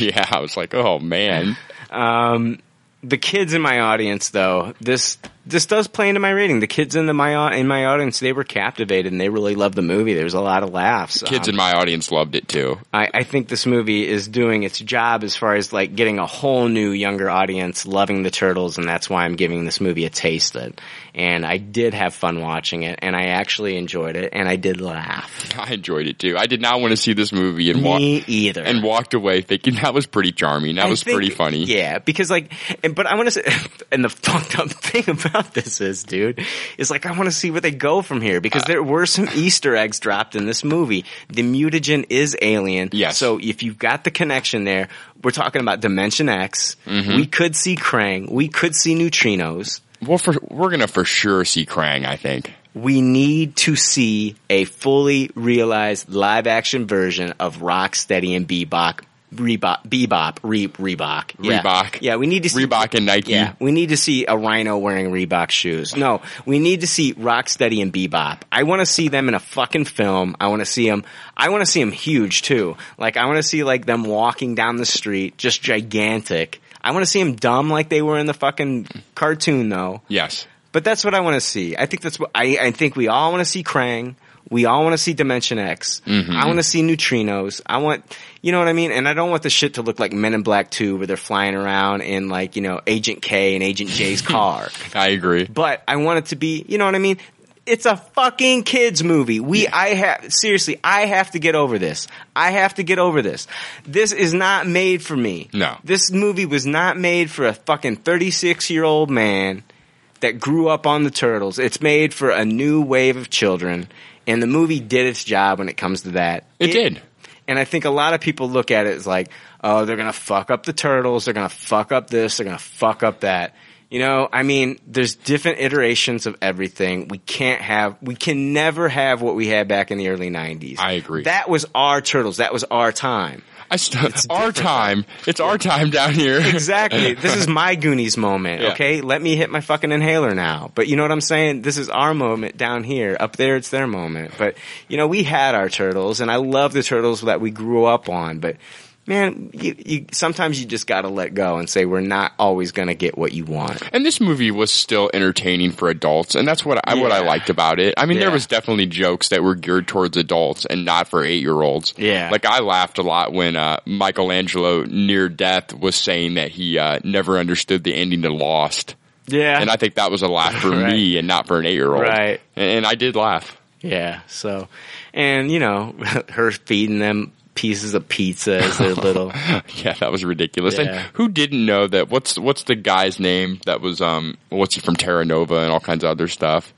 S8: Yeah, I was like, oh man.
S7: Um, the kids in my audience, though, this this does play into my rating. The kids in the my au- in my audience, they were captivated and they really loved the movie. There was a lot of laughs.
S8: Kids
S7: Um,
S8: in my audience loved it too.
S7: I, I think this movie is doing its job as far as like getting a whole new younger audience loving the turtles, and that's why I'm giving this movie a taste of it. And I did have fun watching it, and I actually enjoyed it, and I did laugh.
S8: I enjoyed it too. I did not want to see this movie and walk
S7: Me either.
S8: and walked away thinking that was pretty charming. That
S7: I
S8: was
S7: think-
S8: pretty funny.
S7: Yeah, because like, and, but I want to say, and the fucked up thing about this is, dude, is like I want to see where they go from here
S8: Uh,
S7: because there were some Easter eggs dropped in this movie. The mutagen is alien.
S8: Yes.
S7: So if you've got the connection there, we're talking about Dimension X.
S8: Mhm.
S7: We could see Krang. We could see neutrinos.
S8: Well, for, we're gonna for sure see Krang. I think.
S7: We need to see a fully realized live action version of Rocksteady and Bebop. Rebop, Bebop, Re, Reebok. Yeah.
S8: Reebok.
S7: Yeah, we need to see.
S8: Reebok and Nike.
S7: Yeah, we need to see a rhino wearing Reebok shoes. No, we need to see Rocksteady and Bebop. I want to see them in a fucking film. I want to see them. I want to see them huge too. Like I want to see like them walking down the street, just gigantic. I want to see them dumb like they were in the fucking cartoon though.
S8: Yes.
S7: But that's what I want to see. I think that's what I, I think we all want to see Krang. We all want to see Dimension X.
S8: Mhm.
S7: I want to see neutrinos. I want, you know what I mean? And I don't want the shit to look like Men in Black 2 where they're flying around in like, you know, Agent K and Agent J's car.
S8: I agree.
S7: But I want it to be, you know what I mean? It's a fucking kids movie. We, I have, seriously, I have to get over this. I have to get over this. This is not made for me.
S8: No.
S7: This movie was not made for a fucking 36 year old man that grew up on the turtles. It's made for a new wave of children. And the movie did its job when it comes to that.
S8: It did.
S7: And I think a lot of people look at it as like, oh, they're going to fuck up the turtles. They're going to fuck up this. They're going to fuck up that. You know, I mean, there's different iterations of everything. We can't have, we can never have what we had back in the early 90s.
S8: I agree.
S7: That was our turtles. That was our time.
S8: I still our time. It's our time down here.
S7: Exactly. This is my Goonies moment,
S8: Yeah.
S7: okay? Let me hit my fucking inhaler now. But you know what I'm saying? This is our moment down here. Up there, it's their moment. But, you know, we had our turtles, and I love the turtles that we grew up on. But, man, you, you sometimes you just gotta let go and say, we're not always gonna get what you want.
S8: And this movie was still entertaining for adults, and that's what I what I
S7: Yeah.
S8: liked about it. I mean, there
S7: Yeah.
S8: was definitely jokes that were geared towards adults and not for eight year olds.
S7: Yeah.
S8: like I laughed a lot when uh, Michelangelo near death was saying that he uh, never understood the ending to Lost,
S7: Yeah.
S8: and I think that was a laugh for
S7: Right.
S8: me and not for an eight year old.
S7: Right.
S8: and, and I did laugh.
S7: Yeah. So, and you know, her feeding them pieces of pizza as they're little.
S8: yeah, that was ridiculous.
S7: Yeah.
S8: And who didn't know that? What's what's the guy's name that was um what's he from Terra Nova and all kinds of other stuff?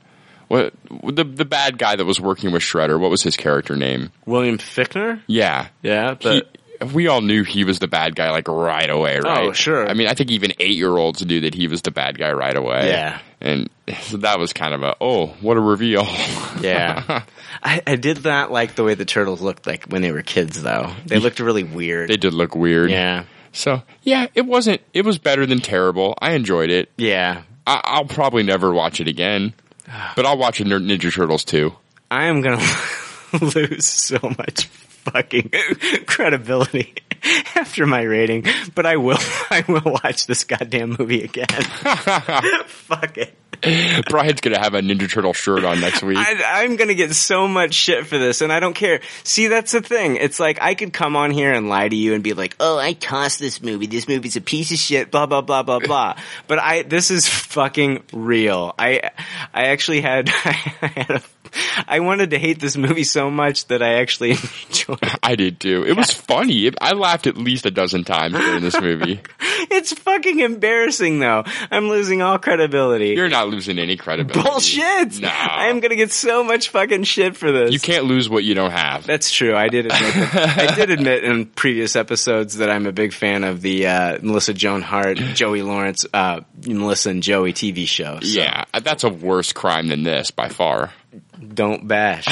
S8: What the the bad guy that was working with Shredder? What was his character name?
S7: William Fickner?
S8: Yeah,
S7: Yeah.
S8: He-
S7: The,
S8: we all knew he was the bad guy like right away, right?
S7: Oh, sure.
S8: I mean, I think even eight year olds knew that he was the bad guy right away.
S7: Yeah.
S8: and so that was kind of a oh what a reveal.
S7: Yeah. I, I did not like the way the turtles looked like when they were kids, though. They looked really weird.
S8: they did look weird.
S7: Yeah.
S8: So yeah, it wasn't. It was better than terrible. I enjoyed it.
S7: Yeah.
S8: I, I'll probably never watch it again, but I'll watch Nin- Ninja Turtles too.
S7: I am going to lose so much fucking credibility after my rating, but I will I will watch this goddamn movie again. Fuck it.
S8: Brian's gonna have a Ninja Turtle shirt on next week.
S7: I, I'm gonna get so much shit for this, and I don't care. See, that's the thing. It's like I could come on here and lie to you and be like, "Oh, I tossed this movie. This movie's a piece of shit." Blah blah blah blah blah. But I, this is fucking real. I, I actually had, I, had a, I wanted to hate this movie so much that I actually enjoyed. it.
S8: I did too. It was funny. It- I laughed at least a dozen times during this movie.
S7: It's fucking embarrassing though. I'm losing all credibility.
S8: You're not losing any credibility.
S7: Bullshit!
S8: No.
S7: I am gonna get so much fucking shit for this.
S8: You can't lose what you don't have.
S7: That's true. I did admit. that- I did admit in previous episodes that I'm a big fan of the uh, Melissa Joan Hart, Joey Lawrence, uh, Melissa and Joey TV show. So
S8: Yeah, Uh, that's a worse crime than this by far.
S7: Don't bash.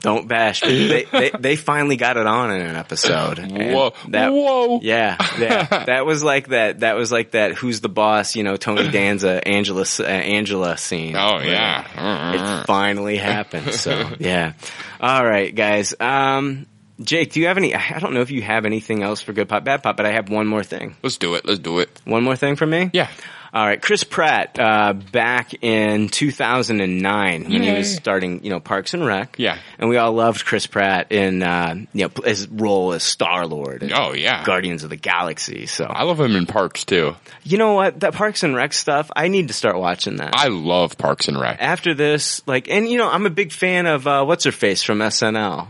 S7: don't bash. but They, they they finally got it on in an episode. and
S8: Whoa. Whoa.
S7: Yeah, yeah. that was like that. That was like that. Who's the boss? You know, Tony Danza, Angela, uh, Angela scene.
S8: Oh
S7: Where
S8: yeah, Mm-hmm.
S7: it finally happened. So yeah. All right, guys. Um, Jake, do you have any? I don't know if you have anything else for good pop, bad pop, but I have one more thing.
S8: Let's do it. Let's do it.
S7: One more thing from me.
S8: Yeah.
S7: All right, Chris Pratt, uh, back in 2009 when he
S8: Yay.
S7: was starting, you know, Parks and Rec.
S8: Yeah.
S7: and we all loved Chris Pratt in, uh, you know, his role as Star Lord.
S8: Oh yeah,
S7: Guardians of the Galaxy. So
S8: I love him in Parks too.
S7: You know what? That Parks and Rec stuff. I need to start watching that.
S8: I love Parks and Rec.
S7: after this, like, and you know, I'm a big fan of uh, what's her face from SNL.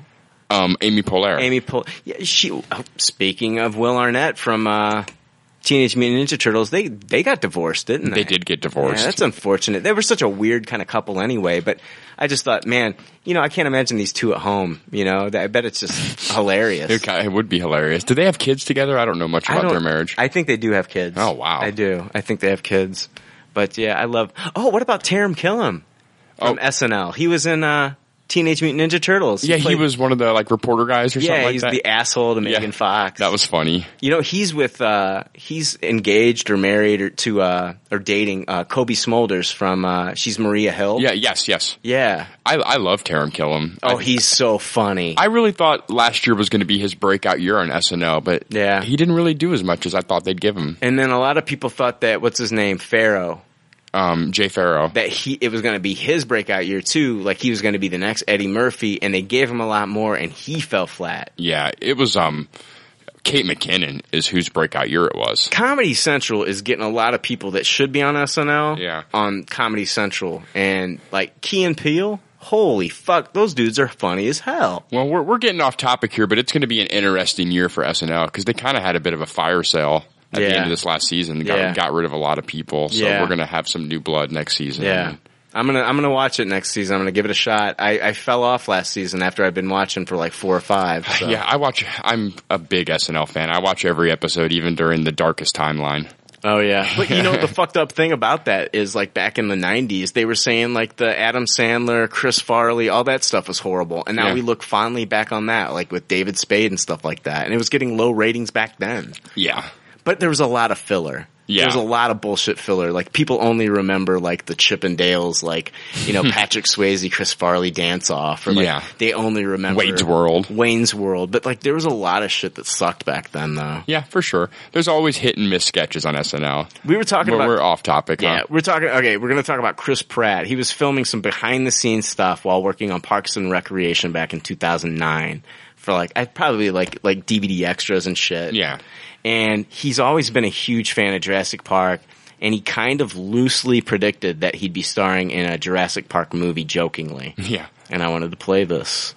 S8: Um, Amy Poehler.
S7: Amy Pol. Yeah, she. oh, speaking of Will Arnett from uh, Teenage Mutant Ninja Turtles, they they got divorced, didn't they?
S8: They did get
S7: Yeah,
S8: divorced.
S7: that's unfortunate. They were such a weird kind of couple anyway. But I just thought, man, you know, I can't imagine these two at home. You know, I bet it's just hilarious.
S8: It ki- it would be hilarious. Do they have kids together? I don't know much
S7: I
S8: about
S7: don't-
S8: their marriage.
S7: I think they do have kids.
S8: Oh, wow.
S7: I do. I think they have kids. But yeah, I love. Oh, what about Taram Killam
S8: Oh.
S7: from SNL? He was in uh, Teenage Mutant Ninja Turtles.
S8: yeah, he
S7: played-
S8: was one of the like reporter guys or
S7: Yeah,
S8: something like
S7: he's
S8: that.
S7: the asshole to
S8: Yeah.
S7: Megan Fox.
S8: that was funny.
S7: You know, he's with uh, he's engaged or married or to uh, or dating uh, Kobe Smolders from uh, she's Maria Hill.
S8: Yeah, yes, yes.
S7: Yeah.
S8: I I love Taron Killam.
S7: Oh,
S8: I,
S7: he's so funny.
S8: I really thought last year was going to be his breakout year on SNL, but
S7: Yeah.
S8: he didn't really do as much as I thought they'd give him.
S7: and then a lot of people thought that what's his name Pharaoh
S8: Um, Jay Farrow.
S7: that he it was going to be his breakout year too. Like he was going to be the next Eddie Murphy, and they gave him a lot more, and he fell flat.
S8: Yeah, it was um Kate McKinnon is whose breakout year it was.
S7: Comedy Central is getting a lot of people that should be on SNL
S8: Yeah.
S7: on Comedy Central, and like Key and Peele. Holy fuck, those dudes are funny as hell.
S8: Well, we're we're getting off topic here, but it's going to be an interesting year for SNL because they kind of had a bit of a fire sale at
S7: Yeah.
S8: the end of this last season. Got,
S7: Yeah.
S8: got rid of a lot of people, so
S7: Yeah.
S8: we're going to have some new blood next season.
S7: Yeah. I'm gonna I'm gonna watch it next season. I'm gonna give it a shot. I, I fell off last season after I've been watching for like four or five. so.
S8: Yeah, I watch. I'm a big SNL fan. I watch every episode, even during the darkest timeline.
S7: Oh yeah. But you know the fucked up thing about that is like back in the '90s, they were saying like the Adam Sandler, Chris Farley, all that stuff was horrible, and now
S8: Yeah.
S7: we look fondly back on that, like with David Spade and stuff like that, and it was getting low ratings back then.
S8: Yeah,
S7: But there was a lot of filler.
S8: Yeah.
S7: There was a lot of bullshit filler. Like people only remember like the Chip and Dales, like, you know, Patrick Swayze, Chris Farley dance off or like
S8: Yeah.
S7: they only remember
S8: Wayne's World.
S7: Wayne's World. But like there was a lot of shit that sucked back then though.
S8: yeah, for sure. There's always hit and miss sketches on SNL.
S7: We were talking
S8: But
S7: about
S8: we're off topic.
S7: Yeah,
S8: huh?
S7: we're talking okay, we're gonna talk about Chris Pratt. He was filming some behind the scenes stuff while working on Parks and Recreation back in two thousand nine for like I probably like like DVD extras and shit
S8: yeah.
S7: and he's always been a huge fan of Jurassic Park. And he kind of loosely predicted that he'd be starring in a Jurassic Park movie jokingly.
S8: Yeah.
S7: And I wanted to play this.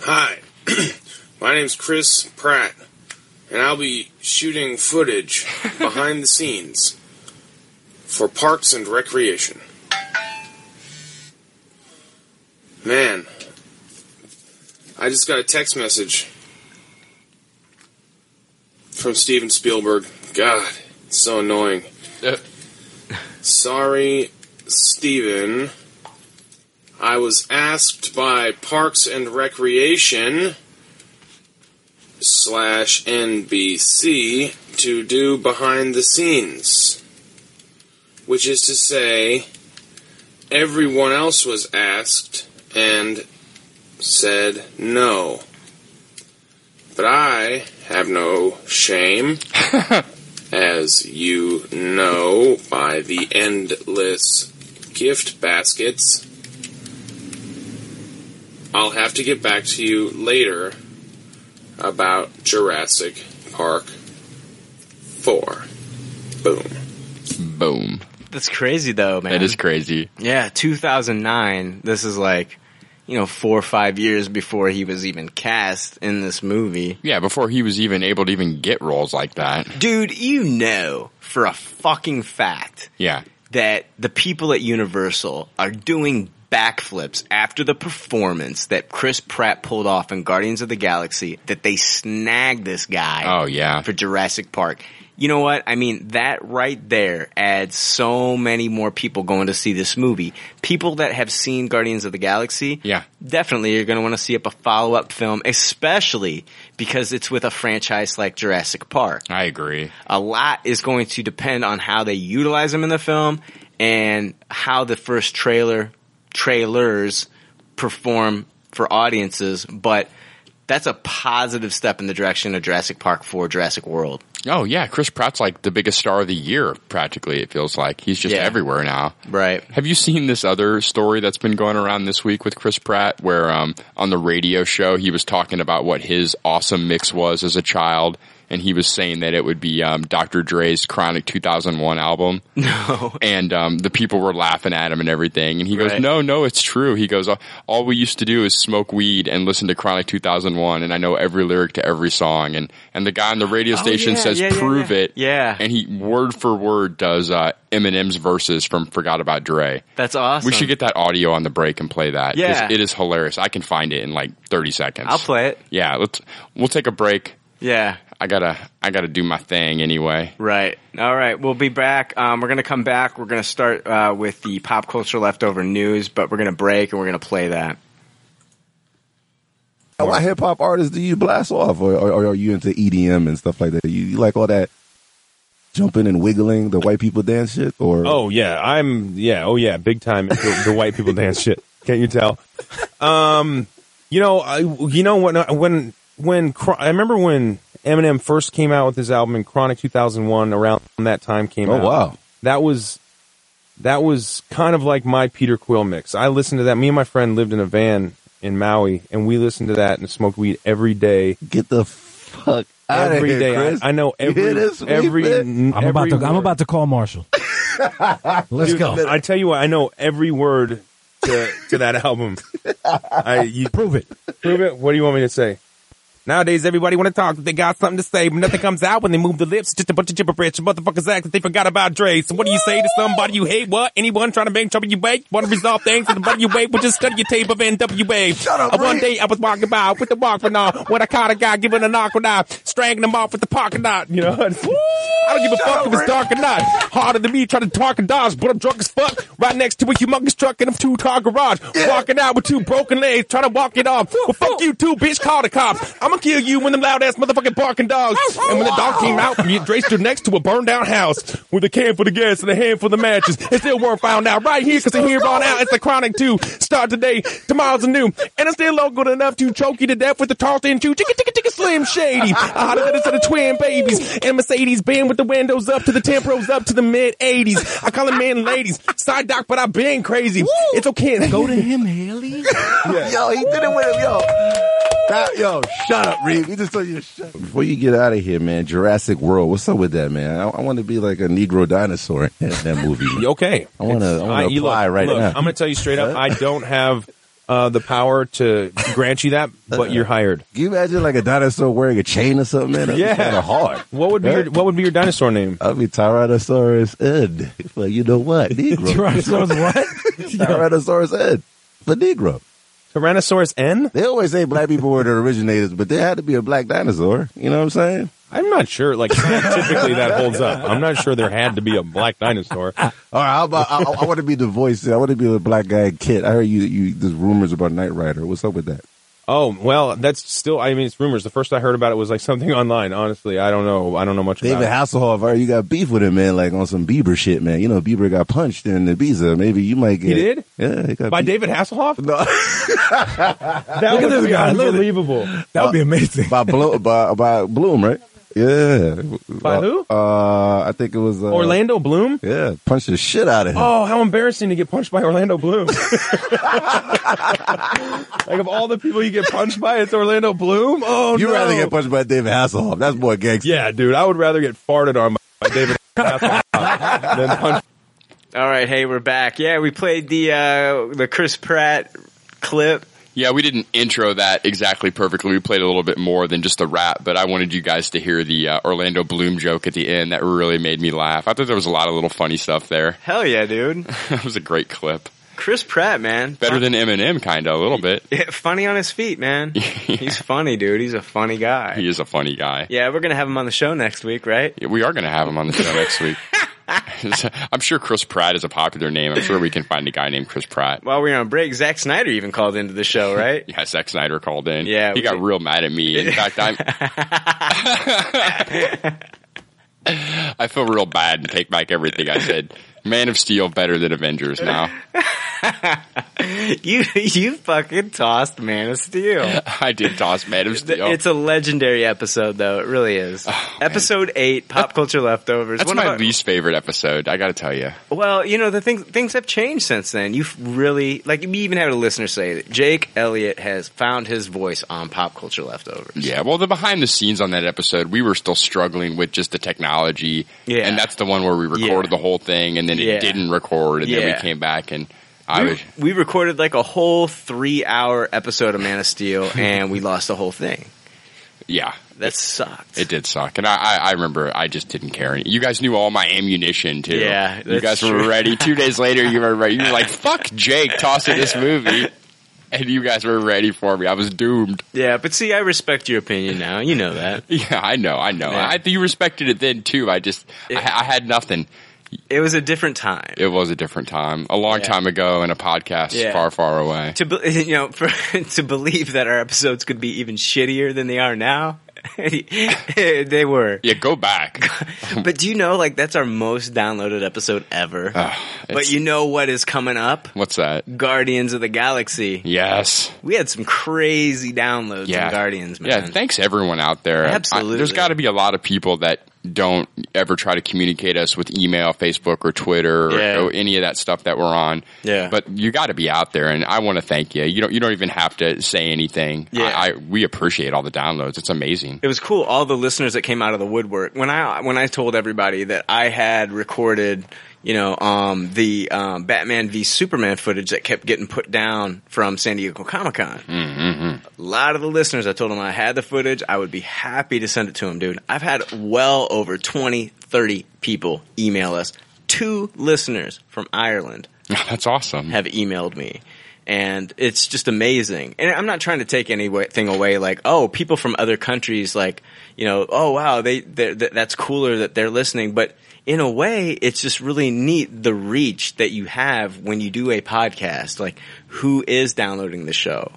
S20: Hi, my name's Chris Pratt, and I'll be shooting footage behind the scenes for Parks and Recreation. Man, I just got a text message from Steven Spielberg. God, it's so annoying.
S8: Uh.
S20: Sorry, Steven. I was asked by Parks and Recreation slash NBC to do behind the scenes, which is to say, everyone else was asked and said no. But I have no shame, as you know by the endless gift baskets. I'll have to get back to you later about Jurassic Park 4. Boom.
S8: Boom.
S7: That's crazy though, man.
S8: That is crazy.
S7: Yeah, 2009. This is like, you know, four or five years before he was even cast in this movie.
S8: Yeah, before he was even able to even get roles like that.
S7: Dude, you know for a fucking fact
S8: Yeah.
S7: that the people at Universal are doing backflips after the performance that Chris Pratt pulled off in Guardians of the Galaxy that they snagged this guy.
S8: Oh, yeah.
S7: For Jurassic Park. You know what? I mean, that right there adds so many more people going to see this movie. People that have seen Guardians of the Galaxy,
S8: Yeah.
S7: definitely you're going to want to see up a follow-up film, especially because it's with a franchise like Jurassic Park.
S8: I agree.
S7: A lot is going to depend on how they utilize them in the film and how the first trailer trailers perform for audiences, but that's a positive step in the direction of Jurassic Park for Jurassic World.
S8: Oh yeah, Chris Pratt's like the biggest star of the year. Practically, it feels like he's just
S7: Yeah.
S8: everywhere now.
S7: Right.
S8: Have you seen this other story that's been going around this week with Chris Pratt, where um, on the radio show he was talking about what his awesome mix was as a child, and he was saying that it would be um, Dr. Dre's Chronic 2001 album.
S7: No.
S8: And um, the people were laughing at him and everything, and he goes,
S7: Right.
S8: "No, no, it's true." He goes, "All- "All we used to do is smoke weed and listen to Chronic 2001, and I know every lyric to every song." And and the guy on the radio
S7: Oh,
S8: station
S7: yeah,
S8: says,
S7: yeah, yeah,
S8: "Prove
S7: yeah.
S8: it."
S7: Yeah.
S8: And he word for word does uh, Eminem's verses from "Forgot About Dre."
S7: That's awesome.
S8: We should get that audio on the break and play that. 'cause
S7: Yeah.
S8: it is hilarious. I can find it in like thirty seconds.
S7: I'll play it.
S8: Yeah, let's we'll take a break.
S7: Yeah.
S8: I gotta I gotta do my thing anyway.
S7: Right. All right. We'll be back. Um, we're going to come back. We're going to start uh, with the pop culture leftover news, but we're going to break and we're going to play that.
S21: What hip hop artists do you blast off, or, or, or are you into EDM and stuff like that? You, you like all that jumping and wiggling, the white people dance shit, or
S22: Oh yeah, I'm yeah, oh yeah, big time into the white people dance shit. Can't you tell? Um, you know, I, you know what? When when Chro- I remember when Eminem first came out with his album in Chronic 2001, around that time came
S21: Oh,
S22: out.
S21: wow.
S22: that was that was kind of like my Peter Quill mix. I listened to that. Me and my friend lived in a van in Maui, and we listened to that and smoked weed every day.
S21: Get the fuck outta
S22: every
S21: here,
S22: day. I-
S21: Chris.
S22: I, know
S21: You
S22: every
S21: hear this,
S22: every,
S21: Weedman?
S22: every
S21: I'm about to- I'm
S22: word.
S23: about to call Marshall. Let's
S22: Dude,
S23: go.
S22: I tell you what, I know every word to, to that album. I, you,
S23: prove it.
S22: Prove it. What do you want me to say? Nowadays, everybody want to talk. They got something to say, but nothing comes out when they move the lips. Just a bunch of gibberish. Motherfuckers act like they forgot about Dre. So what do you say to somebody you hate? What? Anyone trying to make trouble you wait? Want to resolve things in the body you wait? Well, just study your tape of NWA. Shut up, Uh, One day I was walking by with the walkman on when I caught a guy giving a knock when I strangled him off with the parking lot. You know, I don't give a fuck if it's dark or not. Harder than me trying to talk and dodge, but I'm drunk as fuck. Right next to a humongous truck in a two-car garage. Walking out with two broken legs, trying to walk it off. Well, fuck you too, bitch. Call the cops. I'm gonna kill you when them loud-ass motherfucking barking dogs. And when the dog came out, me and Dre stood next to a burned-down house with a can for the gas and a hand for the matches. It still weren't found out right here, cause from here on out, it's the chronic two. Start today, tomorrow's a new. And I'm still local enough to choke you to death with the Tarleton chew. Chicka, chicka, chicka, slim shady. I hotter than it's to the twin babies. And Mercedes been with the windows up to the tempros up to the mid 80s. I call them men ladies. Side doc, but I've been crazy. It's okay.
S23: Go to him, Haley.
S21: Yo, he did it with him, yo. That- yo, shut up, Reed. We just told you to shut up. Before you get out of here, man, Jurassic World. What's up with that, man? I, I want to be like a Negro dinosaur in that, that movie. man.
S22: Okay.
S21: I want to. I
S22: I-
S21: want to
S22: you look-
S21: apply right
S22: look,
S21: now.
S22: I'm going to tell you straight up, I don't have uh, the power to grant you that, but you're hired.
S21: Can you imagine like a dinosaur wearing a chain or something, man? That'd be
S22: Yeah.
S21: kinda hard.
S22: What would be your- what would be your dinosaur name?
S21: I'd be Tyrannosaurus Ed. But you know what, Negro.
S23: Tyrannosaurus what?
S21: Tyrannosaurus Ed. For Negro.
S22: Tyrannosaurus N.
S21: They always say black people were the originators, but there had to be a black dinosaur. You know what I'm saying?
S22: I'm not sure. Like scientifically, that holds up. I'm not sure there had to be a black dinosaur.
S21: All right, how about I, I want to be the voice. I want to be the black guy kid. I heard you. You there's rumors about Knight Rider. What's up with that?
S22: Oh well, that's still. I mean, it's rumors. The first I heard about it was like something online. Honestly, I don't know. I don't know much
S21: David
S22: about.
S21: Hasselhoff, all right, you got beef with him, man, like on some Bieber shit, man. You know, Bieber got punched in Ibiza. Maybe you might
S22: He
S21: get.
S22: did?
S21: Yeah, he got
S22: it. By
S21: beat-
S22: David Hasselhoff.
S21: No.
S22: that
S21: Look at
S22: would
S21: this
S22: be
S21: guy. Look at-
S22: unbelievable. That would be amazing.
S21: By, Blo- by, by Bloom, right? Yeah.
S22: By who?
S21: Uh, I think it was. Uh,
S22: Orlando Bloom.
S21: Yeah, punched the shit out of him.
S22: Oh, how embarrassing to get punched by Orlando Bloom. like of all the people you get punched by, it's Orlando Bloom. Oh,
S21: you
S22: no.
S21: rather get punched by David Hasselhoff. That's more gangster.
S22: Yeah, dude, I would rather get farted on by David Hasselhoff than punched.
S7: All right, hey, we're back. Yeah, we played the uh, the Chris Pratt clip.
S8: Yeah, we didn't intro that exactly perfectly. We played a little bit more than just the rap, but I wanted you guys to hear the uh, Orlando Bloom joke at the end. That really made me laugh. I thought there was a lot of little funny stuff there.
S7: Hell yeah, dude.
S8: that was a great clip.
S7: Chris Pratt, man.
S8: Better than Eminem, kind of a little bit.
S7: Yeah, funny on his feet, man. He's funny, dude. He's a funny guy.
S8: He is a funny guy.
S7: Yeah, we're gonna have him on the show next week, right?
S8: We are going to have him on the show next week. I'm sure Chris Pratt is a popular name. I'm sure we can find a guy named Chris Pratt.
S7: While we were on break, Zack Snyder even called into the show, right?
S8: Yeah, Zack Snyder called in.
S7: Yeah,
S8: he
S7: we-
S8: got real mad at me. In fact, I'm. I feel real bad and take back everything I said. Man of Steel better than Avengers now.
S7: you you fucking tossed Man of Steel.
S8: I did toss Man of Steel. Oh,
S7: It's a legendary episode, though. It really is. episode eight, pop culture leftovers.
S8: That's
S7: One
S8: my
S7: of our-
S8: least favorite episode. I got to tell you.
S7: Well, you know the thing, things have changed since then. You've really like we even had a listener say that Jake Elliott has found his voice on pop culture leftovers.
S8: Yeah, well, the behind the scenes on that episode, we were still struggling with just the technology.
S7: Yeah.
S8: and that's the one where we recorded the whole thing and then it
S7: Yeah.
S8: didn't record, and then
S7: Yeah.
S8: we came back and I
S7: we,
S8: was.
S7: we recorded like a whole three hour episode of Man of Steel and we lost the whole thing.
S8: Yeah.
S7: That sucked.
S8: It did suck. And I, I, I remember I just didn't care. any- You guys knew all my ammunition too.
S7: Yeah,
S8: You
S7: that's
S8: guys were
S7: true.
S8: ready. Two days later, you were ready. You were like, fuck Jake tossing this movie. And you guys were ready for me. I was doomed.
S7: Yeah, but see, I respect your opinion now. You know that.
S8: Yeah, I know. I know.
S7: Yeah.
S8: I think you respected it then too. I just, I, I had nothing.
S7: It was a different time.
S8: It was a different time. A long
S7: Yeah.
S8: time ago Oh, in a podcast
S7: Yeah.
S8: far, far away.
S7: To be, you know, for, to believe that our episodes could be even shittier than they are now, they were.
S8: Yeah, go back.
S7: but do you know, like, that's our most downloaded episode ever. but you know what is coming up?
S8: What's that?
S7: Guardians of the Galaxy.
S8: Yes.
S7: We had some crazy downloads
S8: Yeah.
S7: from Guardians, man.
S8: Yeah, thanks everyone out there. I-
S7: Absolutely.
S8: there's got to be a lot of people that don't ever try to communicate us with email, Facebook, or Twitter, or-
S7: Yeah.
S8: or, any of that stuff that we're on.
S7: Yeah.
S8: But you got to be out there, and I want to thank you. You don't. You don't even have to say anything.
S7: Yeah.
S8: I, I we appreciate all the downloads. It's amazing.
S7: It was cool. All the listeners that came out of the woodwork when I when I told everybody that I had recorded, you know, um, the um, Batman v Superman footage that kept getting put down from San Diego Comic Con.
S8: Mm-hmm.
S7: A lot of the listeners, I told them I had the footage. I would be happy to send it to them, dude. I've had well over 20, 30 people email us. Two listeners from Ireland
S8: That's awesome.
S7: have emailed me. And it's just amazing. And I'm not trying to take anything away like, oh, people from other countries, like, you know, oh, wow, they, they're- th- that's cooler that they're listening. But in a way, it's just really neat the reach that you have when you do a podcast. Like, who is downloading the show?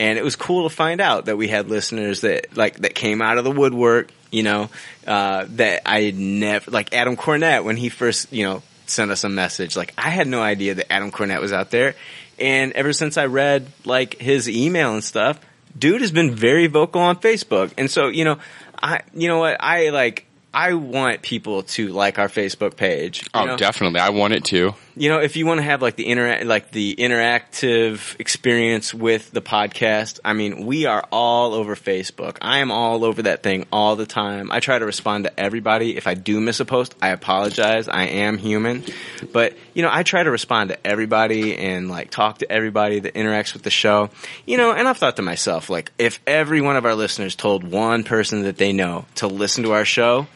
S7: And it was cool to find out that we had listeners that, like, that came out of the woodwork, you know, uh, that I had never, like Adam Cornette when he first, you know, sent us a message. Like I had no idea that Adam Cornette was out there. And ever since I read like his email and stuff, dude has been very vocal on Facebook. And so, you know, I you know what, I like I want people to like our Facebook page. you
S8: Oh,
S7: know?
S8: definitely. I want it too.
S7: you know, if you want to have like the intera- like the interactive experience with the podcast, I mean, we are all over Facebook. I am all over that thing all the time. I try to respond to everybody. If I do miss a post, I apologize. I am human, but you know, I try to respond to everybody and like talk to everybody that interacts with the show. You know, and I've thought to myself, like, if every one of our listeners told one person that they know to listen to our show,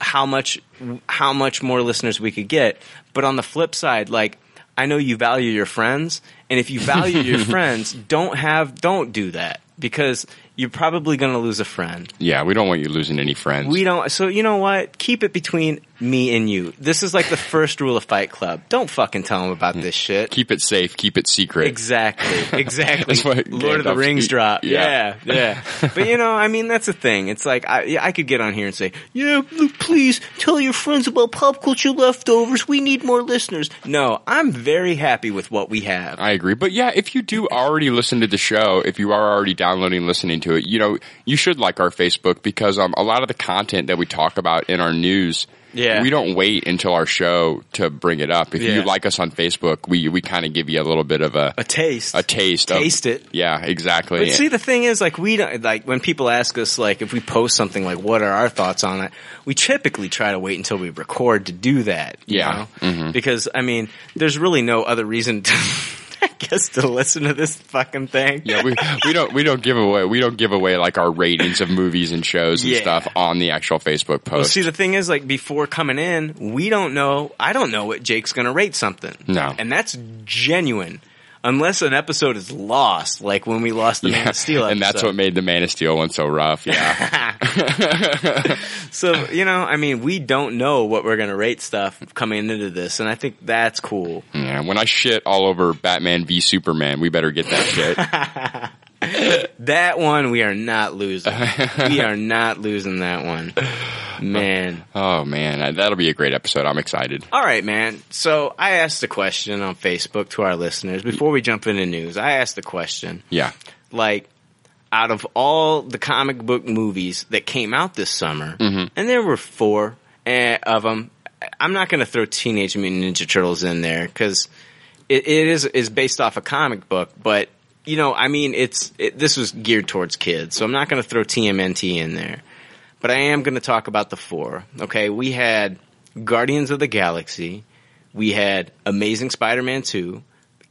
S7: how much how much more listeners we could get. But on the flip side, like I know you value your friends, and if you value your friends, don't have don't do that. because you're probably going to lose a friend.
S8: Yeah, we don't want you losing any friends.
S7: We don't. So you know what? Keep it between me and you. This is like the first rule of Fight Club. Don't fucking tell them about this shit.
S8: Keep it safe. Keep it secret.
S7: Exactly. Exactly.
S8: That's what
S7: Lord of the
S8: Gandalf's- e-
S7: Rings drop.
S8: Yeah.
S7: Yeah. Yeah. but you know, I mean, that's the thing. It's like I, yeah, I could get on here and say, "Yeah, please tell your friends about pop culture leftovers. We need more listeners." No, I'm very happy with what we have.
S8: I agree. But yeah, if you do already listen to the show, if you are already downloading and listening to it, you know, you should like our Facebook because um, a lot of the content that we talk about in our news,
S7: Yeah.
S8: we don't wait until our show to bring it up. If you
S7: Yeah.
S8: like us on Facebook, we, we kind of give you a little bit of a,
S7: a taste.
S8: A taste.
S7: Taste
S8: of,
S7: it.
S8: Yeah, exactly.
S7: But see, the thing is, like, we don't, like, when people ask us, like, if we post something, like, what are our thoughts on it? We typically try to wait until we record to do that. you
S8: Yeah.
S7: know?
S8: Mhm.
S7: Because, I mean, there's really no other reason to, I guess, to listen to this fucking thing.
S8: yeah, we, we don't we don't give away we don't give away like our ratings of movies and shows and
S7: Yeah.
S8: stuff on the actual Facebook
S7: Well,
S8: post.
S7: see, the thing is, like, before coming in, we don't know, I don't know what Jake's gonna rate something.
S8: No.
S7: And that's genuine. Unless an episode is lost, like when we lost the Man of Steel
S8: and that's
S7: episode.
S8: what made the Man of Steel one so rough. Yeah.
S7: so you know, I mean, we don't know what we're gonna rate stuff coming into this, and I think that's cool.
S8: Yeah, when I shit all over Batman v Superman, we better get that shit.
S7: That one we are not losing. we are not losing that one, man.
S8: Oh man, I- that'll be a great episode. I'm excited.
S7: All right, man. So I asked a question on Facebook to our listeners before we jump into news. I asked the question,
S8: Yeah,
S7: like, out of all the comic book movies that came out this summer,
S8: Mm-hmm.
S7: and there were four eh, of them. I'm not going to throw Teenage Mutant Ninja Turtles in there because it, it is is based off a comic book, but you know, I mean, it's it, this was geared towards kids, so I'm not going to throw TMNT in there. But I am going to talk about the four. Okay, we had Guardians of the Galaxy, we had Amazing Spider-Man two,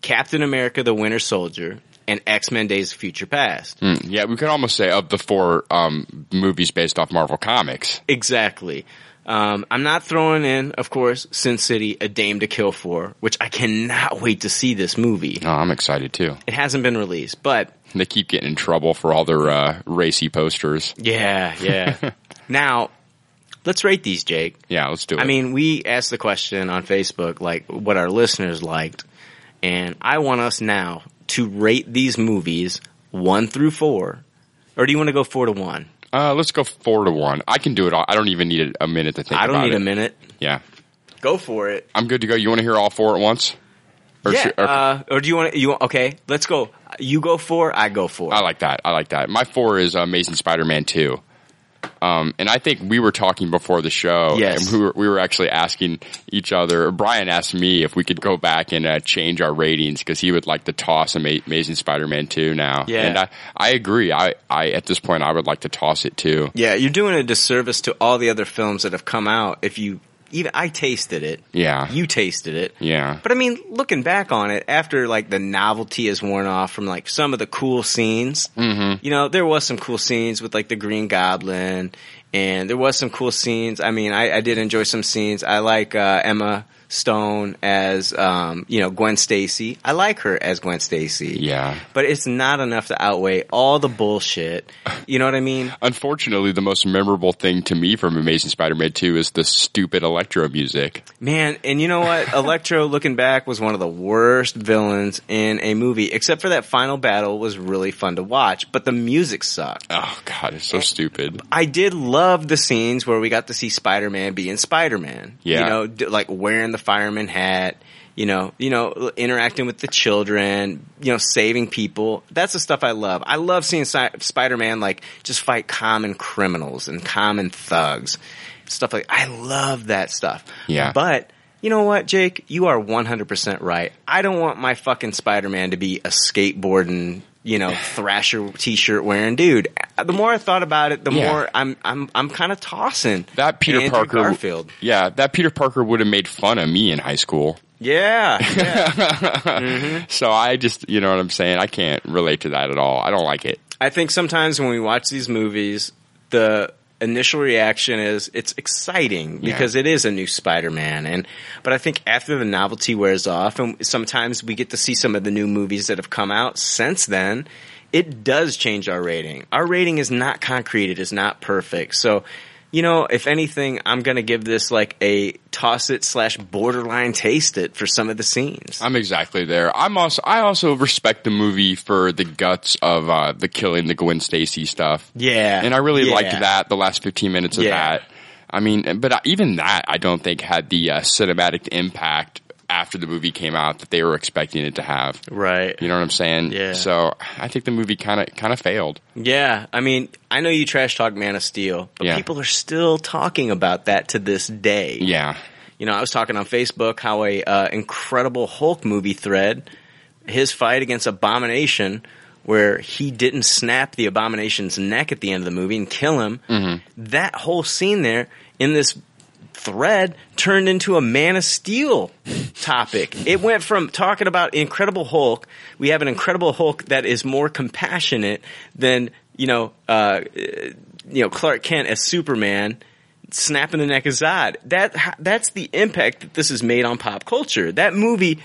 S7: Captain America: The Winter Soldier, and X Men: Days of Future Past.
S8: Mm, yeah, we could almost say of the four um, movies based off Marvel comics.
S7: Exactly. Um, I'm not throwing in, of course, Sin City, A Dame to Kill For, which I cannot wait to see this movie.
S8: Oh, I'm excited too.
S7: It hasn't been released, but
S8: They keep getting in trouble for all their uh, racy posters.
S7: yeah, yeah. now, let's rate these, Jake.
S8: Yeah, let's do it.
S7: I mean, we asked the question on Facebook, like what our listeners liked, and I want us now to rate these movies one through four, or do you want to go four to one?
S8: uh, let's go four to one. I can do it. All. I don't even need a minute to think.
S7: I don't
S8: about
S7: need
S8: it.
S7: a minute.
S8: Yeah,
S7: Go for it.
S8: I'm good to go. You want to hear all four at once?
S7: yeah.
S8: should-
S7: uh, or do you want? You want- okay? Let's go. You go four. I go four.
S8: I like that. I like that. My four is Amazing Spider-Man two. Um, and I think we were talking before the show.
S7: Yes.
S8: And we were, we were actually asking each other. Brian asked me if we could go back and uh, change our ratings because he would like to toss Ama- Amazing Spider-Man two now.
S7: Yeah.
S8: And I, I agree. I, I at this point I would like to toss it too.
S7: Yeah, you're doing a disservice to all the other films that have come out. If you even, I tasted it.
S8: Yeah.
S7: You tasted it.
S8: Yeah.
S7: But I mean, looking back on it, after like the novelty has worn off from like some of the cool scenes,
S8: Mm-hmm.
S7: you know, there was some cool scenes with like the Green Goblin, and there was some cool scenes. I mean, I, I did enjoy some scenes. I like uh, Emma Stone as um, you know Gwen Stacy. I like her as Gwen Stacy.
S8: Yeah.
S7: But it's not enough to outweigh all the bullshit. You know what I mean?
S8: Unfortunately, the most memorable thing to me from Amazing Spider-Man two is the stupid electro music.
S7: Man, and you know what? Electro, looking back, was one of the worst villains in a movie, except for that final battle was really fun to watch, but the music sucked.
S8: Oh God, it's so stupid.
S7: I did love the scenes where we got to see Spider-Man being Spider-Man.
S8: Yeah.
S7: You know, d- like wearing the fireman hat, you know, you know, interacting with the children, you know, saving people. That's the stuff I love. I love seeing si- Spider-Man like just fight common criminals and common thugs. Stuff like I love that stuff.
S8: Yeah.
S7: But you know what, Jake? You are 100% right. I don't want my fucking Spider-Man to be a skateboarding, you know, thrasher t-shirt wearing dude. The more I thought about it, the
S8: Yeah.
S7: more I'm I'm I'm kind of tossing.
S8: That Peter
S7: Andrew
S8: Parker
S7: Garfield.
S8: Yeah, that Peter Parker would have made fun of me in high school.
S7: Yeah. yeah. Mm-hmm.
S8: So I just, you know what I'm saying? I can't relate to that at all. I don't like it.
S7: I think sometimes when we watch these movies, the initial reaction is it's exciting
S8: Yeah.
S7: because it is a new Spider-Man and but I think after the novelty wears off and sometimes we get to see some of the new movies that have come out since then it does change our rating. Our rating is not concrete. It is not perfect. So, you know, if anything, I'm going to give this like a toss it slash borderline taste it for some of the scenes.
S8: I'm exactly there. I'm also I also respect the movie for the guts of uh, the killing, the Gwen Stacy stuff.
S7: Yeah.
S8: and I really
S7: Yeah.
S8: liked that. The last 15 minutes of
S7: Yeah.
S8: that. I mean, but uh, even that I don't think had the uh, cinematic impact after the movie came out that they were expecting it to have.
S7: Right.
S8: You know what I'm saying?
S7: Yeah.
S8: So I think the movie kind of kind of failed.
S7: Yeah, I mean, I know you trash talk Man of Steel, but
S8: Yeah.
S7: people are still talking about that to this day.
S8: Yeah.
S7: You know, I was talking on Facebook how a uh, incredible Hulk movie thread, his fight against Abomination, where he didn't snap the Abomination's neck at the end of the movie and kill him.
S8: Mm-hmm.
S7: That whole scene there in this thread turned into a Man of Steel topic. It went from talking about Incredible Hulk. We have an Incredible Hulk that is more compassionate than you know, uh, you know Clark Kent as Superman. Snapping the neck of Zod. That that's the impact that this has made on pop culture. That movie,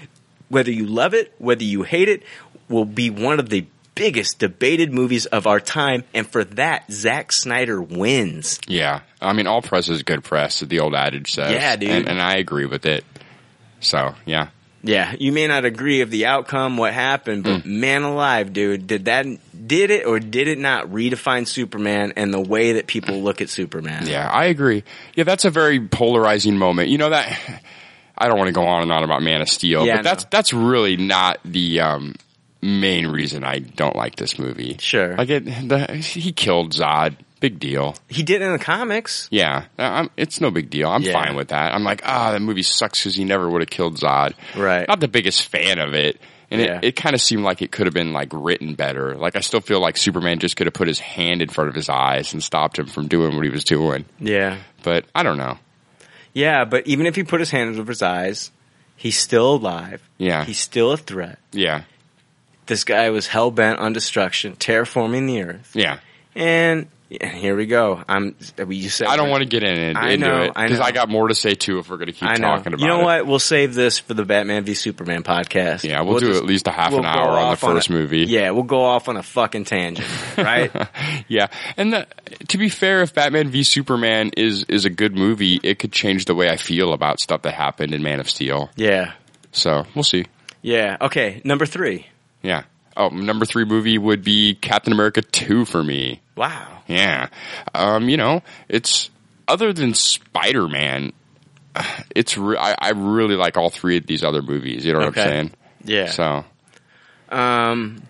S7: whether you love it, whether you hate it, will be one of the biggest debated movies of our time. And for that, Zack Snyder wins.
S8: Yeah. I mean, all press is good press. The old adage says.
S7: Yeah, dude.
S8: And, and I agree with it. So yeah.
S7: Yeah, you may not agree of the outcome, what happened, but man alive, dude, did that did it or did it not redefine Superman and the way that people look at Superman?
S8: Yeah, I agree. Yeah, that's a very polarizing moment. You know that I don't want to go on and on about Man of Steel,
S7: Yeah, I
S8: but that's that's really not the um, main reason I don't like this movie.
S7: Sure,
S8: like it, the, he killed Zod. Big deal.
S7: He did in the comics.
S8: Yeah, I- I'm, it's no big deal. I'm
S7: Yeah.
S8: fine with that. I'm like, ah, that movie sucks because he never would have killed Zod.
S7: Right.
S8: Not the biggest fan of it. And
S7: Yeah.
S8: it, it kind of seemed like it could have been like written better. Like I still feel like Superman just could have put his hand in front of his eyes and stopped him from doing what he was doing.
S7: Yeah.
S8: But I don't know.
S7: Yeah, but even if he put his hand over his eyes, he's still alive.
S8: Yeah.
S7: He's still a threat.
S8: Yeah.
S7: This guy was hell bent on destruction, terraforming the earth.
S8: Yeah.
S7: And yeah, here we go. I'm. We you said
S8: I don't want to get in it,
S7: I
S8: into
S7: know,
S8: it
S7: I
S8: because
S7: know.
S8: I, got more to say too if we're going to keep
S7: I know.
S8: talking about
S7: you know
S8: it.
S7: what? We'll save this for the Batman v Superman podcast.
S8: Yeah, we'll, do
S7: just-
S8: at least a half
S7: we'll
S8: an
S7: go
S8: hour on the
S7: off on
S8: first
S7: a-
S8: movie.
S7: Yeah, we'll go off on a fucking tangent, right?
S8: yeah, and the, to be fair, if Batman v Superman is is a good movie, it could change the way I feel about stuff that happened in Man of Steel.
S7: yeah,
S8: So we'll see.
S7: yeah. Okay, number three.
S8: Yeah. Oh, number three movie would be Captain America two for me.
S7: Wow.
S8: Yeah. Um, you know, it's other than Spider Man, it's re- I, I really like all three of these other movies. You know what
S7: Okay.
S8: I'm saying?
S7: Yeah.
S8: So
S7: Um,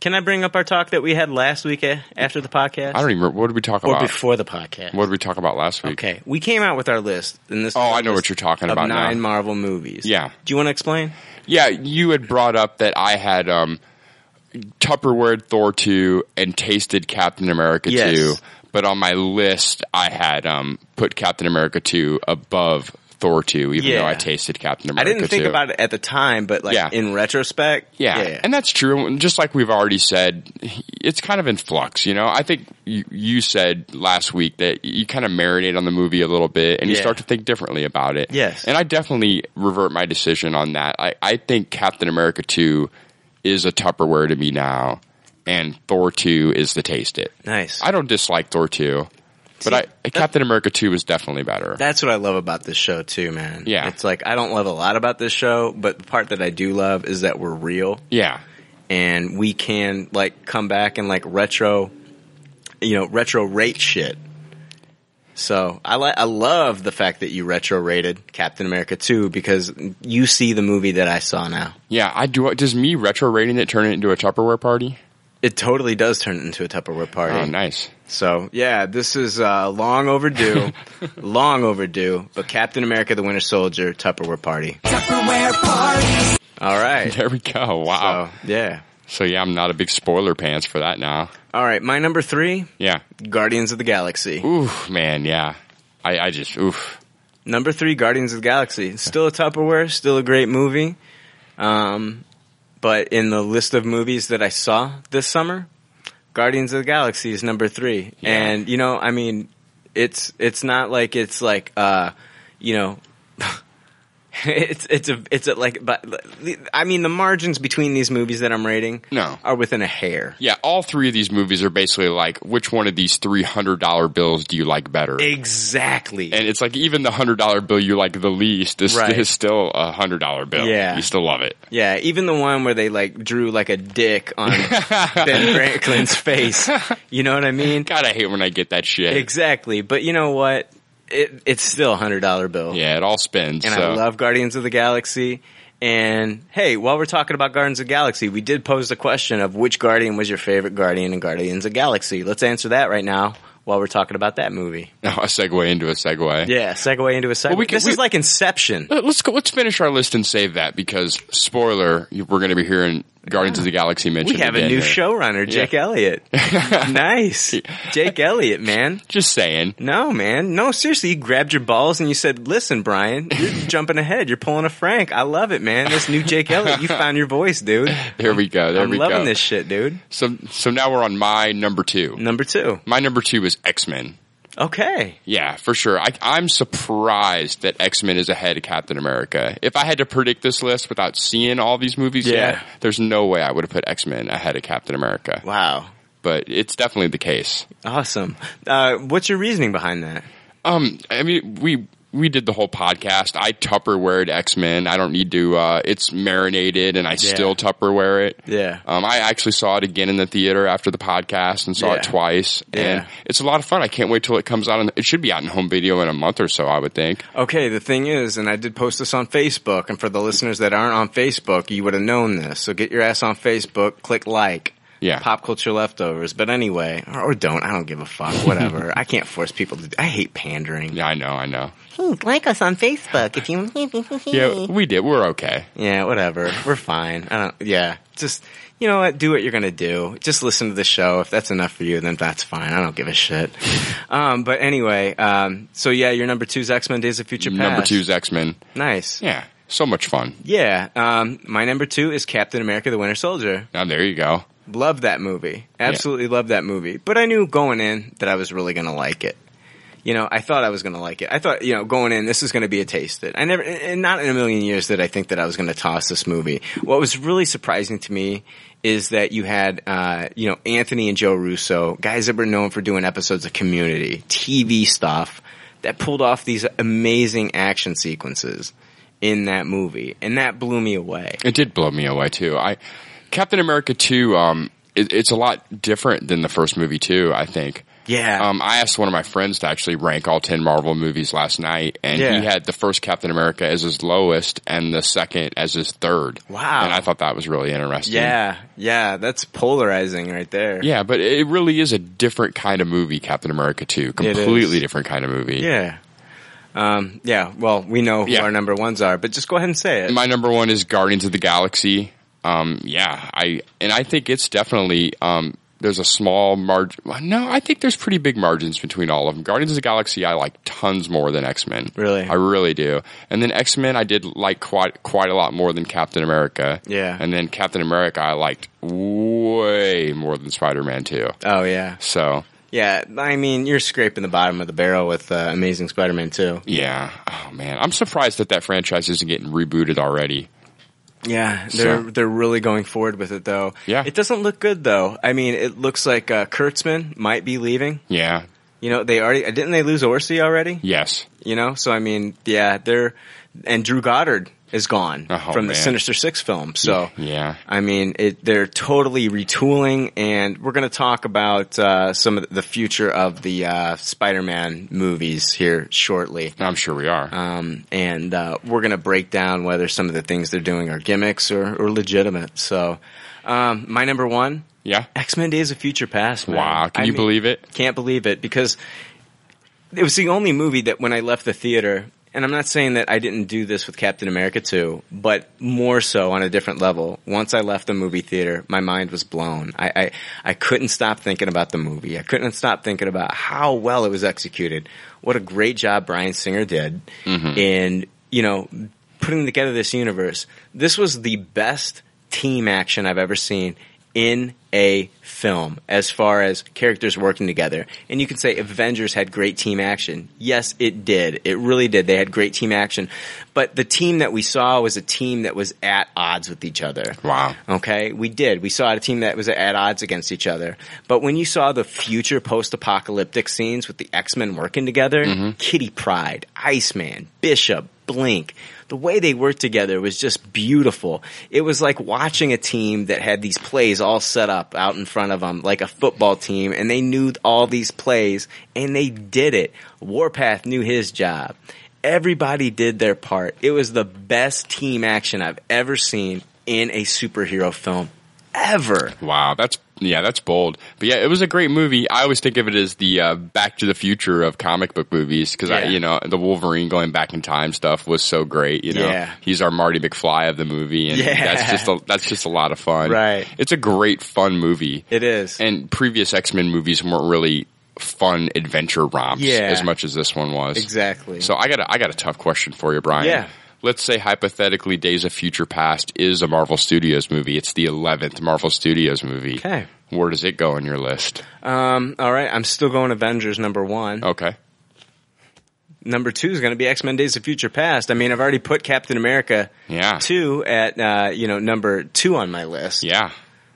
S7: can I bring up our talk that we had last week a- after the podcast?
S8: I don't even. remember What did we talk
S7: Or
S8: about?
S7: before the podcast.
S8: What did we talk about last week?
S7: Okay, we came out with our list, and this.
S8: Oh, I know what you're talking
S7: of
S8: about. now.
S7: Nine Marvel movies.
S8: Yeah.
S7: Do you want to explain?
S8: Yeah, you had brought up that I had um, Tupperware Thor 2 and tasted Captain America 2,
S7: Yes.
S8: but on my list I had um, put Captain America 2 above Thor 2 even
S7: Yeah.
S8: though I tasted Captain
S7: I
S8: America
S7: didn't think
S8: 2.
S7: about it at the time, but like
S8: Yeah.
S7: in retrospect,
S8: Yeah. and that's true. And Just like we've already said, it's kind of in flux. You know, I think you, you said last week that you kind of marinate on the movie a little bit and you
S7: Yeah.
S8: start to think differently about it.
S7: Yes.
S8: and I definitely revert my decision on that. I, I think Captain America two is a Tupperware to me now, and Thor two is the taste it.
S7: Nice.
S8: I don't dislike Thor two, but I Captain America two is definitely better.
S7: That's what I love about this show too, man.
S8: Yeah.
S7: It's like I don't love a lot about this show, but the part that I do love is that we're real
S8: yeah,
S7: and we can like come back and like retro you know, retro rate shit. So I li- I love the fact that you retro rated Captain America 2 because you see the movie that I saw now.
S8: yeah. I do. Does me retro rating it turn it into a Tupperware party?
S7: It totally does turn it into a Tupperware party.
S8: Oh, nice.
S7: So yeah, this is uh, long overdue, long overdue. But Captain America: The Winter Soldier Tupperware party.
S4: Tupperware parties.
S7: All right.
S8: There we go. Wow.
S7: yeah.
S8: So yeah, I'm not a big spoiler pants for that now.
S7: All right, my number three,
S8: Yeah.
S7: Guardians of the Galaxy.
S8: Oof, man. Yeah. I, I just oof.
S7: Number three, Guardians of the Galaxy. Still a Tupperware, still a great movie. Um, but in the list of movies that I saw this summer, Guardians of the Galaxy is number three. And you know, I mean, it's it's not like it's like uh, you know, It's it's a it's a, like but I mean the margins between these movies that I'm rating no. are within a hair.
S8: Yeah, all three of these movies are basically like, which one of these three hundred dollar bills do you like better?
S7: Exactly.
S8: And it's like even the hundred dollar bill you like the least is,
S7: Right.
S8: is still a hundred dollar bill.
S7: Yeah.
S8: you still love it.
S7: Yeah, even the one where they like drew like a dick on Ben Franklin's face. You know what I mean?
S8: God, I hate when I get that shit.
S7: Exactly, but you know what? It, it's still a hundred dollar bill.
S8: Yeah, it all spins.
S7: And I
S8: so-
S7: love Guardians of the Galaxy. And hey, while we're talking about Guardians of the Galaxy, we did pose the question of which Guardian was your favorite Guardian in Guardians of the Galaxy. Let's answer that right now while we're talking about that movie.
S8: No, a segue into a segue.
S7: Yeah, segue into a segue.
S8: Well, we can-
S7: this
S8: we-
S7: is like Inception.
S8: Let- Let's go. Let's finish our list and save that because spoiler, you- we're going to be hearing Guardians of the Galaxy mentioned.
S7: We have a
S8: again
S7: new
S8: here.
S7: showrunner, Jake
S8: Yeah.
S7: Elliott. nice. Jake Elliott, man.
S8: Just saying.
S7: No, man. No, seriously, you grabbed your balls and you said, listen, Brian, you're jumping ahead. You're pulling a Frank. I love it, man. This new Jake Elliott. You found your voice, dude.
S8: There we go. There
S7: I'm
S8: we go.
S7: loving this shit, dude.
S8: So, so now we're on my number two.
S7: Number two.
S8: My number two is X Men.
S7: Okay.
S8: Yeah, for sure. I, I'm surprised that X Men is ahead of Captain America. If I had to predict this list without seeing all these movies
S7: Yeah.
S8: yet, there's no way I would have put X Men ahead of Captain America.
S7: Wow.
S8: But it's definitely the case.
S7: Awesome. Uh, what's your reasoning behind that?
S8: Um, I mean, we we did the whole podcast. I Tupperwared X Men. I don't need to. Uh, it's marinated, and I
S7: Yeah.
S8: still Tupperware it.
S7: Yeah.
S8: Um, I actually saw it again in the theater after the podcast and saw
S7: Yeah.
S8: it twice,
S7: Yeah.
S8: and it's a lot of fun. I can't wait till it comes out. In, it should be out in home video in a month or so, I would think.
S7: Okay, the thing is, and I did post this on Facebook, and for the listeners that aren't on Facebook, you would have known this. So get your ass on Facebook, click like.
S8: Yeah.
S7: Pop culture leftovers. But anyway, or, or don't. I don't give a fuck. Whatever. I can't force people to. I hate pandering.
S8: Yeah, I know. I know.
S7: Hmm, like us on Facebook if you.
S8: Yeah, we did. We're okay.
S7: Yeah, whatever. We're fine. I don't. Yeah, just you know what? Do what you're gonna do. Just listen to the show. If that's enough for you, then that's fine. I don't give a shit. Um, but anyway, um, so yeah, your number two's X Men: Days of Future Past.
S8: Number two's X Men.
S7: Nice.
S8: Yeah, so much fun.
S7: Yeah. Um, my number two is Captain America: The Winter Soldier.
S8: Now Oh, there you go.
S7: Love that movie. Absolutely love that movie. But I knew going in that I was really going to like it. You know, I thought I was going to like it. I thought, you know, going in, this is going to be a taste that I never, and not in a million years did I think that I was going to toss this movie. What was really surprising to me is that you had, uh, you know, Anthony and Joe Russo, guys that were known for doing episodes of community, TV stuff, that pulled off these amazing action sequences in that movie. And that blew me away.
S8: It did blow me away too. I Captain America two. Um, it, it's a lot different than the first movie too. I think.
S7: Yeah.
S8: Um, I asked one of my friends to actually rank all ten Marvel movies last night, and
S7: Yeah.
S8: he had the first Captain America as his lowest, and the second as his third.
S7: Wow.
S8: And I thought that was really interesting.
S7: Yeah. Yeah. That's polarizing right there.
S8: Yeah, but it really is a different kind of movie, Captain America two.
S7: is.
S8: Completely different kind of movie.
S7: Yeah. Um, yeah. Well, we know who
S8: Yeah.
S7: our number ones are, but just go ahead and say it.
S8: My number one is Guardians of the Galaxy. Um, yeah, I and I think it's definitely um, there's a small margin. No, I think there's pretty big margins between all of them. Guardians of the Galaxy, I like tons more than X Men.
S7: Really?
S8: I really do. And then X Men, I did like quite quite a lot more than Captain America.
S7: Yeah.
S8: And then Captain America, I liked way more than Spider Man too.
S7: oh yeah.
S8: So
S7: Yeah. I mean, you're scraping the bottom of the barrel with uh, Amazing Spider-Man 2.
S8: yeah, oh man, I'm surprised that that franchise isn't getting rebooted already.
S7: Yeah. They're,
S8: So-
S7: they're really going forward with it though.
S8: Yeah.
S7: It doesn't look good though. I mean, it looks like, uh, Kurtzman might be leaving.
S8: Yeah.
S7: You know, they already, didn't they lose Orsi already?
S8: Yes.
S7: You know, so I mean, yeah, they're, and Drew Goddard is gone
S8: Oh,
S7: from the
S8: man.
S7: Sinister Six film. So,
S8: Yeah.
S7: I mean, it, they're totally retooling, and we're going to talk about uh, some of the future of the uh, Spider-Man movies here shortly.
S8: I'm sure we are.
S7: Um, and uh, we're going to break down whether some of the things they're doing are gimmicks or, or legitimate. So, um, my number one,
S8: yeah,
S7: X-Men: Days of Future Past. man.
S8: Wow, can
S7: I
S8: you
S7: mean-
S8: believe it?
S7: can't believe it because it was the only movie that when I left the theater, and I'm not saying that I didn't do this with Captain America 2, but more so on a different level. Once I left the movie theater, my mind was blown. I, I, I couldn't stop thinking about the movie. I couldn't stop thinking about how well it was executed. What a great job Brian Singer did
S12: Mm-hmm.
S7: in, you know, putting together this universe. This was the best team action I've ever seen in a film as far as characters working together. And you can say Avengers had great team action. Yes, it did. It really did. They had great team action. But the team that we saw was a team that was at odds with each other.
S8: Wow.
S7: Okay? We did. We saw a team that was at odds against each other. But when you saw the future post-apocalyptic scenes with the X-Men working together, Kitty Pride, Iceman, Bishop, Blink, the way they worked together was just beautiful. It was like watching a team that had these plays all set up out in front of them, like a football team, and they knew all these plays and they did it. Warpath knew his job. Everybody did their part. It was the best team action I've ever seen in a superhero film ever.
S8: Wow, that's yeah, that's bold. But yeah, it was a great movie. I always think of it as the uh, Back to the Future of comic book movies because I,
S7: Yeah.
S8: you know, the Wolverine going back in time stuff was so great. You know,
S7: Yeah.
S8: he's our Marty McFly of the movie, and
S7: Yeah.
S8: that's just a, that's just a lot of fun.
S7: Right.
S8: It's a great fun movie.
S7: It is.
S8: And previous X Men movies weren't really fun adventure romps
S7: Yeah.
S8: as much as this one was.
S7: Exactly.
S8: So I got a, I got a tough question for you, Brian.
S7: Yeah.
S8: Let's say hypothetically Days of Future Past is a Marvel Studios movie. It's the 11th Marvel Studios movie.
S7: Okay.
S8: Where does it go on your list?
S7: Um, all right, I'm still going Avengers number one.
S8: Okay.
S7: Number two is going to be X Men: Days of Future Past. I mean, I've already put Captain America
S8: yeah.
S7: two at uh, you know number two on my list.
S8: Yeah.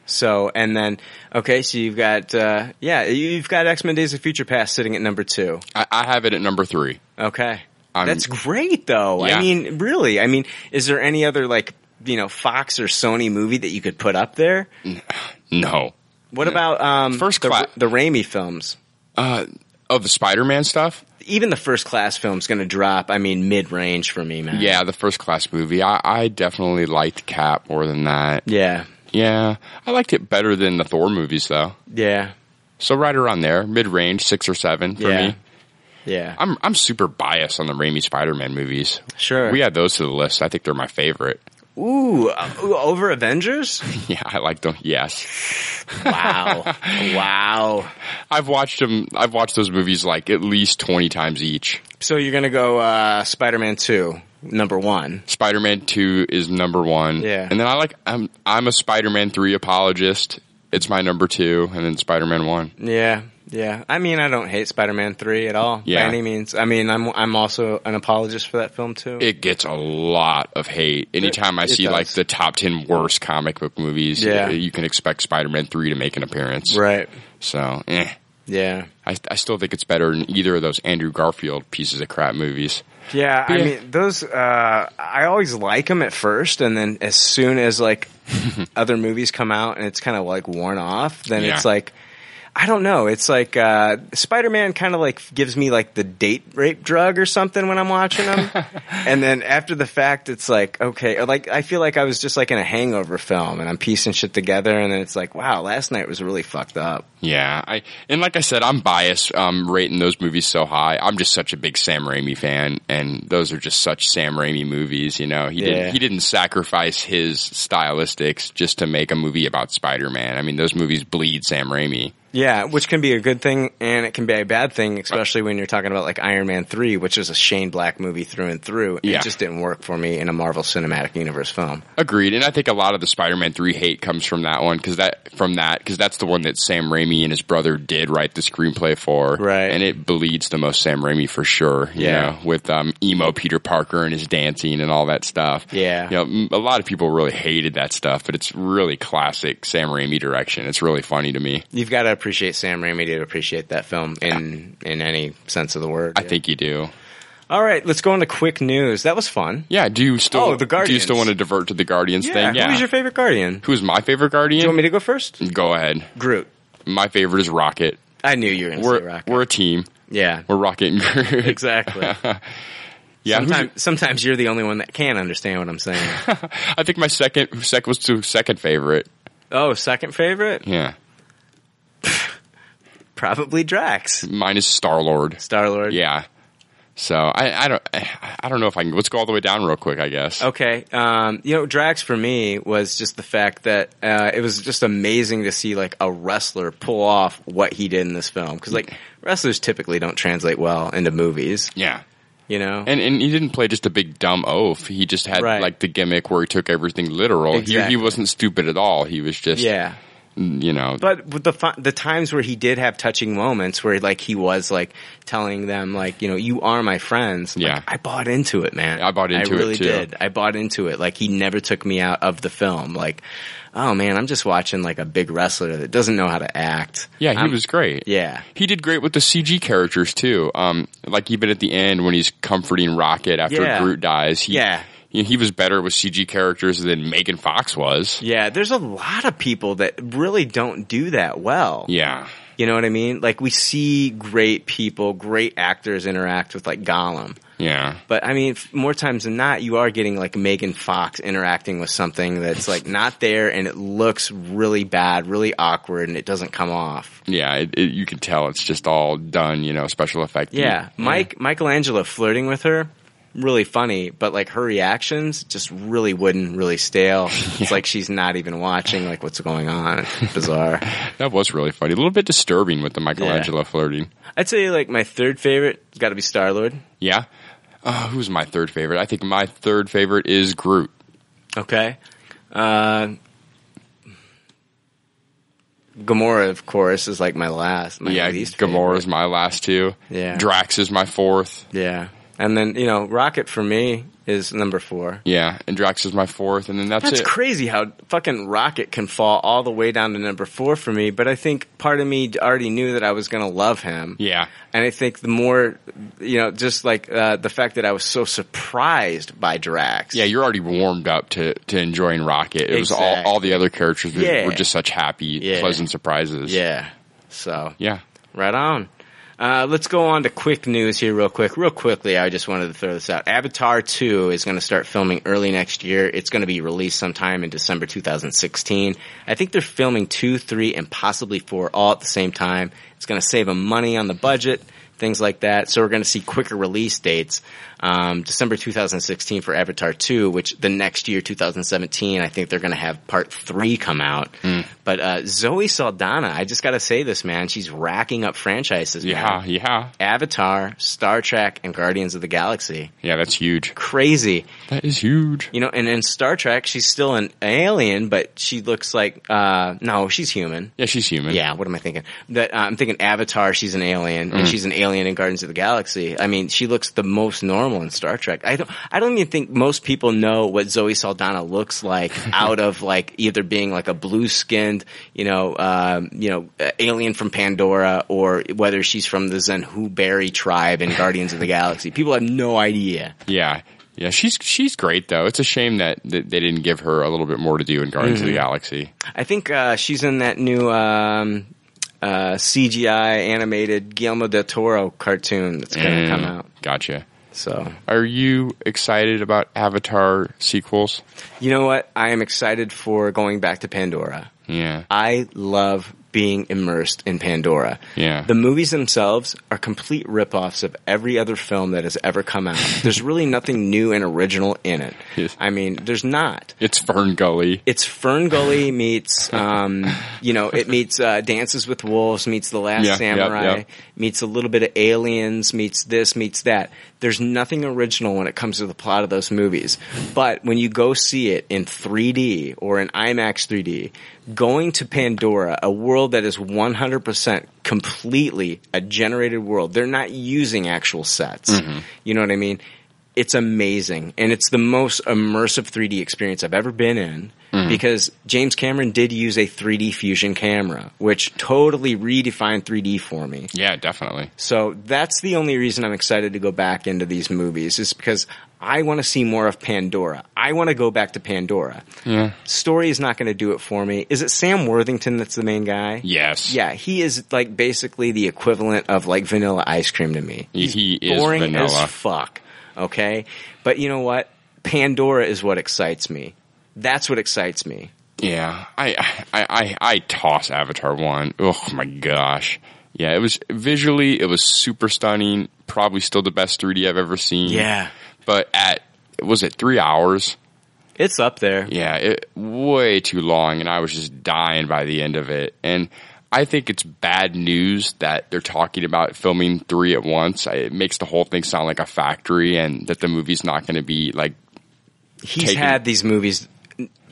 S7: So and then okay, so you've got uh, yeah, you've got X Men: Days of Future Past sitting at number two.
S8: I, I have it at number three.
S7: Okay,
S8: I'm-
S7: that's great though.
S8: Yeah.
S7: I mean, really. I mean, is there any other like you know Fox or Sony movie that you could put up there?
S8: No.
S7: What about um,
S8: First
S7: the,
S8: Class-
S7: the Raimi films?
S8: Uh, of the Spider-Man stuff?
S7: Even the first class film's going to drop. I mean, mid range for me, man.
S8: Yeah, the first class movie. I, I definitely liked Cap more than that.
S7: Yeah.
S8: Yeah. I liked it better than the Thor movies though.
S7: Yeah.
S8: So right around there, mid range, six or seven for
S7: Yeah.
S8: me.
S7: Yeah.
S8: I'm I'm super biased on the Raimi Spider Man movies.
S7: Sure.
S8: We add those to the list. I think they're my favorite.
S7: Ooh, uh, ooh, over Avengers?
S8: Yeah, I like them. Yes.
S7: Wow. wow.
S8: I've watched them I've watched those movies like at least twenty times each.
S7: So you're going to go uh, Spider Man 2, number one.
S8: Spider Man two is number one.
S7: Yeah.
S8: And then I like I'm I'm a Spider Man three apologist. It's my number two and then Spider Man one.
S7: Yeah. Yeah. I mean, I don't hate Spider Man 3 at all
S8: Yeah.
S7: by any means. I mean, I'm, I'm also an apologist for that film, too.
S8: It gets a lot of hate. Anytime I
S7: It
S8: see
S7: does.
S8: like the top ten worst comic book movies, uh,
S7: Yeah.
S8: you can expect Spider Man three to make an appearance.
S7: Right.
S8: So eh.
S7: Yeah.
S8: I, I still think it's better than either of those Andrew Garfield pieces of crap movies.
S7: Yeah, I
S8: Yeah.
S7: mean those. Uh, I always like them at first, and then as soon as like other movies come out and it's kind of like worn off, then
S8: Yeah.
S7: it's like I don't know. It's like uh, Spider Man kind of like gives me like the date rape drug or something when I'm watching them, and then after the fact, it's like okay, or, like I feel like I was just like in a hangover film and I'm piecing shit together, and then it's like wow, last night was really fucked up.
S8: Yeah, I and like I said, I'm biased um, rating those movies so high. I'm just such a big Sam Raimi fan, and those are just such Sam Raimi movies. You know, he
S7: Yeah.
S8: didn't he didn't sacrifice his stylistics just to make a movie about Spider Man. I mean, those movies bleed Sam Raimi.
S7: Yeah, which can be a good thing and it can be a bad thing, especially when you're talking about like Iron Man 3, which is a Shane Black movie through and through.
S8: Yeah.
S7: It just didn't work for me in a Marvel Cinematic Universe film.
S8: Agreed, and I think a lot of the Spider-Man three hate comes from that one because that from that because that's the one that Sam Raimi and his brother did write the screenplay for, right? And it bleeds the most Sam Raimi for sure, you
S7: Yeah.
S8: know, with um, emo Peter Parker and his dancing and all that stuff.
S7: Yeah.
S8: you know, m- a lot of people really hated that stuff, but it's really classic Sam Raimi direction. It's really funny to me.
S7: You've got to appreciate Sam Raimi to appreciate that film in in any sense of the word.
S8: I think you do.
S7: All right, let's go into quick news. That was fun.
S8: Yeah, do you still?
S7: Oh, the
S8: Do you
S7: Guardians.
S8: still want to divert to the Guardians
S7: Yeah,
S8: thing?
S7: who was your favorite Guardian?
S8: Who's my favorite Guardian? Do you want
S7: me to go first?
S8: Go ahead.
S7: Groot.
S8: My favorite is Rocket.
S7: I knew you were going to
S8: we're,
S7: say Rocket.
S8: We're a team.
S7: Yeah.
S8: We're Rocket and Groot.
S7: Exactly.
S8: Yeah, who's-
S7: sometimes, sometimes you're the only one that can understand what I'm saying.
S8: I think my second second was to second favorite.
S7: oh, second favorite?
S8: Yeah.
S7: Probably Drax.
S8: Mine is Star Lord.
S7: Star Lord.
S8: Yeah. So I, I don't I don't know if I can let's go all the way down real quick, I guess.
S7: Okay. Um, you know, Drax for me was just the fact that uh, it was just amazing to see like a wrestler pull off what he did in this film because like wrestlers typically don't translate well into movies.
S8: Yeah.
S7: You know.
S8: And and he didn't play just a big dumb oaf. He just had
S7: Right.
S8: like the gimmick where he took everything literal. He, he
S7: Exactly.
S8: wasn't stupid at all. He was just
S7: yeah.
S8: you know,
S7: But with the fi- the times where he did have touching moments, where like he was like telling them like you know you are my friends. Yeah, I bought into it, man. I bought
S8: into
S7: I
S8: it,
S7: really
S8: too.
S7: did. I bought into it. Like he never took me out of the film. Like, oh man, I'm just watching like a big wrestler that doesn't know how to act.
S8: Yeah, he
S7: I'm-
S8: was great.
S7: Yeah.
S8: He did great with the CG characters too. Um, like even at the end when he's comforting Rocket after
S7: Yeah.
S8: Groot dies. He,
S7: Yeah.
S8: He, he was better with CG characters than Megan Fox was.
S7: Yeah, there's a lot of people that really don't do that well.
S8: Yeah.
S7: You know what I mean? Like we see great people, great actors interact with like Gollum.
S8: Yeah.
S7: But I mean, f- more times than not, you are getting like Megan Fox interacting with something that's like not there and it looks really bad, really awkward, and it doesn't come off.
S8: Yeah, it, it, you can tell it's just all done, you know, special effect.
S7: Yeah. Mike, Michelangelo flirting with her, really funny, but like her reactions just really wooden, really stale. It's like she's not even watching like what's going on. It's bizarre.
S8: that was really funny. A little bit disturbing with the Michelangelo flirting.
S7: I'd say like my third favorite has got to be Star Lord.
S8: Yeah. Uh, who's my third favorite? I think my third favorite is Groot.
S7: Okay. Uh, Gamora, of course, is like my last. My
S8: yeah,
S7: least
S8: Gamora's my last two.
S7: Yeah.
S8: Drax is my fourth.
S7: Yeah. And then, you know, Rocket for me is number four.
S8: Yeah, and Drax is my fourth, and then that's,
S7: That's
S8: it.
S7: crazy how fucking Rocket can fall all the way down to number four for me, but I think part of me already knew that I was going to love him.
S8: Yeah.
S7: And I think the more, you know, just like uh, the fact that I was so surprised by Drax.
S8: Yeah, you're already warmed up to, to enjoying Rocket. It was all,
S7: Exactly.
S8: all the other characters were,
S7: Yeah.
S8: were just such happy,
S7: Yeah.
S8: pleasant surprises.
S7: Yeah. So
S8: yeah,
S7: right on. Uh, let's go on to quick news here, real quick, real quickly. I just wanted to throw this out. Avatar Two is going to start filming early next year. It's going to be released sometime in December 2016. I think they're filming two, three, and possibly four all at the same time. It's going to save them money on the budget, things like that. So we're going to see quicker release dates. Um, December 2016 for Avatar 2, which the next year, 2017, I think they're going to have part three come out. But uh, Zoe Saldana, I just got to say this, man. She's racking up franchises.
S8: Yeah, yeah.
S7: Avatar, Star Trek, and Guardians of the Galaxy.
S8: Yeah, that's huge.
S7: Crazy.
S8: That is huge.
S7: You know, and in Star Trek, she's still an alien, but she looks like, uh, no, she's human.
S8: Yeah, she's human.
S7: Yeah, what am I thinking? That uh, I'm thinking Avatar, she's an alien,
S8: Mm.
S7: and she's an alien in Guardians of the Galaxy. I mean, she looks the most normal in Star Trek. I don't, I don't even think most people know what Zoe Saldana looks like out of like either being like a blue skinned, you know, um, you know, uh, alien from Pandora, or whether she's from the Zenhu Berry tribe in Guardians of the Galaxy. People have no idea.
S8: Yeah. Yeah, she's she's great though. It's a shame that, that they didn't give her a little bit more to do in Guardians of the
S7: Mhm.
S8: Galaxy.
S7: I think uh, she's in that new um, uh, CGI animated Guillermo del Toro cartoon that's going to
S8: Mm,
S7: come out.
S8: Gotcha.
S7: So,
S8: are you excited about Avatar sequels?
S7: You know what? I am excited for going back to Pandora.
S8: Yeah.
S7: I love being immersed in Pandora.
S8: Yeah.
S7: The movies themselves are complete ripoffs of every other film that has ever come out. There's really nothing new and original in it. I mean, there's not.
S8: It's Fern Gully.
S7: It's Fern Gully meets, um, you know, it meets uh, Dances with Wolves, meets The Last
S8: Yeah, yep,
S7: Samurai,
S8: yep.
S7: meets a little bit of Aliens, meets this, meets that. There's nothing original when it comes to the plot of those movies. But when you go see it in 3D or in IMAX 3D, going to Pandora, a world that is 100% completely a generated world, they're not using actual sets.
S8: Mm-hmm.
S1: Mhm.
S7: You know what I mean? It's amazing. And it's the most immersive 3D experience I've ever been
S8: Mm-hmm.
S7: in
S1: Mhm.
S7: because James Cameron did use a 3D fusion camera, which totally redefined 3D for me.
S8: Yeah, definitely.
S7: So that's the only reason I'm excited to go back into these movies is because I want to see more of Pandora. I want to go back to Pandora.
S8: Yeah.
S7: Story is not going to do it for me. Is it Sam Worthington that's the main guy?
S8: Yes.
S7: Yeah, he is like basically the equivalent of like vanilla ice cream to me. He's
S8: he is
S7: boring
S8: vanilla.
S7: as fuck. Okay, but you know what? Pandora is what excites me. That's what excites me.
S8: Yeah, I I I, I toss Avatar one. Oh my gosh. Yeah, it was visually it was super stunning. Probably still the best 3D I've ever seen.
S7: Yeah.
S8: but at was it three hours?
S7: It's up there.
S8: Yeah, it way too long, and I was just dying by the end of it. And I think it's bad news that they're talking about filming three at once. I- It makes the whole thing sound like a factory, and that the movie's not going to be like
S7: He's
S8: taken-
S7: had these movies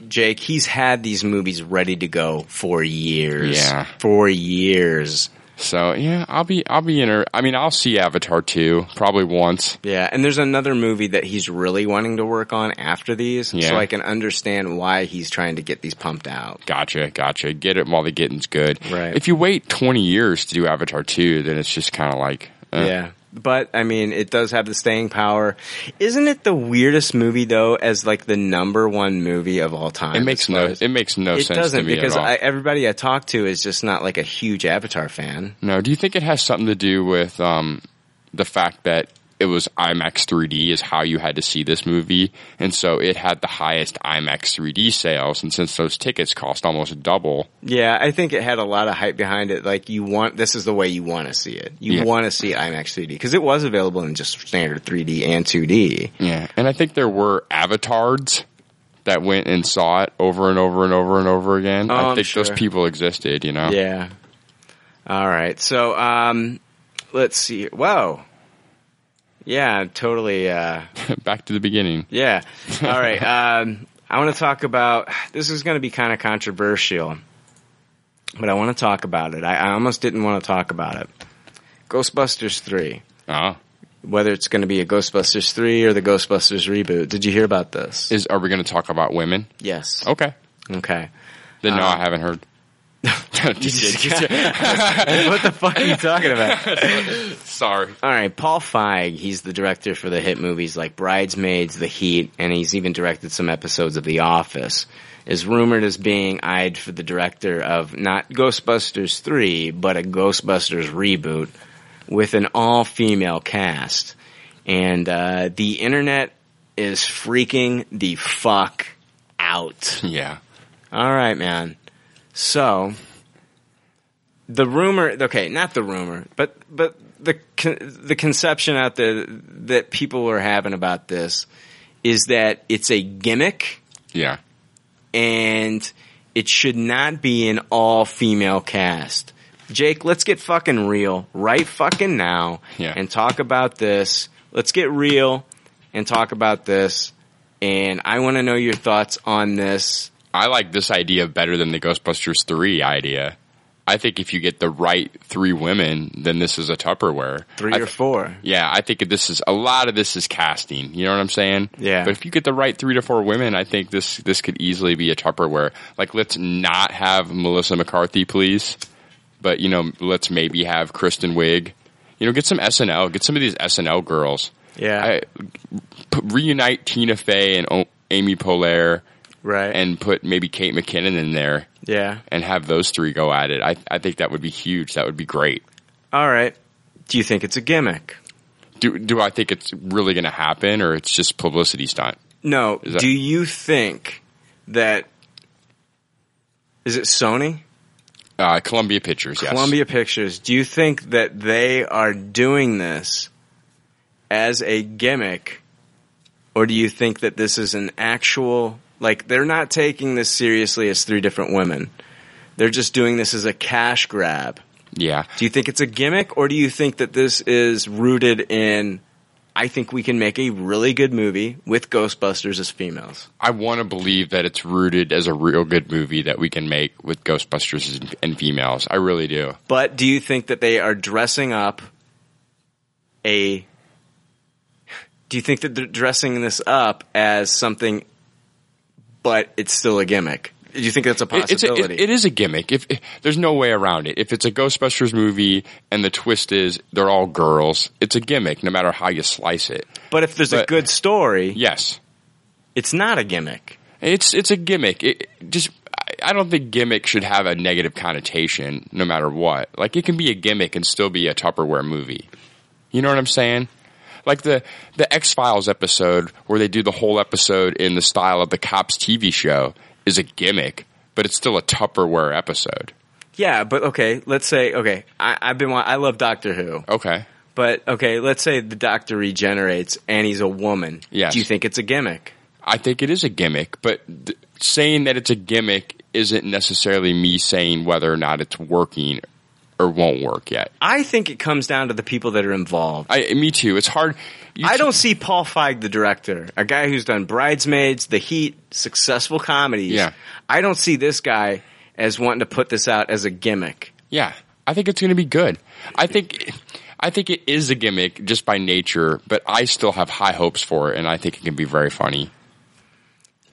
S7: Jake, he's had these movies ready to go for years.
S8: Yeah.
S7: For years.
S8: So yeah, I'll be I'll be in. I mean, I'll see Avatar two probably once.
S7: Yeah, and there's another movie that he's really wanting to work on after these,
S8: Yeah.
S7: so I can understand why he's trying to get these pumped out.
S8: Gotcha, gotcha. Get it while the getting's good.
S7: Right.
S8: If you wait twenty years to do Avatar two, then it's just kind of like eh.
S7: Yeah. But I mean, it does have the staying power. Isn't it the weirdest movie though? As like the number one movie of all time.
S8: It makes no it makes no
S7: it
S8: sense
S7: doesn't
S8: to me
S7: because
S8: at all.
S7: I, everybody I talk to is just not like a huge Avatar fan.
S8: no, do you think it has something to do with um, the fact that it was IMAX 3D is how you had to see this movie, and so it had the highest IMAX 3D sales, and since those tickets cost almost double,
S7: Yeah, I think it had a lot of hype behind it. Like you want this is the way you want to see it. You
S8: Yeah.
S7: want to see IMAX 3D because it was available in just standard 3D and 2D.
S8: Yeah, and I think there were avatars that went and saw it over and over and over and over again.
S7: Oh,
S8: I
S7: I'm
S8: think those
S7: sure.
S8: people existed, you know.
S7: Yeah. All right. So, um, let's see. Whoa. Yeah, totally. Uh,
S8: Back to the beginning.
S7: Yeah. All right. Um, I want to talk about this is going to be kind of controversial, but I want to talk about it. I, I almost didn't want to talk about it. Ghostbusters 3.
S8: Ah.
S7: Whether it's going to be a Ghostbusters 3 or the Ghostbusters reboot. Did you hear about this?
S8: Is are we going to talk about women?
S7: Yes.
S8: Okay.
S7: Okay.
S8: Then no, I
S7: Um,
S8: haven't heard. Just kidding, just kidding.
S7: what the fuck are you talking about?
S8: Sorry.
S7: All right, Paul Feig, he's the director for the hit movies like Bridesmaids, The Heat, and he's even directed some episodes of The Office, is rumored as being eyed for the director of not Ghostbusters 3, but a Ghostbusters reboot with an all female cast. And uh, the internet is freaking the fuck out.
S8: Yeah.
S7: All right, man. So the rumor, okay, not the rumor, but but the con- the conception out there that people are having about this is that it's a gimmick
S8: Yeah.
S7: and it should not be an all female cast. Jake, let's get fucking real right fucking now
S8: Yeah.
S7: and talk about this. Let's get real and talk about this. And I want to know your thoughts on this.
S8: I like this idea better than the Ghostbusters 3 idea. I think if you get the right three women, then this is a Tupperware.
S7: Three
S8: I
S7: or
S8: th-
S7: four.
S8: Yeah, I think this is a lot of this is casting. You know what I'm saying?
S7: Yeah.
S8: But if you get the right three to four women, I think this this could easily be a Tupperware. Like, let's not have Melissa McCarthy, please. But you know, let's maybe have Kristen Wiig. You know, get some SNL. Get some of these SNL girls.
S7: Yeah.
S8: I, p- reunite Tina Fey and o- Amy Poehler.
S7: Right.
S8: And put maybe Kate McKinnon in there
S7: Yeah.
S8: and have those three go at it. I, I think that would be huge. That would be great.
S7: All right. Do you think it's a gimmick?
S8: Do do I think it's really going to happen, or it's just publicity stunt?
S7: No.
S8: Is that-
S7: Do you think that is it Sony?
S8: Uh, Columbia Pictures, yes.
S7: Columbia Pictures. Do you think that they are doing this as a gimmick or do you think that this is an actual like they're not taking this seriously as three different women. They're just doing this as a cash grab.
S8: Yeah.
S7: Do you think it's a gimmick or do you think that this is rooted in I think we can make a really good movie with Ghostbusters as females?
S8: I want to believe that it's rooted as a real good movie that we can make with Ghostbusters and- and females. I really do.
S7: But do you think that they are dressing up a? Do you think that they're dressing this up as something, but it's still a gimmick? Do you think that's a
S8: It- it's a- it-
S7: possibility?
S8: it is a gimmick. If, if- there's no way around it. If it's a Ghostbusters movie and the twist is they're all girls, it's a gimmick no matter how you slice it.
S7: but if there's a
S8: But-
S7: good story,
S8: yes,
S7: it's not a gimmick.
S8: It's it's a gimmick. It it just I- I don't think gimmick should have a negative connotation no matter what. Like it can be a gimmick and still be a Tupperware movie. You know what I'm saying? Like the the X Files episode where they do the whole episode in the style of the cops TV show is a gimmick, but it's still a Tupperware episode.
S7: Yeah, but okay. Let's say okay. I, I've been. wa- I love Doctor Who.
S8: Okay.
S7: But okay, let's say the Doctor regenerates and he's a woman.
S8: Yes.
S7: Do you think it's a gimmick?
S8: I think it is a gimmick, but th- saying that it's a gimmick isn't necessarily me saying whether or not it's working or won't work yet.
S7: I think it comes down to the people that are involved.
S8: I, me too. It's hard.
S7: I don't see Paul Feig, the director, a guy who's done Bridesmaids, The Heat, successful comedies.
S8: Yeah.
S7: I don't see this guy as wanting to put this out as a gimmick.
S8: Yeah, I think it's going to be good. I think I think it is a gimmick just by nature, but I still have high hopes for it, and I think it can be very funny.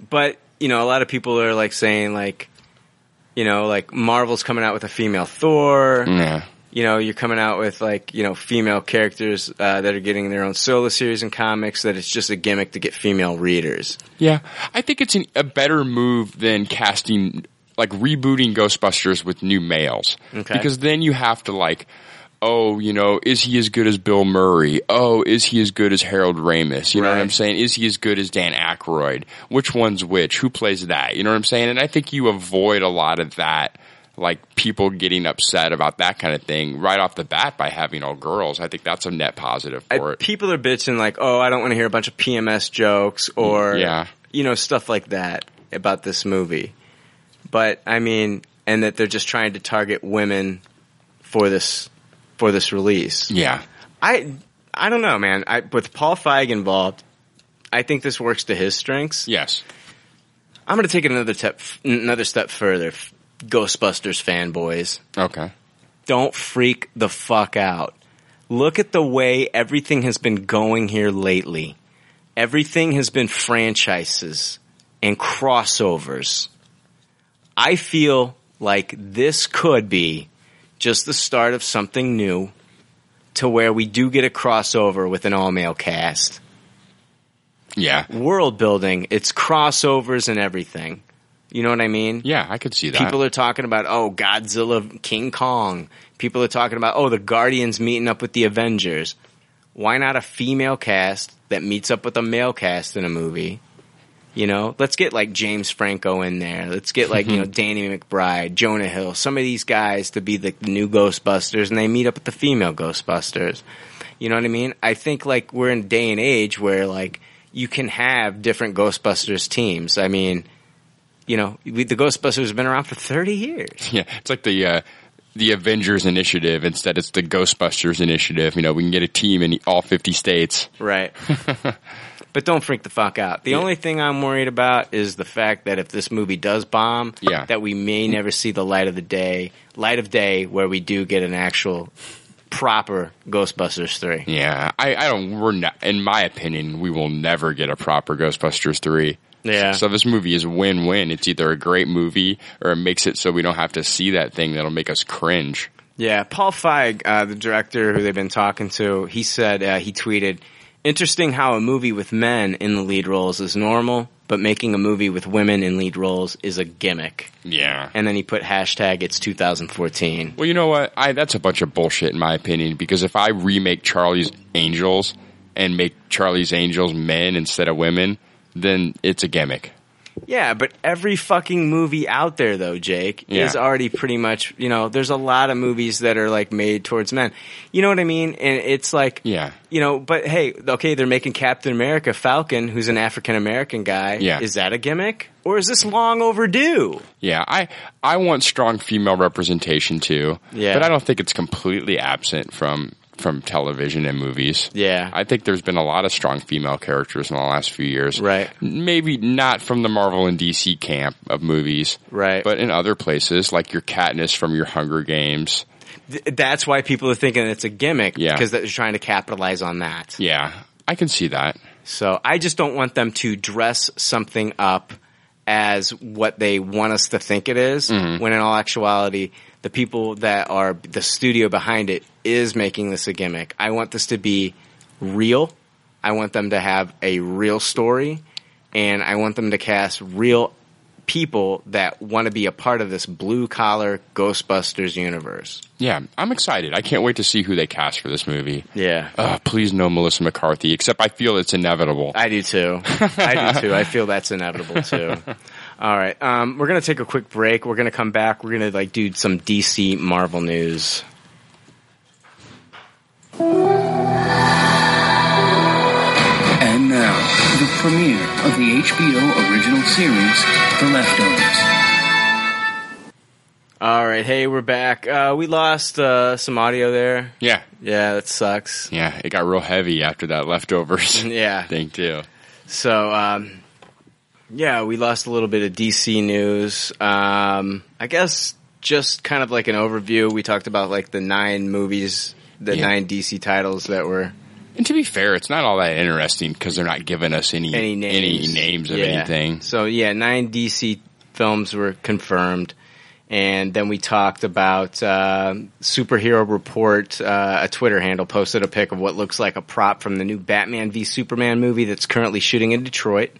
S7: But you know, a lot of people are like saying like, you know, like Marvel's coming out with a female Thor.
S8: Mm. Yeah.
S7: You know, you're coming out with like you know female characters uh, that are getting their own solo series and comics. That it's just a gimmick to get female readers.
S8: Yeah, I think it's an, a better move than casting like rebooting Ghostbusters with new males
S7: Okay.
S8: because then you have to like. Oh, you know, is he as good as Bill Murray? Oh, is he as good as Harold Ramis? You know what I'm saying? Is he as good as Dan Aykroyd? Which one's which? Who plays that? You know what I'm saying? And I think you avoid a lot of that, like people getting upset about that kind of thing right off the bat by having all girls. I think that's a net positive
S7: I-
S8: for it.
S7: people are bitching like, oh, I don't want to hear a bunch of PMS jokes or
S8: Mm, Yeah.
S7: you know stuff like that about this movie. But I mean, and that they're just trying to target women for this for this release.
S8: Yeah,
S7: I I don't know, man. I, with Paul Feig involved, I think this works to his strengths.
S8: Yes,
S7: I'm going to take it another step another step further. Ghostbusters fanboys.
S8: Okay.
S7: Don't freak the fuck out. Look at the way everything has been going here lately. Everything has been franchises and crossovers. I feel like this could be just the start of something new to where we do get a crossover with an all male cast.
S8: Yeah.
S7: World building, it's crossovers and everything. You know what I mean?
S8: Yeah, I could see that.
S7: People are talking about, oh, Godzilla, King Kong. People are talking about, oh, the Guardians meeting up with the Avengers. Why not a female cast that meets up with a male cast in a movie? You know, let's get like James Franco in there. Let's get like, you know, Danny McBride, Jonah Hill, some of these guys to be the new Ghostbusters and they meet up with the female Ghostbusters. You know what I mean? I think like we're in a day and age where like you can have different Ghostbusters teams. I mean, you know, we, the Ghostbusters has been around for 30 years.
S8: Yeah, it's like the uh, the Avengers Initiative. Instead, it's the Ghostbusters Initiative. You know, we can get a team in all fifty states.
S7: Right. but don't freak the fuck out. The only thing I'm worried about is the fact that if this movie does bomb,
S8: Yeah.
S7: that we may never see the light of the day, light of day where we do get an actual proper Ghostbusters 3.
S8: Yeah, I, I don't. We're not. In my opinion, we will never get a proper Ghostbusters three.
S7: Yeah.
S8: So this movie is win win. It's either a great movie or it makes it so we don't have to see that thing that'll make us cringe.
S7: Yeah, Paul Feig, uh, the director who they've been talking to, he said uh, he tweeted, "Interesting how a movie with men in the lead roles is normal, but making a movie with women in lead roles is a gimmick."
S8: Yeah.
S7: And then he put hashtag It's 2014.
S8: Well, you know what? I that's a bunch of bullshit in my opinion because if I remake Charlie's Angels and make Charlie's Angels men instead of women, then it's a gimmick.
S7: Yeah, but every fucking movie out there, though, Jake,
S8: Yeah.
S7: is already pretty much, you know, there's a lot of movies that are like made towards men. You know what I mean? And it's like,
S8: Yeah.
S7: you know, but hey, okay, they're making Captain America Falcon, who's an African American guy.
S8: Yeah.
S7: Is that a gimmick? Or is this long overdue?
S8: Yeah, I I want strong female representation too.
S7: Yeah.
S8: but I don't think it's completely absent from from television and movies.
S7: Yeah.
S8: I think there's been a lot of strong female characters in the last few years.
S7: Right.
S8: Maybe not from the Marvel and DC camp of movies.
S7: Right.
S8: But in other places, like your Katniss from your Hunger Games.
S7: Th- that's why people are thinking it's a gimmick
S8: Yeah.
S7: because they're trying to capitalize on that.
S8: Yeah, I can see that.
S7: So I just don't want them to dress something up as what they want us to think it is,
S8: Mhm.
S7: when in all actuality, the people that are the studio behind it is making this a gimmick. I want this to be real. I want them to have a real story, and I want them to cast real people that want to be a part of this blue collar Ghostbusters universe.
S8: Yeah, I'm excited. I can't wait to see who they cast for this movie.
S7: Yeah.
S8: Ugh, please no Melissa McCarthy, except I feel it's inevitable.
S7: I do too. I do too. I feel that's inevitable too. All right, um, we're gonna take a quick break. We're gonna come back. We're gonna like do some DC Marvel news.
S1: And now, the premiere of the HBO original series, The Leftovers.
S7: All right, hey, we're back. Uh, we lost uh, some audio there.
S8: Yeah.
S7: Yeah, that sucks.
S8: Yeah, it got real heavy after that leftovers
S7: Yeah.
S8: thing too.
S7: So, um, yeah, we lost a little bit of DC news. Um, I guess just kind of like an overview. We talked about like the nine movies, the
S8: Yeah.
S7: nine DC titles that were.
S8: And to be fair, it's not all that interesting because they're not giving us any
S7: Any
S8: any
S7: names.
S8: names, of
S7: Yeah.
S8: anything.
S7: So yeah, nine DC films were confirmed, and then we talked about uh, superhero report. Uh, a Twitter handle posted a pic of what looks like a prop from the new Batman v Superman movie that's currently shooting in Detroit.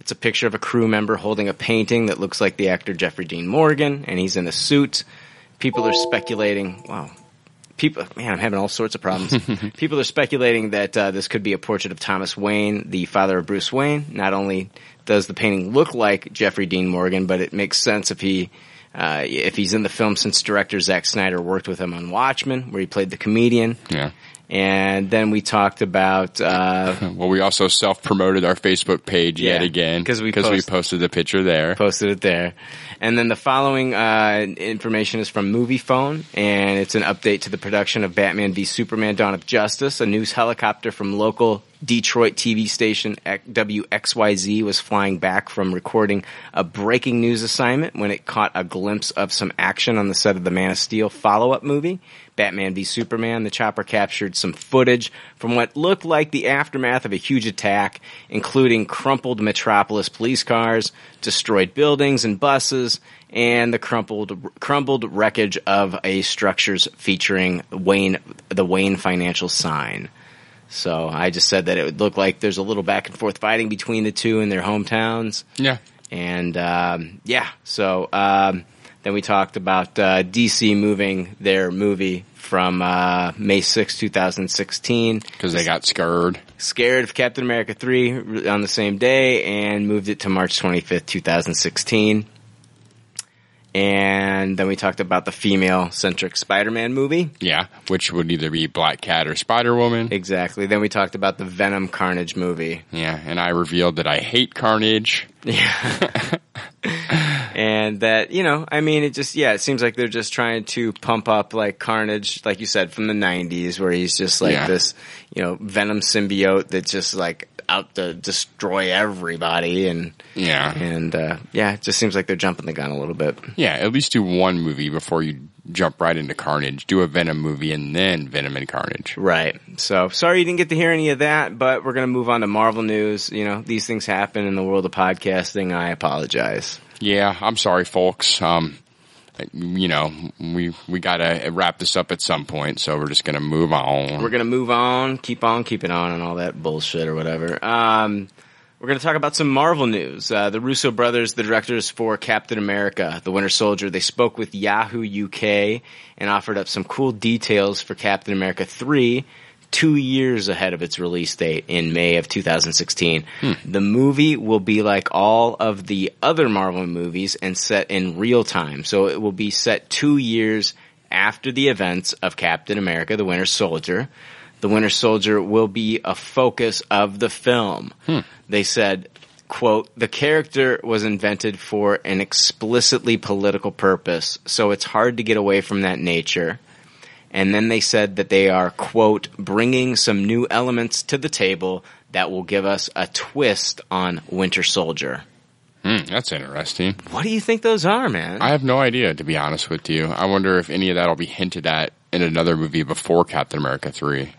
S7: It's a picture of a crew member holding a painting that looks like the actor Jeffrey Dean Morgan, and he's in a suit. People are speculating. Wow. People, man, I'm having all sorts of problems. People are speculating that uh, this could be a portrait of Thomas Wayne, the father of Bruce Wayne. Not only does the painting look like Jeffrey Dean Morgan, but it makes sense if he uh, if he's in the film since director Zack Snyder worked with him on Watchmen, where he played the comedian.
S8: Yeah.
S7: And then we talked about uh,
S8: Well, we also self promoted our Facebook page yet
S7: Yeah,
S8: again
S7: 'cause we post-
S8: posted the picture there.
S7: Posted it there. And then the following uh, information is from Movie Phone, and it's an update to the production of Batman v Superman: Dawn of Justice. A news helicopter from local Detroit TV station X- WXYZ was flying back from recording a breaking news assignment when it caught a glimpse of some action on the set of the Man of Steel follow-up movie. Batman v Superman, the chopper captured some footage from what looked like the aftermath of a huge attack, including crumpled Metropolis police cars, destroyed buildings and buses, and the crumpled crumbled wreckage of a structures featuring Wayne the Wayne financial sign. So I just said that it would look like there's a little back and forth fighting between the two in their hometowns.
S8: Yeah.
S7: And um, yeah, so um, then we talked about uh, DC moving their movie from uh, May sixth, two 2016. Because
S8: they got scared.
S7: Scared of Captain America 3 on the same day and moved it to March 25th, 2016. And then we talked about the female centric Spider Man movie.
S8: Yeah, which would either be Black Cat or Spider Woman.
S7: Exactly. Then we talked about the Venom Carnage movie.
S8: Yeah, and I revealed that I hate Carnage.
S7: and that you know i mean it just yeah it seems like they're just trying to pump up like carnage like you said from the 90s where he's just like
S8: Yeah.
S7: this you know venom symbiote that's just like out to destroy everybody and
S8: yeah
S7: and uh, yeah it just seems like they're jumping the gun a little bit
S8: Yeah, at least do one movie before you jump right into Carnage. Do a Venom movie and then Venom and Carnage.
S7: Right. So sorry you didn't get to hear any of that, but we're going to move on to Marvel news. You know, these things happen in the world of podcasting. I apologize.
S8: Yeah, I'm sorry, folks. Um, you know, we we gotta wrap this up at some point, so we're just gonna move on.
S7: We're gonna move on, keep on, keep it on, and all that bullshit or whatever. Um, we're gonna talk about some Marvel news. Uh, the Russo brothers, the directors for Captain America: The Winter Soldier, they spoke with Yahoo UK and offered up some cool details for Captain America three. Two years ahead of its release date in May of 2016.
S8: Hmm.
S7: The movie will be like all of the other Marvel movies and set in real time. So it will be set two years after the events of Captain America the Winter Soldier. The Winter Soldier will be a focus of the film. They said, quote, the character was invented for an explicitly political purpose, so it's hard to get away from that nature. And then they said that they are, quote, bringing some new elements to the table that will give us a twist on Winter Soldier.
S8: Hmm, that's interesting.
S7: What do you think those are, man?
S8: I have no idea, to be honest with you. I wonder if any of that will be hinted at in another movie before Captain America three.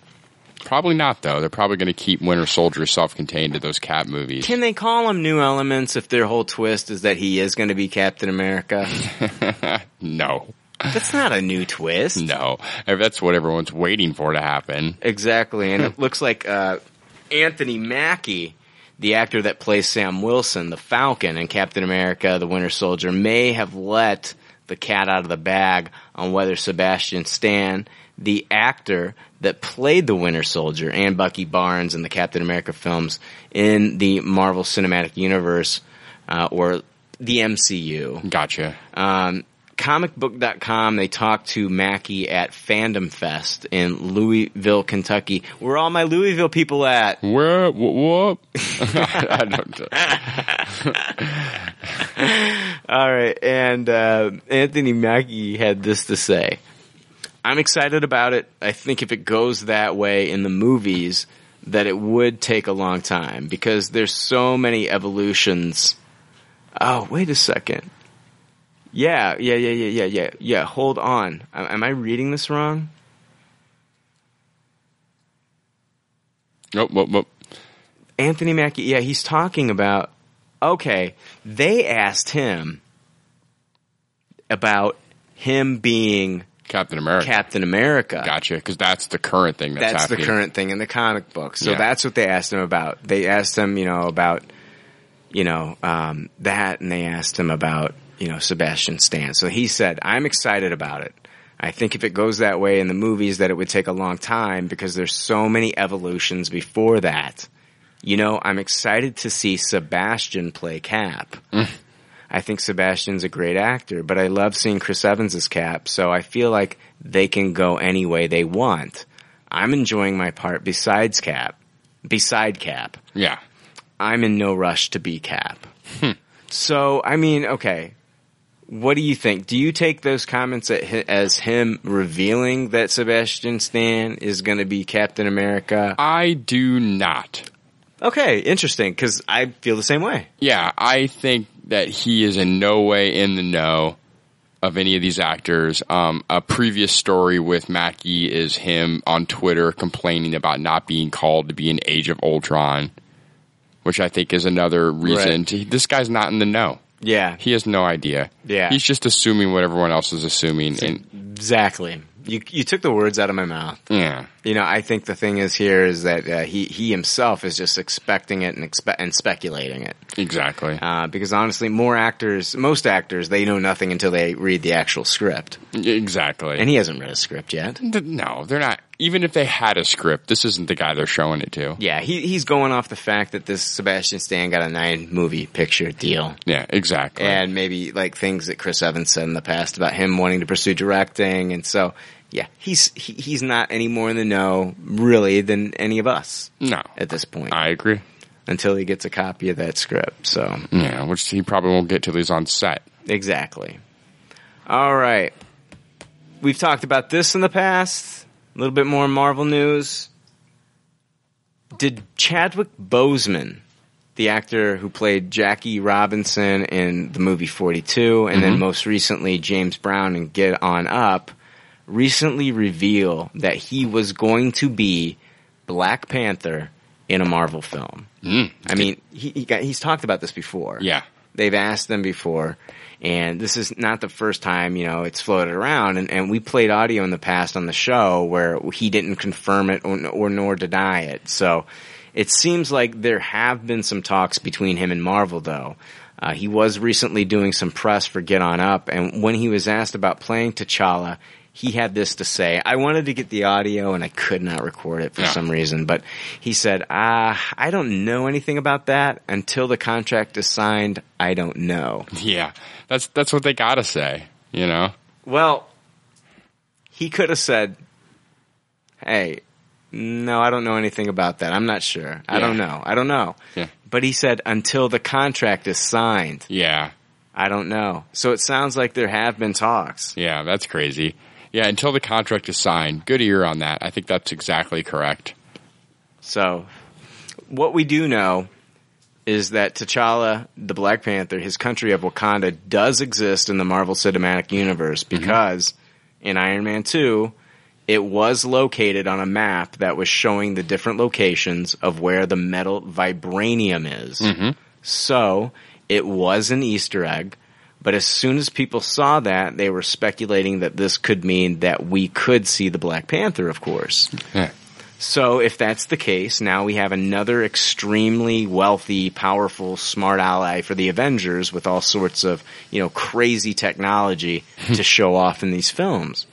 S8: Probably not, though. They're probably going to keep Winter Soldier self-contained to those Cap movies.
S7: Can they call him new elements if their whole twist is that he is going to be Captain America?
S8: no.
S7: That's not a new twist.
S8: No. That's what everyone's waiting for to happen.
S7: Exactly, and it looks like uh, Anthony Mackie, the actor that plays Sam Wilson, the Falcon, and Captain America: The Winter Soldier, may have let the cat out of the bag on whether Sebastian Stan, the actor that played the Winter Soldier and Bucky Barnes in the Captain America films in the Marvel Cinematic Universe, uh, or the MCU.
S8: Gotcha.
S7: Um, comicbook.com, they talked to Mackie at Fandom Fest in Louisville, Kentucky. Where all my Louisville people at?
S8: Where, whoop, whoop. I don't know.
S7: All right, and uh, Anthony Mackie had this to say: "I'm excited about it. I think if it goes that way in the movies, that it would take a long time because there's so many evolutions." Oh, wait a second. Yeah, yeah, yeah, yeah, yeah, yeah, yeah. Hold on. Am- Am I reading this wrong?
S8: Nope, nope, nope.
S7: Anthony Mackie, yeah, he's talking about okay, they asked him about him being
S8: Captain America.
S7: Captain America.
S8: Gotcha, because that's the current thing that's,
S7: That's, the
S8: happening.
S7: current thing in the comic book. So
S8: Yeah.
S7: that's what they asked him about. They asked him, you know, about you know, um, that and they asked him about, you know, Sebastian Stan. So he said, I'm excited about it. I think if it goes that way in the movies that it would take a long time because there's so many evolutions before that. You know, I'm excited to see Sebastian play Cap. I think Sebastian's a great actor, but I love seeing Chris Evans as Cap, so I feel like they can go any way they want. I'm enjoying my part besides Cap. Beside Cap.
S8: Yeah. Hmm.
S7: I'm in no rush to be Cap. So, I mean, okay. What do you think? Do you take those comments at hi- as him revealing that Sebastian Stan is going to be Captain America?
S8: I do not.
S7: Okay, interesting, because I feel the same way.
S8: Yeah, I think that he is in no way in the know of any of these actors. Um, a previous story with Mackie is him on Twitter complaining about not being called to be an Age of Ultron, which I think is another reason.
S7: Right.
S8: To, this guy's not in the know.
S7: Yeah.
S8: He has no idea.
S7: Yeah.
S8: He's just assuming what everyone else is assuming. And
S7: Exactly. You, you took the words out of my mouth.
S8: yeah.
S7: You know, I think the thing is here is that uh, he he himself is just expecting it and expe- and speculating it.
S8: Exactly.
S7: Uh, because honestly, more actors, most actors, they know nothing until they read the actual script.
S8: Exactly.
S7: And he hasn't read a script yet.
S8: Th- No, they're not. Even if they had a script, this isn't the guy they're showing it to.
S7: Yeah, he he's going off the fact that this Sebastian Stan got a nine movie picture deal.
S8: Yeah, exactly.
S7: And maybe like things that Chris Evans said in the past about him wanting to pursue directing, and so yeah, he's he, he's not any more in the know really than any of us.
S8: No,
S7: at this point,
S8: I agree.
S7: Until he gets a copy of that script, so
S8: Yeah, which he probably won't get till he's on set.
S7: Exactly. All right. We've talked about this in the past. A little bit more Marvel news. Did Chadwick Boseman, the actor who played Jackie Robinson in the movie 42 and then
S2: Mhm.
S7: most recently James Brown in Get On Up, recently reveal that he was going to be Black Panther in a Marvel film? I mean, he, he got, he's talked about this before.
S8: Yeah.
S7: They've asked them before, and this is not the first time, you know, it's floated around. And, and we played audio in the past on the show where he didn't confirm it or, or nor deny it. So it seems like there have been some talks between him and Marvel, though. Uh, he was recently doing some press for Get On Up, and when he was asked about playing T'Challa, he had this to say. I wanted to get the audio and I could not record it for some reason, but he said, "Ah, I don't know anything about that until the contract is signed. I don't know."
S8: Yeah, that's that's what they gotta say, you know.
S7: Well, he could have said, "Hey, no, I don't know anything about that. I'm not sure. I
S8: Yeah.
S7: don't know. I don't know."
S8: Yeah.
S7: But he said until the contract is signed.
S8: Yeah.
S7: I don't know. So it sounds like there have been talks.
S8: Yeah, that's crazy. Yeah, until the contract is signed. Good ear on that. I think that's exactly correct.
S7: So, what we do know is that T'Challa, the Black Panther, his country of Wakanda does exist in the Marvel Cinematic Universe because in Iron Man 2, it was located on a map that was showing the different locations of where the metal vibranium is.
S8: Mhm.
S7: So, it was an Easter egg. But as soon as people saw that, they were speculating that this could mean that we could see the Black Panther, of course.
S8: Yeah.
S7: So if that's the case, now we have another extremely wealthy, powerful, smart ally for the Avengers with all sorts of, you know, crazy technology to show off in these films.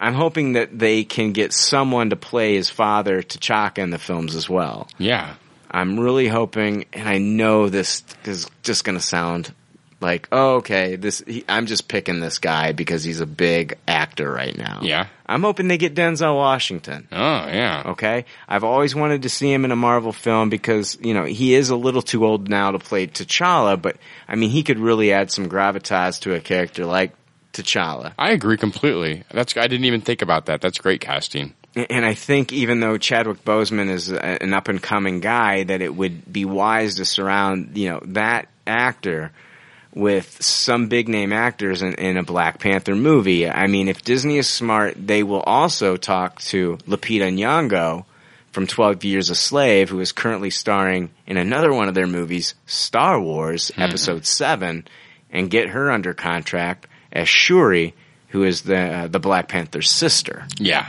S7: I'm hoping that they can get someone to play his father T'Chaka in the films as well.
S8: Yeah.
S7: I'm really hoping, and I know this is just going to sound Like, oh, okay, this he, I'm just picking this guy because he's a big actor right now.
S8: Yeah.
S7: I'm hoping they get Denzel Washington.
S8: Oh, yeah.
S7: Okay. I've always wanted to see him in a Marvel film because, you know, he is a little too old now to play T'Challa, but I mean, he could really add some gravitas to a character like T'Challa.
S8: I agree completely. That's I didn't even think about that. That's great casting.
S7: And I think even though Chadwick Boseman is a- an up and coming guy, that it would be wise to surround, you know, that actor with some big name actors in, in a Black Panther movie. I mean, if Disney is smart, they will also talk to Lupita Nyong'o from 12 Years a Slave, who is currently starring in another one of their movies, Star Wars Episode 7, and get her under contract as Shuri, who is the, uh, the Black Panther's sister.
S8: Yeah.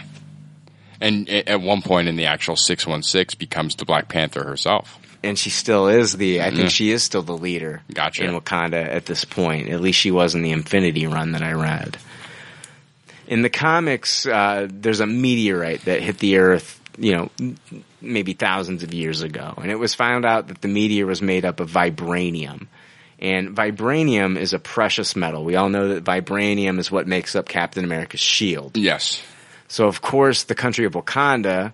S8: And a- at one point in the actual 616 becomes the Black Panther herself.
S7: And she still is the, I
S8: Mhm.
S7: think she is still the leader
S8: Gotcha.
S7: in Wakanda at this point. At least she was in the Infinity run that I read. In the comics, uh, there's a meteorite that hit the Earth, you know, m- maybe thousands of years ago. And it was found out that the meteor was made up of vibranium. And vibranium is a precious metal. We all know that vibranium is what makes up Captain America's shield.
S8: Yes.
S7: So, of course, the country of Wakanda,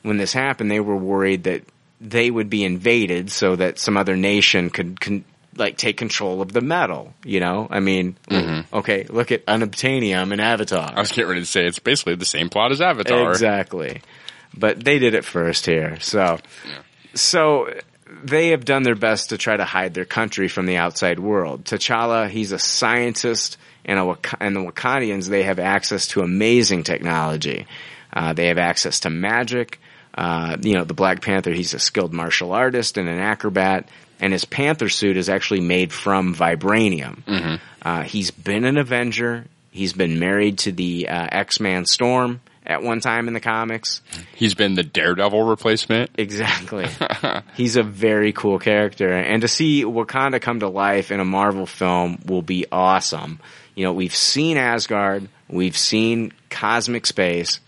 S7: when this happened, they were worried that they would be invaded so that some other nation could, con- like, take control of the metal. You know? I mean, okay, look at Unobtainium in Avatar.
S8: I was getting ready to say it's basically the same plot as Avatar.
S7: Exactly. But they did it first here. So so they have done their best to try to hide their country from the outside world. T'Challa, he's a scientist and a Wak- and the Wakandians they have access to amazing technology. Uh, they have access to magic. Uh, you know, the Black Panther, he's a skilled martial artist and an acrobat, and his panther suit is actually made from vibranium.
S8: Mm-hmm.
S7: Uh, he's been an Avenger. He's been married to the uh, X Man Storm at one time in the comics.
S8: He's been the Daredevil replacement.
S7: Exactly. he's a very cool character. And to see Wakanda come to life in a Marvel film will be awesome. You know, we've seen Asgard, we've seen cosmic space.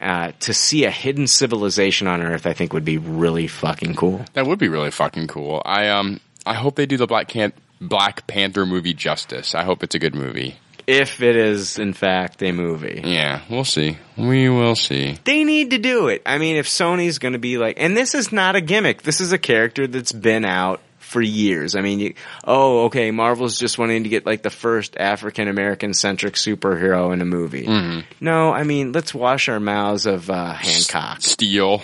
S7: Uh, to see a hidden civilization on Earth, I think would be really fucking cool.
S8: That would be really fucking cool. I um I hope they do the Black Can- Black Panther movie justice. I hope it's a good movie.
S7: If it is in fact a movie.
S8: Yeah, we'll see. We will see.
S7: They need to do it. I mean, if Sony's going to be like, and this is not a gimmick. This is a character that's been out for years. I mean, you, oh, okay, Marvel's just wanting to get like the first African American centric superhero in a movie.
S8: Mm. Mm-hmm.
S7: No, I mean, let's wash our mouths of uh, Hancock.
S8: Steel.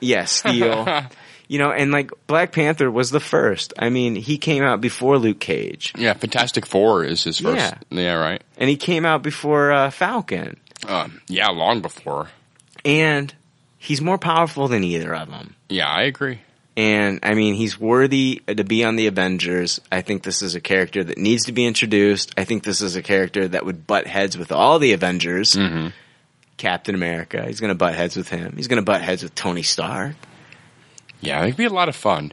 S7: yeah, Steel. you know, and like Black Panther was the first. I mean, he came out before Luke Cage.
S8: Yeah, Fantastic Four is his first.
S7: Yeah.
S8: yeah right.
S7: And he came out before uh, Falcon.
S8: Um, yeah, long before.
S7: And he's more powerful than either of them.
S8: Yeah, I agree.
S7: And I mean, he's worthy to be on the Avengers. I think this is a character that needs to be introduced. I think this is a character that would butt heads with all the Avengers.
S8: Mm-hmm.
S7: Captain America, he's going to butt heads with him. He's going to butt heads with Tony Stark.
S8: Yeah, it'd be a lot of fun.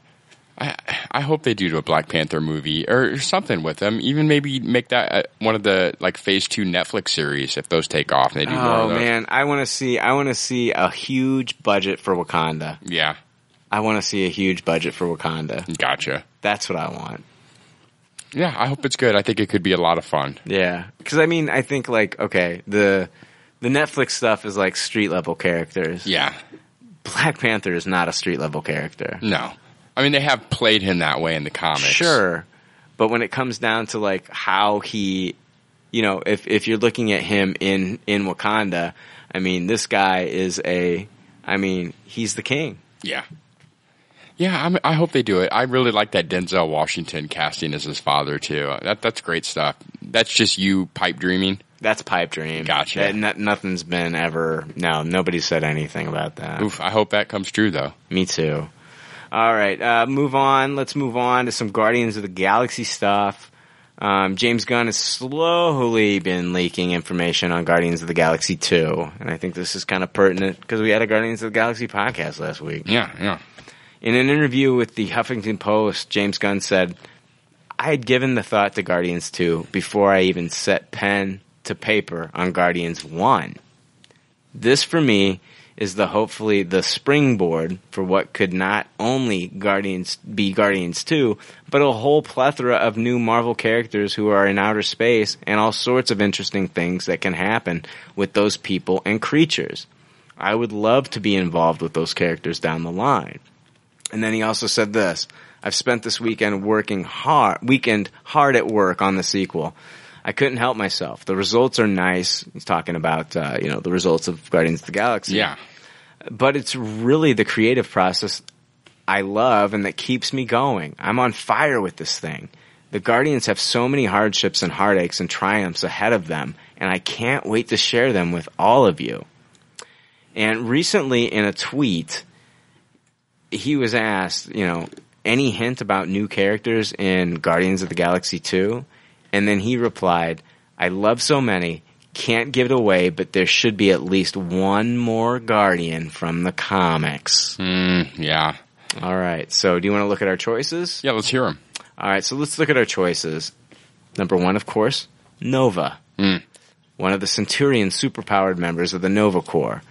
S8: I I hope they do do a Black Panther movie or something with them. Even maybe make that uh, one of the like Phase Two Netflix series if those take off. And they do more
S7: Oh
S8: of those.
S7: man, I want to see. I want to see a huge budget for Wakanda.
S8: Yeah,
S7: I want to see a huge budget for Wakanda.
S8: Gotcha.
S7: That's what I want.
S8: Yeah, I hope it's good. I think it could be a lot of fun.
S7: Yeah, because I mean, I think like okay, the the Netflix stuff is like street level characters.
S8: Yeah,
S7: Black Panther is not a street level character.
S8: No, I mean they have played him that way in the comics.
S7: Sure. But when it comes down to like how he, you know, if, if you're looking at him in, in Wakanda, I mean, this guy is a, I mean, he's the king.
S8: Yeah. Yeah, I'm, I hope they do it. I really like that Denzel Washington casting as his father too. Uh, That that's great stuff. That's just you pipe dreaming.
S7: That's pipe dream.
S8: Gotcha.
S7: That- no- nothing's been ever, no, nobody said anything about that.
S8: Oof, I hope that comes true though.
S7: Me too. All right, uh, move on. Let's move on to some Guardians of the Galaxy stuff. Um, James Gunn has slowly been leaking information on Guardians of the Galaxy 2, and I think this is kind of pertinent because we had a Guardians of the Galaxy podcast last week.
S8: Yeah, yeah.
S7: In an interview with the Huffington Post, James Gunn said, I had given the thought to Guardians 2 before I even set pen to paper on Guardians 1. This, for me, is the hopefully the springboard for what could not only Guardians be Guardians 2, but a whole plethora of new Marvel characters who are in outer space and all sorts of interesting things that can happen with those people and creatures. I would love to be involved with those characters down the line. And then he also said this. I've spent this weekend working hard, weekend hard at work on the sequel. I couldn't help myself. The results are nice. He's talking about, uh, you know, the results of Guardians of the Galaxy.
S8: Yeah.
S7: But it's really the creative process I love and that keeps me going. I'm on fire with this thing. The Guardians have so many hardships and heartaches and triumphs ahead of them, and I can't wait to share them with all of you. And recently in a tweet, he was asked, you know, any hint about new characters in Guardians of the Galaxy 2? And then he replied, I love so many, can't give it away, but there should be at least one more Guardian from the comics.
S8: Hmm, yeah.
S7: All right. So do you want to look at our choices?
S8: Yeah, let's hear them.
S7: All right. So let's look at our choices. Number one, of course, Nova. One of the Centurion superpowered members of the Nova Corps.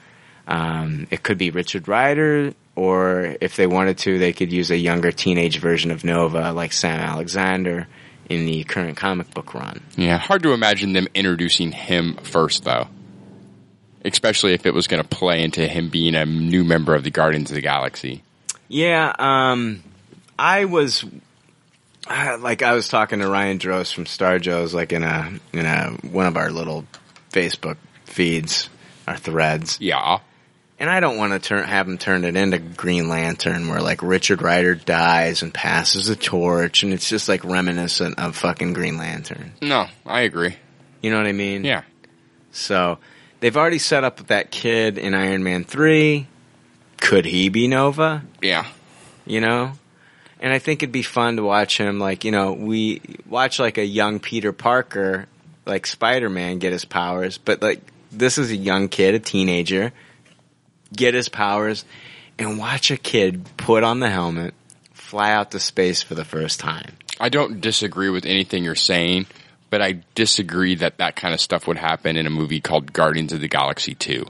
S7: Um, it could be Richard Ryder, or if they wanted to, they could use a younger teenage version of Nova, like Sam Alexander in the current comic book run.
S8: Yeah, hard to imagine them introducing him first, though. Especially if it was going to play into him being a new member of the Guardians of the Galaxy.
S7: Yeah, um, I was uh, like I was talking to Ryan Dross from Star Joe's, like in a in a one of our little Facebook feeds, our threads.
S8: Yeah,
S7: and I don't want to turn have him turn it into Green Lantern, where like Richard Ryder dies and passes the torch, and it's just like reminiscent of fucking Green Lantern.
S8: No, I agree.
S7: You know what I mean?
S8: Yeah.
S7: So they've already set up that kid in Iron Man three. Could he be Nova?
S8: Yeah.
S7: you know and i think it'd be fun to watch him like you know we watch like a young peter parker like spider-man get his powers but like this is a young kid a teenager get his powers and watch a kid put on the helmet fly out to space for the first time
S8: I don't disagree with anything you're saying, but I disagree that that kind of stuff would happen in a movie called Guardians of the Galaxy 2.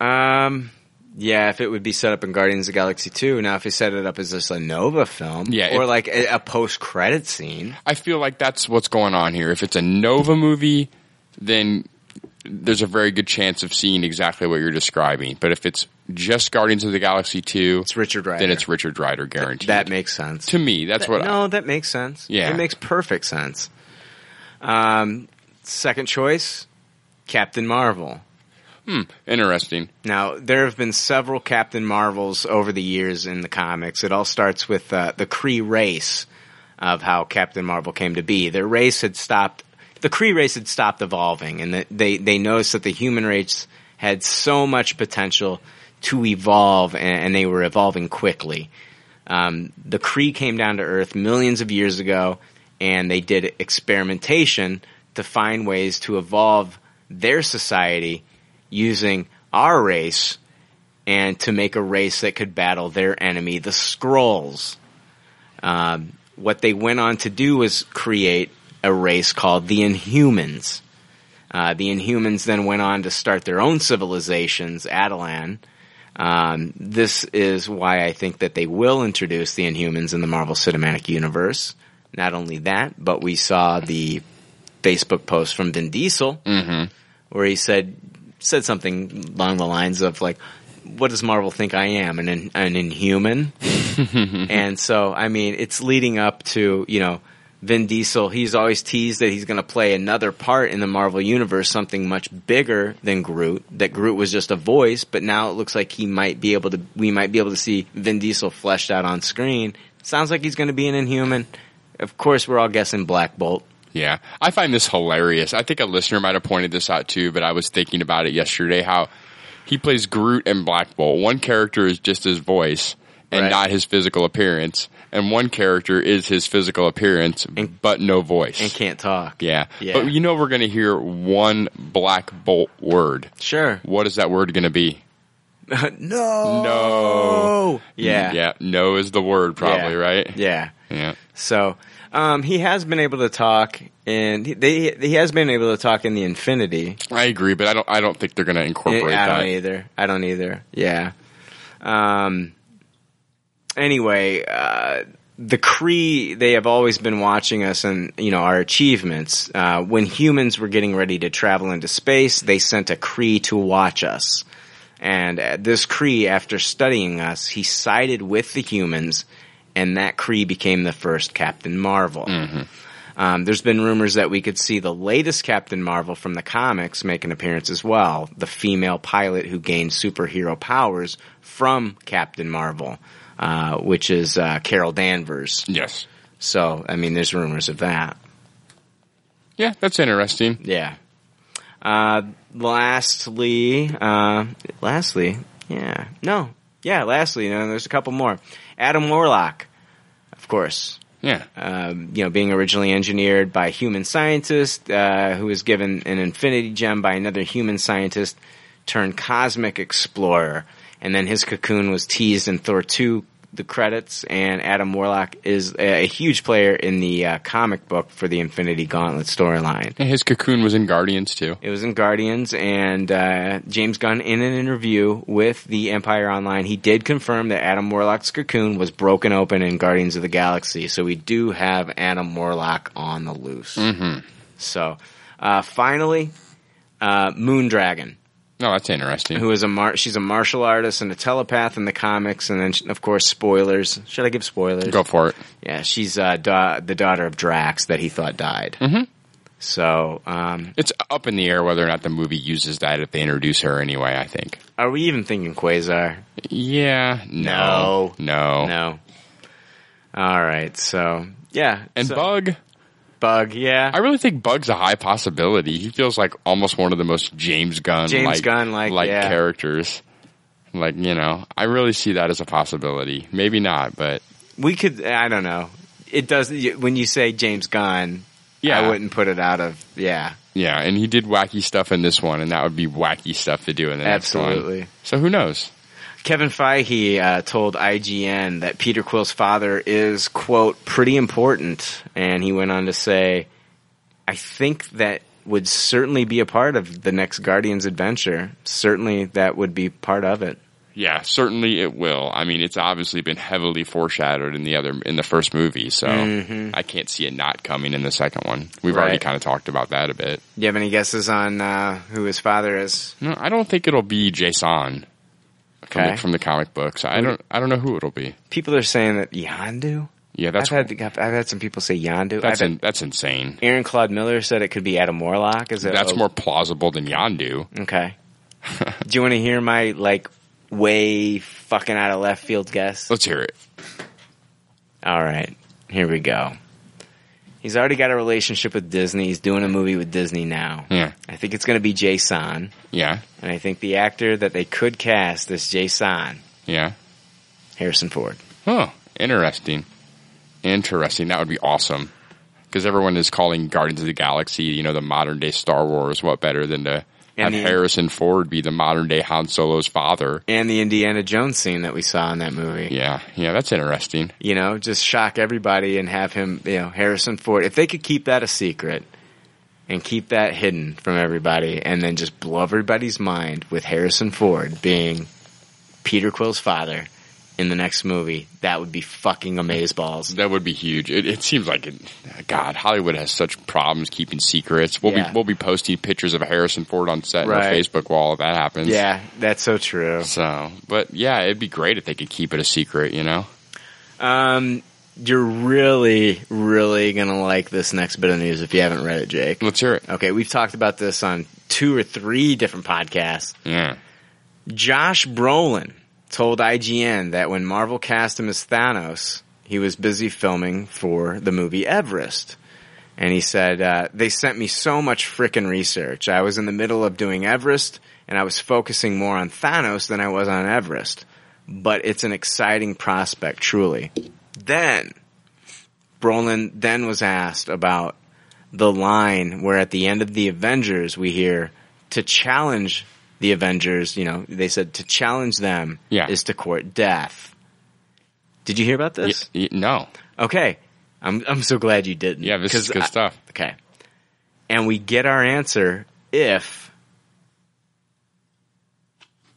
S7: um yeah, if it would be set up in Guardians of the Galaxy 2. Now, if he set it up as just a Nova film,
S8: Yeah,
S7: or
S8: if-
S7: like a, a post-credit scene,
S8: I feel like that's what's going on here. If it's a Nova movie, then there's a very good chance of seeing exactly what you're describing. But if it's just Guardians of the Galaxy 2, it's
S7: Richard Rider.
S8: Then it's Richard Rider guaranteed.
S7: that makes sense.
S8: To me, that's
S7: That-
S8: what
S7: No, that makes sense.
S8: Yeah.
S7: It makes perfect sense. Um, second choice, Captain Marvel.
S8: Hmm, interesting.
S7: Now, there have been several Captain Marvels over the years in the comics. It all starts with uh, the Kree race of how Captain Marvel came to be. Their race had stopped, the Kree race had stopped evolving, and that they, they noticed that the human race had so much potential to evolve, and, and they were evolving quickly. Um, the Kree came down to Earth millions of years ago, and they did experimentation to find ways to evolve their society using our race and to make a race that could battle their enemy, the Skrulls. Um, what they went on to do was create a race called the Inhumans. Uh, the Inhumans then went on to start their own civilizations, Adelan. Um, this is why I think that they will introduce the Inhumans in the Marvel Cinematic Universe. Not only that, but we saw the Facebook post from Vin Diesel
S8: Mm-hmm.
S7: where he said said something along the lines of like, "What does Marvel think I am? An in, an Inhuman?" and so, I mean, it's leading up to you know, Vin Diesel. He's always teased that he's going to play another part in the Marvel universe, something much bigger than Groot. That Groot was just a voice, but now it looks like he might be able to. We might be able to see Vin Diesel fleshed out on screen. Sounds like he's going to be an Inhuman. Of course, we're all guessing Black Bolt.
S8: Yeah, I find this hilarious. I think a listener might have pointed this out too, but I was thinking about it yesterday how he plays Groot and Black Bolt. One character is just his voice and
S7: Right.
S8: not his physical appearance, and one character is his physical appearance but no voice
S7: and can't talk.
S8: Yeah,
S7: Yeah.
S8: but you know we're going to hear one Black Bolt word.
S7: Sure.
S8: What is that word going to be?
S7: no.
S8: No.
S7: Yeah.
S8: yeah. No is the word probably
S7: Yeah.
S8: right.
S7: Yeah.
S8: Mm, Yeah.
S7: So, Um, he has been able to talk, and he, they, he has been able to talk in the infinity. Eh,
S8: I agree, but I don't. I don't think they're going to incorporate
S7: I don't
S8: that.
S7: either. I don't either. Yeah. Um. Anyway, uh, the Cree they have always been watching us and you know our achievements. Uh, when humans were getting ready to travel into space, they sent a Cree to watch us. And uh, this Cree, after studying us, he sided with the humans, and that Cree became the first Captain Marvel. Um, there's been rumors that we could see the latest Captain Marvel from the comics make an appearance as well, the female pilot who gained superhero powers from Captain Marvel, uh, which is uh, Carol Danvers.
S8: Yes.
S7: So, I mean, there's rumors of that.
S8: Yeah, that's interesting.
S7: Yeah. Uh, lastly, uh, lastly, yeah, no, yeah, lastly, no, there's a couple more. Adam Warlock, of course.
S8: Yeah.
S7: Um, you know, being originally engineered by a human scientist, uh, who was given an infinity gem by another human scientist turned cosmic explorer. And then his cocoon was teased in Thor 2, the credits, and Adam Warlock is a, a huge player in the uh, comic book for the Infinity Gauntlet storyline.
S8: And his cocoon was in Guardians too.
S7: It was in Guardians, and uh, James Gunn, in an interview with the Empire Online, he did confirm that Adam Warlock's cocoon was broken open in Guardians of the Galaxy. So we do have Adam Warlock on the loose.
S8: Mhm.
S7: So uh, finally, uh, Moondragon.
S8: No, Oh, that's interesting.
S7: Who is a mar- she's a martial artist and a telepath in the comics, and then of course spoilers. Should I give spoilers?
S8: Go for it.
S7: Yeah, she's uh, da- the daughter of Drax that he thought died.
S8: Mm-hmm.
S7: So um,
S8: it's up in the air whether or not the movie uses that if they introduce her anyway. I think.
S7: Are we even thinking Quasar?
S8: Yeah. No. No.
S7: No. All right. So yeah,
S8: and
S7: so-
S8: Bug.
S7: Bug. Yeah.
S8: I really think Bug's a high possibility. He feels like almost one of the most James Gunn
S7: James
S8: like,
S7: Gunn-like, yeah.
S8: characters. Like you know, I really see that as a possibility. Maybe not, but
S7: we could. I don't know. It does you- when you say James Gunn.
S8: Yeah.
S7: I wouldn't put it out of yeah.
S8: yeah. And he did wacky stuff in this one, and that would be wacky stuff to do in the next one.
S7: Absolutely.
S8: So who knows?
S7: Kevin Feige uh, told IGN that Peter Quill's father is quote pretty important, and he went on to say, "I think that would certainly be a part of the next Guardians adventure. Certainly, that would be part of it."
S8: Yeah, certainly it will. I mean, it's obviously been heavily foreshadowed in the other in the first movie, so
S7: Mhm.
S8: I can't see it not coming in the second one. We've already
S7: Right.
S8: kind of talked about that a bit.
S7: Do you have any guesses on uh, who his father is?
S8: No, I don't think it'll be Jason from,
S7: Okay.
S8: the,
S7: Mm.
S8: from the comic books. I don't. I don't know who it'll be.
S7: People are saying that Yandu.
S8: Yeah, that's
S7: I've had I've, I've had some people say Yandu.
S8: that's
S7: I've
S8: in, that's insane.
S7: had, Aaron Claude Miller said it could be Adam Warlock. Is
S8: Mm-hmm.
S7: it?
S8: That's
S7: oh,
S8: more plausible than Yandu.
S7: okay. Do you want to hear my like way fucking out of left field guess?
S8: Let's hear it.
S7: All right, here we go. He's already got a relationship with Disney. He's doing a movie with Disney now.
S8: Yeah.
S7: I think it's going to be Jason,
S8: Yeah,
S7: and I think the actor that they could cast is Jason
S8: yeah.
S7: Harrison Ford.
S8: Oh, interesting. Interesting. That would be awesome. Because everyone is calling Guardians of the Galaxy, you know, the modern day Star Wars. What better than to have
S7: And the-
S8: Harrison Ford be the modern day Han Solo's father?
S7: and the Indiana Jones scene that we saw in that movie.
S8: Yeah, yeah, that's interesting.
S7: You know, just shock everybody and have him, you know, Harrison Ford. If they could keep that a secret and keep that hidden from everybody and then just blow everybody's mind with Harrison Ford being Peter Quill's father in the next movie, that would be fucking amazeballs.
S8: That would be huge. It, it seems like, it, God, Hollywood has such problems keeping secrets. We'll
S7: Yeah.
S8: be we'll be posting pictures of Harrison Ford on set on our
S7: Right.
S8: Facebook wall if that happens.
S7: Yeah, that's so true.
S8: So, but yeah, it'd be great if they could keep it a secret. You know.
S7: Um, you're really, really gonna like this next bit of news if you haven't read it, Jake.
S8: Let's hear it.
S7: Okay, we've talked about this on two or three different podcasts.
S8: Yeah.
S7: Josh Brolin told IGN that when Marvel cast him as Thanos, he was busy filming for the movie Everest. And he said, uh, they sent me so much frickin' research. I was in the middle of doing Everest and I was focusing more on Thanos than I was on Everest. But it's an exciting prospect, truly. Then, Brolin then was asked about the line where at the end of the Avengers we hear to challenge the Avengers, you know, they said to challenge them
S8: Yeah.
S7: is to court death. Did you hear about this?
S8: Y- y- no.
S7: Okay. I'm I'm so glad you didn't. Yeah,
S8: this is good stuff.
S7: Okay. And we get our answer if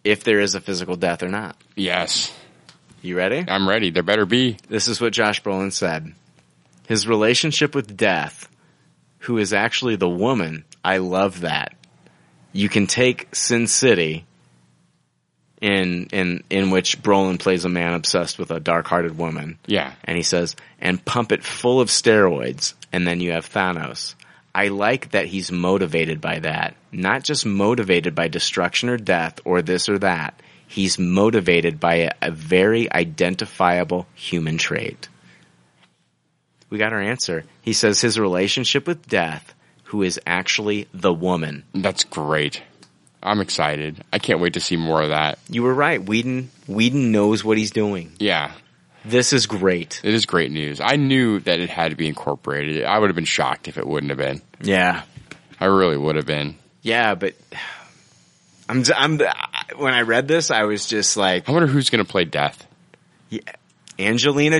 S7: if there is a physical death or not.
S8: Yes.
S7: You ready?
S8: I'm ready. There better be.
S7: This is what Josh Brolin said. His relationship with death, who is actually the woman, I love that. You can take Sin City in in in which Brolin plays a man obsessed with a dark-hearted woman.
S8: Yeah.
S7: And he says, and pump it full of steroids, and then you have Thanos. I like that he's motivated by that. Not just motivated by destruction or death or this or that. He's motivated by a, a very identifiable human trait. We got our answer. He says his relationship with death, who is actually the woman.
S8: That's great. I'm excited. I can't wait to see more of that.
S7: You were right. Whedon Whedon knows what he's doing.
S8: Yeah.
S7: This is great.
S8: It is great news. I knew that it had to be incorporated. I would have been shocked if it wouldn't have been.
S7: Yeah.
S8: I really would have been.
S7: Yeah, but I'm I'm when I read this, I was just like,
S8: I wonder who's going to play Death.
S7: Yeah, Angelina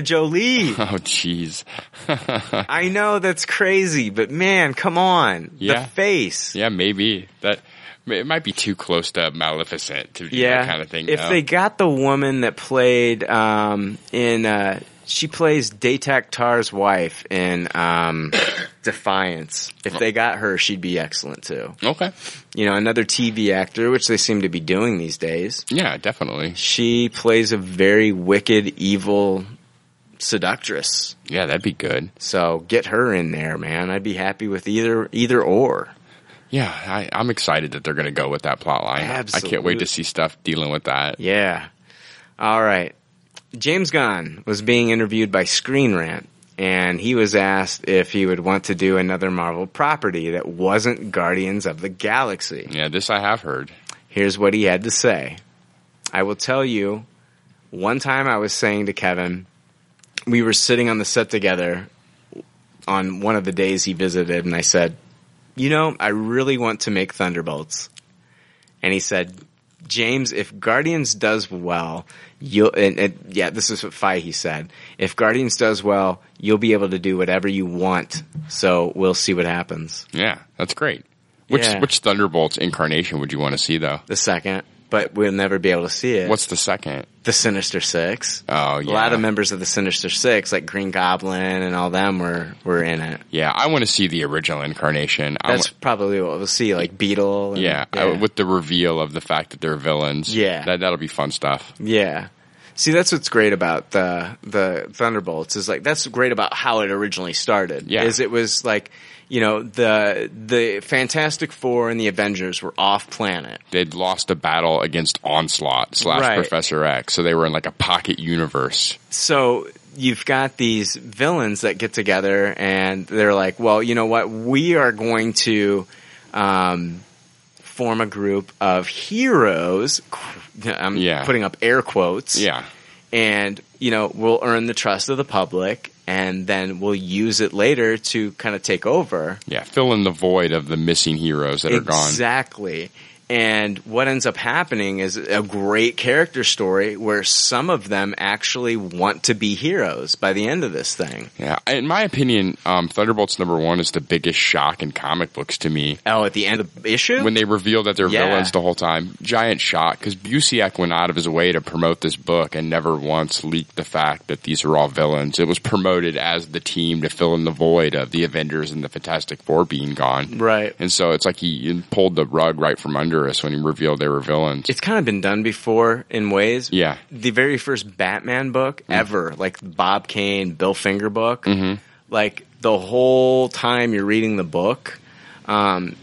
S7: Jolie.
S8: Oh, jeez.
S7: I know that's crazy, but man, come on,
S8: Yeah.
S7: the face.
S8: Yeah, maybe that it might be too close to Maleficent to do that kind of thing.
S7: If
S8: though.
S7: they got the woman that played um, in, uh, she plays Datak Tar's wife in um, Defiance. If they got her, she'd be excellent too.
S8: Okay,
S7: you know another TV actor, which they seem to be doing these days.
S8: Yeah, definitely.
S7: She plays a very wicked, evil seductress.
S8: Yeah, that'd be good.
S7: So get her in there, man. I'd be happy with either either or.
S8: yeah, I, I'm excited that they're going to go with that plot line. I can't wait
S7: Absolutely.
S8: to see stuff dealing with that.
S7: Yeah. All right. James Gunn was being interviewed by Screen Rant, and he was asked if he would want to do another Marvel property that wasn't Guardians of the Galaxy.
S8: Yeah, this I have heard.
S7: Here's what he had to say I will tell you, one time I was saying to Kevin, we were sitting on the set together on one of the days he visited, and I said, You know, I really want to make Thunderbolts. And he said, James, if Guardians does well, you'll, and, and yeah, this is what Fahey said. If Guardians does well, you'll be able to do whatever you want. So we'll see what happens.
S8: Yeah, that's great. Which
S7: Yeah.
S8: which Thunderbolts incarnation would you want to see though?
S7: The second, but we'll never be able to see it.
S8: What's the second?
S7: The Sinister Six.
S8: Oh,
S7: A
S8: yeah.
S7: lot of members of the Sinister Six, like Green Goblin and all them, were, were in it.
S8: Yeah, I want to see the original incarnation. I
S7: That's
S8: wa-
S7: probably what we'll see, like Beetle. And,
S8: yeah, I- with the reveal of the fact that they're villains.
S7: Yeah.
S8: that that'll be fun stuff.
S7: Yeah. See, that's what's great about the the Thunderbolts is like that's great about how it originally started.
S8: Yeah.
S7: Is it was like, you know, the the Fantastic Four and the Avengers were off planet.
S8: They'd lost a battle against Onslaught slash
S7: Right.
S8: Professor X, so they were in like a pocket universe.
S7: So you've got these villains that get together and they're like, well, you know what? We are going to um, form a group of heroes. qu- I'm
S8: Yeah.
S7: putting up air quotes.
S8: Yeah.
S7: And, you know, we'll earn the trust of the public and then we'll use it later to kind of take over.
S8: Yeah, fill in the void of the missing heroes that are gone.
S7: Exactly. And what ends up happening is a great character story where some of them actually want to be heroes by the end of this thing.
S8: Yeah, in my opinion, um, Thunderbolts number one is the biggest shock in comic books to me.
S7: Oh, at the end of the issue?
S8: When they reveal that they're
S7: Yeah.
S8: villains the whole time, giant shock because Busiek went out of his way to promote this book and never once leaked the fact that these are all villains. It was promoted as the team to fill in the void of the Avengers and the Fantastic Four being gone.
S7: Right.
S8: And so it's like he pulled the rug right from under us when he revealed they were villains.
S7: It's kind of been done before in ways.
S8: Yeah. Hmm.
S7: The very first Batman book ever, like Bob Kane, Bill Finger book,
S8: Mm-hmm.
S7: like the whole time you're reading the book, um,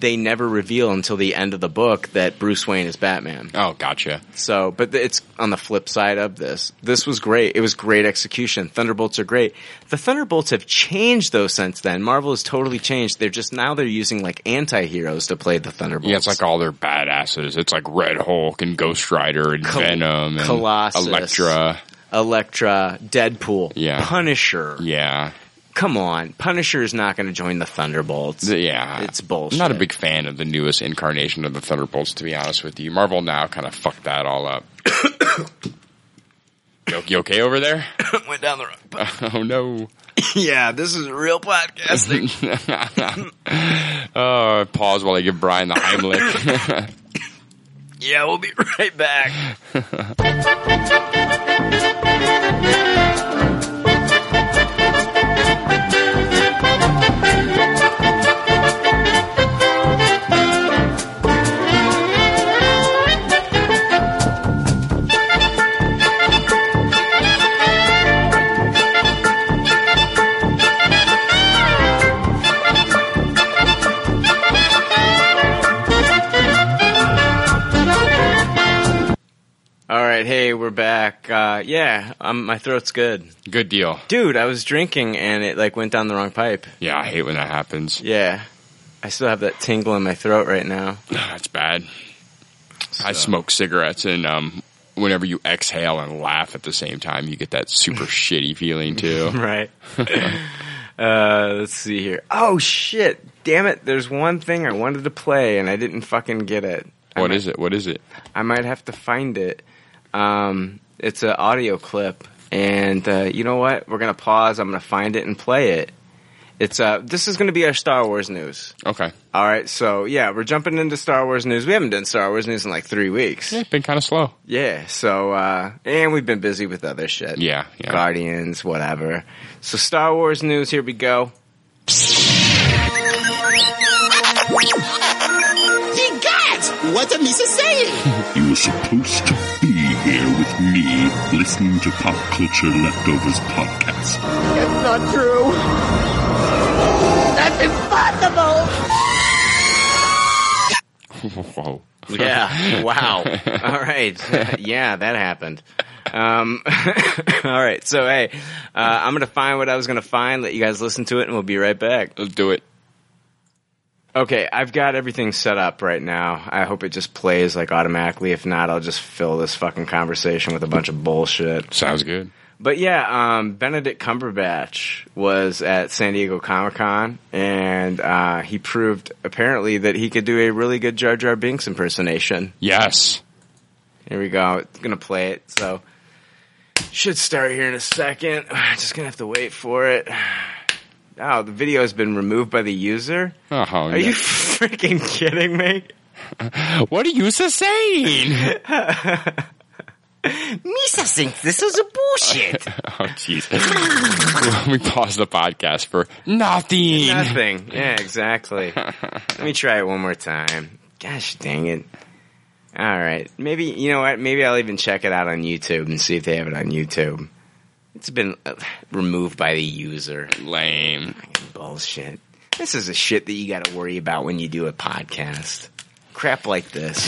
S7: they never reveal until the end of the book that Bruce Wayne is Batman.
S8: Oh, gotcha.
S7: So, but th- it's on the flip side of this. This was great. It was great execution. Thunderbolts are great. The Thunderbolts have changed though since then. Marvel has totally changed. They're just now they're using like anti-heroes to play the Thunderbolts.
S8: Yeah, it's like all their badasses. It's like Red Hulk and Ghost Rider and
S7: Col-
S8: Venom and
S7: Colossus.
S8: Elektra.
S7: Elektra, Deadpool,
S8: Yeah.
S7: Punisher.
S8: Yeah.
S7: Come on, Punisher is not going to join the Thunderbolts.
S8: Yeah,
S7: it's bullshit.
S8: I'm not a big fan of the newest incarnation of the Thunderbolts, to be honest with you. Marvel now kind of fucked that all up. you, you okay over there?
S7: Went down the road.
S8: oh no!
S7: yeah, this is real podcasting.
S8: Uh, pause while I give Brian the Heimlich.
S7: yeah, we'll be right back. All right, hey, we're back. Uh, yeah, um, my throat's good.
S8: Good deal,
S7: dude. I was drinking and it like went down the wrong pipe.
S8: Yeah, I hate when that happens.
S7: Yeah, I still have that tingle in my throat right now.
S8: That's bad. I smoke cigarettes, and um, whenever you exhale and laugh at the same time, you get that super shitty feeling too.
S7: right. uh, let's see here. Oh shit! Damn it! There's one thing I wanted to play and I didn't fucking get it. What is
S8: What is it? What is it?
S7: I might have to find it. Um, it's an audio clip, and uh, you know what? We're gonna pause. I'm gonna find it and play it. It's uh, this is gonna be our Star Wars news.
S8: Okay.
S7: All right, so yeah, we're jumping into Star Wars news. We haven't done Star Wars news in like three weeks.
S8: Yeah, been kind of slow.
S7: Yeah, so uh and we've been busy with other shit.
S8: Yeah, yeah.
S7: Guardians, whatever. So Star Wars news, here we go.
S2: Hey guys, what am I saying?
S3: You were supposed to be here with me listening to Pop Culture Leftovers podcast.
S2: That's not true. That's impossible.
S8: Whoa.
S7: Yeah. Wow. all right. Yeah, that happened. Um, all right. So hey, uh, I'm gonna find what I was gonna find. Let you guys listen to it, and we'll be right back.
S8: Let's do it.
S7: Okay, I've got everything set up right now. I hope it just plays like automatically. If not, I'll just fill this fucking conversation with a bunch of bullshit.
S8: Sounds good.
S7: But yeah, um, Benedict Cumberbatch was at San Diego Comic Con, and uh, he proved apparently that he could do a really good Jar Jar Binks impersonation.
S8: Yes.
S7: Here we go. It's gonna play it. So should start here in a second. Just gonna have to wait for it. Oh, the video has been removed by the user.
S8: Oh,
S7: Are you freaking kidding me?
S8: what are you saying?
S2: Misa thinks this is a bullshit.
S8: oh, jeez. we paused the podcast for nothing.
S7: Nothing. Yeah, exactly. Let me try it one more time. Gosh dang it. All right. Maybe, you know what? Maybe I'll even check it out on YouTube and see if they have it on YouTube. It's been uh, removed by the user.
S8: Lame.
S7: Bullshit. This is the shit that you got to worry about when you do a podcast. Crap like this.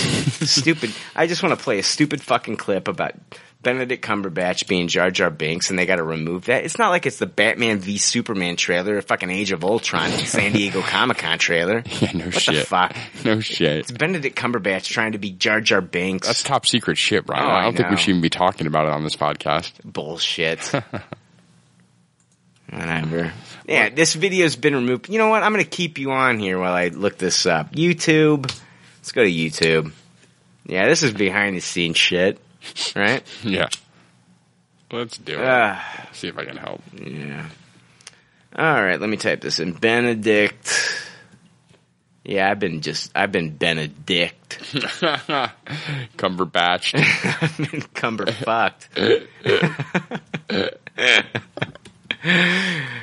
S7: stupid. I just want to play a stupid fucking clip about Benedict Cumberbatch being Jar Jar Binks and they got to remove that. It's not like it's the Batman v Superman trailer or fucking Age of Ultron San Diego Comic Con trailer.
S8: Yeah, no
S7: what
S8: shit.
S7: the fuck?
S8: No shit.
S7: It's Benedict Cumberbatch trying to be Jar Jar Binks.
S8: That's top secret shit, Brian.
S7: Oh,
S8: I
S7: I
S8: don't think we
S7: know.
S8: should even be talking about it on this podcast.
S7: Bullshit. Whatever. Yeah, this video's been removed. You know what? I'm going to keep you on here while I look this up. YouTube. Let's go to YouTube. Yeah, this is behind the scenes shit, right?
S8: yeah. Let's do it.
S7: Ah.
S8: See if I can help.
S7: Yeah. All right, let me type this in. Benedict. Yeah, I've been just I've been Benedict.
S8: Cumberbatch.
S7: I've been cumberfucked.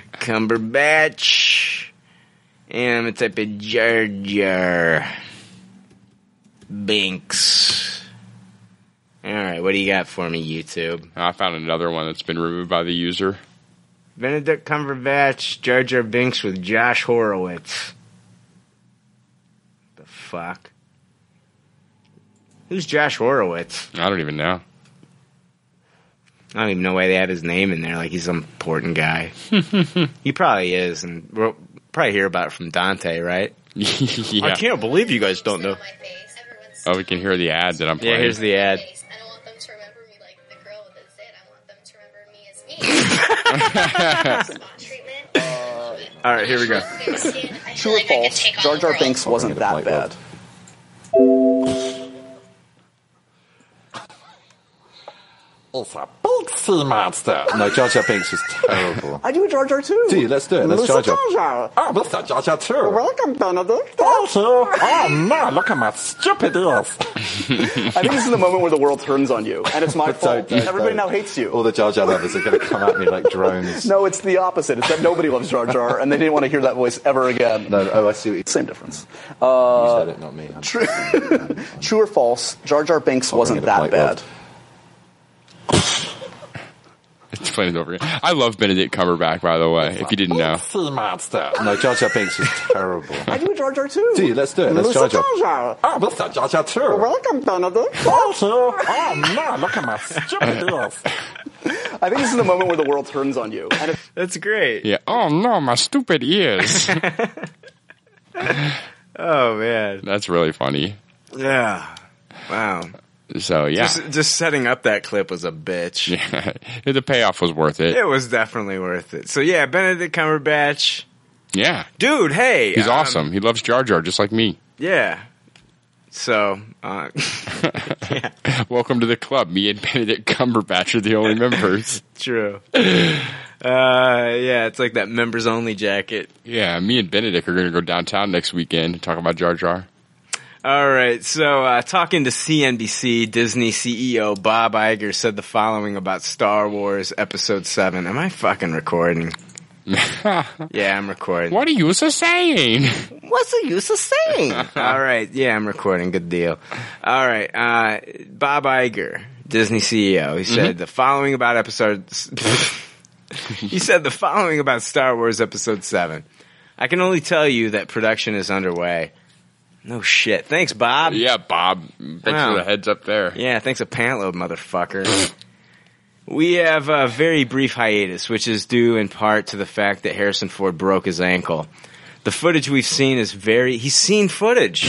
S7: Cumberbatch. And I'm gonna type in Jar Jar Binks. All right, what do you got for me, YouTube?
S8: I found another one that's been removed by the user.
S7: Benedict Cumberbatch, Jar Jar Binks with Josh Horowitz. The fuck? Who's Josh Horowitz?
S8: I don't even know.
S7: I don't even know why they have his name in there. Like he's some important guy. he probably is, and we'll probably hear about it from Dante, right?
S8: yeah.
S7: I can't believe you guys don't know.
S8: Oh, we can hear the ad that I'm playing.
S7: Yeah, here's the ad. Uh, All right, here we go.
S6: True or false, Jar Jar Binks wasn't that bad.
S5: It's a big sea monster.
S9: No, Jar Jar Binks is terrible.
S6: I do a Jar Jar too.
S9: Gee, let's do it. Let's
S6: Mr.
S9: Jar Jar.
S6: Jar.
S9: Oh, Mr. Jar Jar too.
S6: Welcome, Benedict.
S9: Thank you. Oh no, look at my stupid ears.
S6: I think this is the moment where the world turns on you, and it's my
S9: But
S6: fault.
S9: don't- don't-
S6: Everybody
S9: don't.
S6: now hates you.
S9: All the Jar Jar lovers are going to come at me like drones.
S6: No, it's the opposite. It's that nobody loves Jar Jar, and they didn't want to hear that voice ever again.
S9: No, oh, I see. What you
S6: Same difference. Uh,
S9: said it, not me.
S6: True, true or false? Jar Jar Binks wasn't that bad.
S8: Explain it over again. I love Benedict Cumberbatch, by the way. If you didn't know,
S9: Sea monster. No, Jar Jar Binks is terrible.
S6: I do a Jar Jar too.
S9: Gee, let's do it. Let's Jar
S6: Mr.
S9: Jar.
S6: Jar.
S9: Oh, Mr. Jar Jar too.
S6: Welcome, Benedict.
S9: Thank you. Oh no, look at my stupid ears.
S6: I think this is the moment where the world turns on you. And it's,
S7: That's great.
S8: yeah. Oh no, my stupid ears.
S7: Oh man.
S8: That's really funny.
S7: Yeah. Wow. Oh,
S8: So yeah,
S7: Just, just setting up that clip was a bitch.
S8: yeah. the payoff was worth it.
S7: It was definitely worth it. So yeah, Benedict Cumberbatch.
S8: Yeah,
S7: Dude, hey.
S8: he's
S7: um,
S8: awesome. He loves Jar Jar just like me.
S7: Yeah. So, uh,
S8: Welcome to the club. Me and Benedict Cumberbatch are the only members.
S7: true. Uh, yeah, it's like that members only jacket.
S8: Yeah, me and Benedict are going to go downtown next weekend and talk about Jar Jar.
S7: All right. So, uh, talking to CNBC, Disney CEO Bob Iger said the following about Star Wars Episode 7. Am I fucking recording? yeah, I'm recording.
S8: What are you so saying?
S7: What's the use of saying? All right. Yeah, I'm recording. Good deal. All right. Uh, Bob Iger, Disney CEO, he said
S8: Mhm.
S7: the following about episode. he said the following about Star Wars Episode 7. I can only tell you that production is underway. No shit. Thanks, Bob.
S8: Yeah, Bob. Thanks
S7: Wow.
S8: for the heads up there.
S7: Yeah, thanks a pantload, motherfucker. we have a very brief hiatus, which is due in part to the fact that Harrison Ford broke his ankle. The footage we've seen is very. He's seen footage.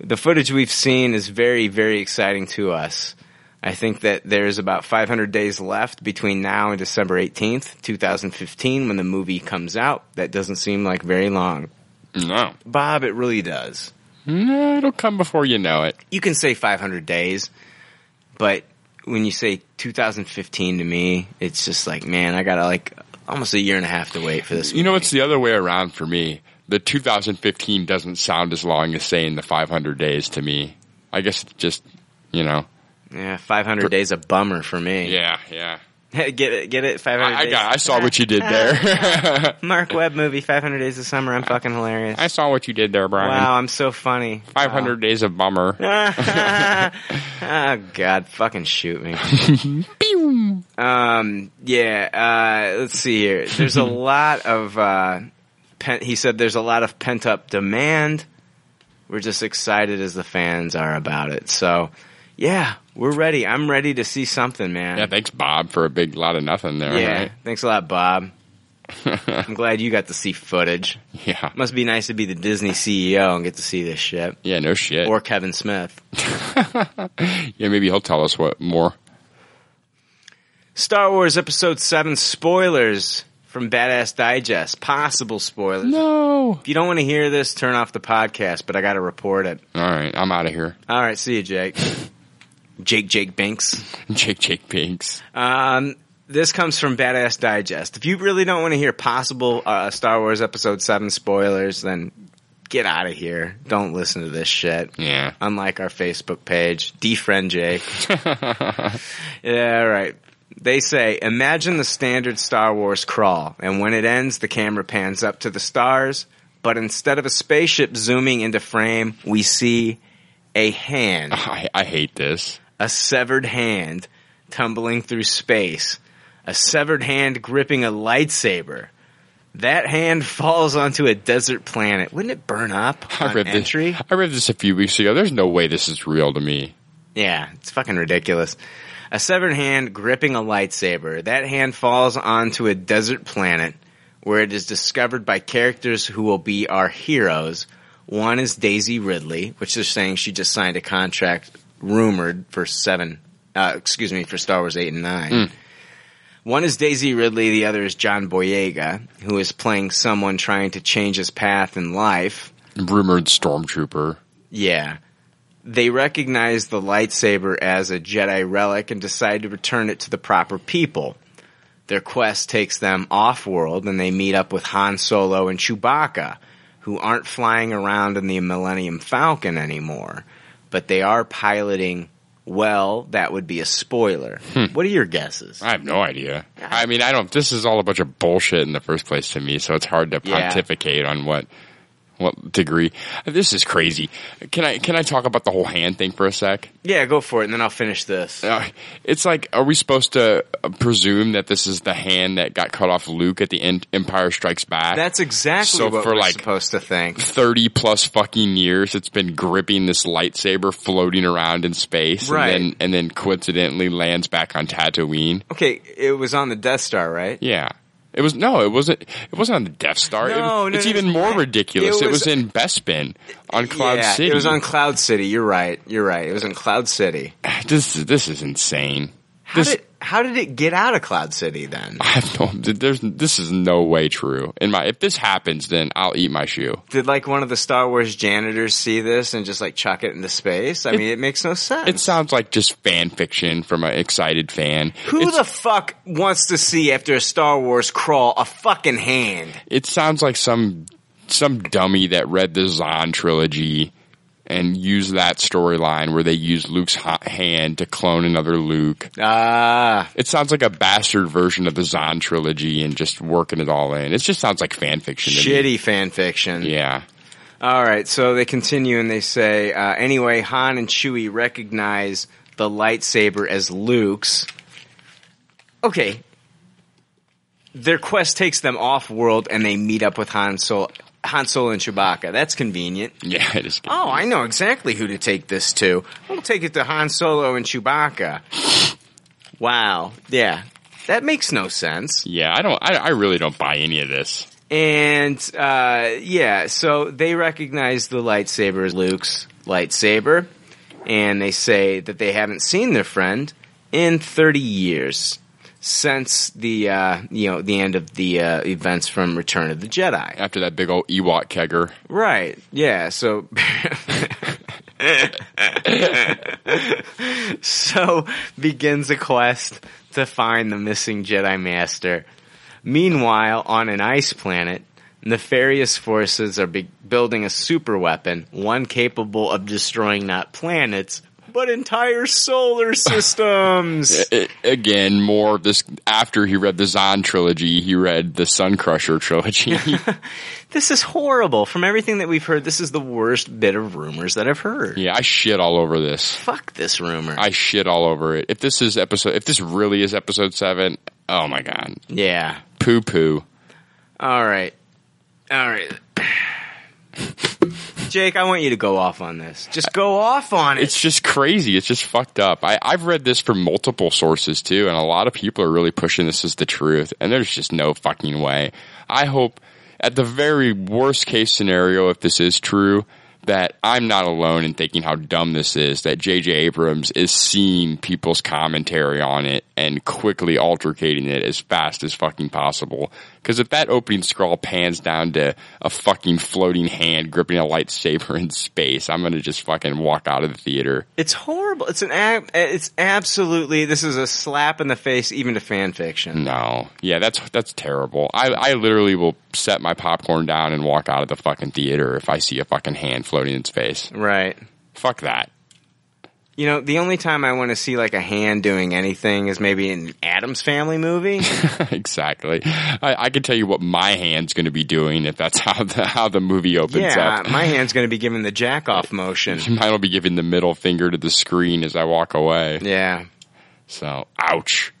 S7: the footage we've seen is very, very exciting to us. I think that there's about 500 days left between now and December 18th, 2015, when the movie comes out. That doesn't seem like very long.
S8: No.
S7: Bob, it really does.
S8: No, it'll come before you know it.
S7: You can say 500 days, but when you say 2015 to me, it's just like, man, I got like almost a year and a half to wait for this.
S8: You know, it's the other way around for me. The 2015 doesn't sound as long as saying the 500 days to me. I guess it's just, you know.
S7: Yeah, 500 days a bummer for me.
S8: Yeah, yeah.
S7: get it, get it. 500
S8: I- I
S7: days.
S8: got- I saw what you did there.
S7: Mark Webb movie, 500 days of summer. I'm fucking hilarious.
S8: I saw what you did there, Brian.
S7: Wow, I'm so funny.
S8: 500 days of bummer.
S7: oh God, fucking shoot me. um, yeah. Uh, let's see here. There's a lot of. Uh, pen- he said there's a lot of pent up demand. We're just excited as the fans are about it. So, yeah, we're ready. I'm ready to see something, man.
S8: Yeah, thanks, Bob, for a big lot of nothing there.
S7: Yeah.
S8: right?
S7: Thanks a lot, Bob. I'm glad you got to see footage.
S8: Yeah.
S7: Must be nice to be the Disney CEO and get to see this shit.
S8: Yeah, no shit.
S7: Or Kevin Smith.
S8: Yeah, maybe he'll tell us what more.
S7: Star Wars Episode 7 spoilers from Badass Digest. Possible spoilers.
S8: No.
S7: If you don't want to hear this, turn off the podcast, but I got to report it.
S8: All right, I'm out of here.
S7: All right, see you, Jake. Jake, Jake Banks.
S8: Jake, Jake Pinks.
S7: Um, this comes from Badass Digest. If you really don't want to hear possible uh, Star Wars Episode 7 spoilers, then get out of here. Don't listen to this shit.
S8: Yeah.
S7: Unlike our Facebook page, defriend Jake. yeah, right. They say, imagine the standard Star Wars crawl, and when it ends, the camera pans up to the stars, but instead of a spaceship zooming into frame, we see a hand.
S8: I, I hate this.
S7: A severed hand tumbling through space. A severed hand gripping a lightsaber. That hand falls onto a desert planet. Wouldn't it burn up?
S8: I
S7: on
S8: read
S7: entry?
S8: this. I read this a few weeks ago. There's no way this is real to me.
S7: Yeah, it's fucking ridiculous. A severed hand gripping a lightsaber. That hand falls onto a desert planet where it is discovered by characters who will be our heroes. One is Daisy Ridley, which they're saying she just signed a contract rumored for seven, uh, excuse me, for Star Wars 8 and 9.
S10: Hmm.
S7: One is Daisy Ridley, the other is John Boyega, who is playing someone trying to change his path in life.
S8: Rumored stormtrooper.
S7: Yeah. they recognize the lightsaber as a Jedi relic and decide to return it to the proper people. Their quest takes them off world and they meet up with Han Solo and Chewbacca, who aren't flying around in the Millennium Falcon anymore, but they are piloting. Well, that would be a spoiler. What are your guesses?
S8: Hmm. I have no idea. I mean, I don't. This is all a bunch of bullshit in the first place to me, so it's hard to
S7: Yeah.
S8: pontificate on what what degree. This is crazy. Can I can I talk about the whole hand thing for a sec? Uh,
S7: Yeah, go for it, and then I'll finish this.
S8: It's like, are we supposed to uh, presume that this is the hand that got cut off Luke at the end Empire Strikes Back?
S7: That's exactly
S8: so
S7: what
S8: for
S7: we're
S8: like
S7: supposed to think.
S8: Thirty plus fucking years, it's been gripping this lightsaber floating around in space,
S7: Right.
S8: And then, and then coincidentally lands back on Tatooine.
S7: Okay, it was on the Death Star, right?
S8: Yeah. It was no, it wasn't. It wasn't on the Death Star. It
S7: No,
S8: was-
S7: no,
S8: it's
S7: no,
S8: even
S7: no.
S8: more ridiculous.
S7: It
S8: It was,
S7: was-
S8: in Bespin on Cloud
S7: yeah,
S8: City.
S7: It was on Cloud City. You're right. You're right. It was in Cloud City.
S8: This this is insane.
S7: How did how did it get out of Cloud City then?
S8: I have no. There's this is no way true. In my if this happens, then I'll eat my shoe.
S7: Did like one of the Star Wars janitors see this and just like chuck it into space? I mean, it makes no sense.
S8: It sounds like just fan fiction from an excited fan.
S7: Who the fuck wants to see after a Star Wars crawl a fucking hand?
S8: It sounds like some some dummy that read the Zahn trilogy and used that storyline where they used Luke's ha- hand to clone another Luke.
S7: Ah,
S8: it sounds like a bastard version of the Zahn trilogy and just working it all in. It just sounds like fan fiction. to me.
S7: Shitty fan fiction.
S8: Yeah.
S7: All right, so they continue and they say, uh, anyway, Han and Chewie recognize the lightsaber as Luke's. Okay. Their quest takes them off world and they meet up with Han Solo, Han Solo and Chewbacca. That's convenient.
S8: Yeah, it is.
S7: Oh, I know exactly who to take this to. I'll take it to Han Solo and Chewbacca. Wow. Yeah. That makes no sense.
S8: Yeah, I don't. I, I really don't buy any of this.
S7: And uh, yeah, so they recognize the lightsaber as Luke's lightsaber, and they say that they haven't seen their friend in 30 years since the uh, you know the end of the uh, events from Return of the Jedi.
S8: After that big old Ewok kegger.
S7: Right. Yeah. So. so begins a quest to find the missing Jedi Master. Meanwhile, on an ice planet, nefarious forces are be- building a super weapon, one capable of destroying not planets, but entire solar systems.
S8: A- a- again, more of this. After he read the Zahn trilogy, he read the Sun Crusher trilogy.
S7: this is horrible. From everything that we've heard, this is the worst bit of rumors that I've heard.
S8: yeah, I shit all over this.
S7: Fuck this rumor.
S8: I shit all over it. If this is episode, if this really is episode seven, oh my god.
S7: Yeah.
S8: Poo poo.
S7: All right. All right. Jake, I want you to go off on this. Just go off on it.
S8: It's just crazy. It's just fucked up. I, I've read this from multiple sources too, and a lot of people are really pushing this as the truth, and there's just no fucking way. I hope, at the very worst case scenario, if this is true, that I'm not alone in thinking how dumb this is, that J.J. Abrams is seeing people's commentary on it and quickly altercating it as fast as fucking possible. Because if that opening scroll pans down to a fucking floating hand gripping a lightsaber in space, I'm gonna just fucking walk out of the theater.
S7: It's horrible. It's an ab- it's absolutely this is a slap in the face even to fan fiction.
S8: No, yeah, that's that's terrible. I I literally will set my popcorn down and walk out of the fucking theater if I see a fucking hand floating in space.
S7: Right.
S8: Fuck that.
S7: You know, the only time I want to see like a hand doing anything is maybe in an Adams Family movie.
S8: exactly. I, I can tell you what my hand's going to be doing if that's how the how the movie opens
S7: yeah,
S8: up.
S7: my hand's going to be giving the jack off motion.
S8: Mine will be giving the middle finger to the screen as I walk away.
S7: Yeah.
S8: So, ouch,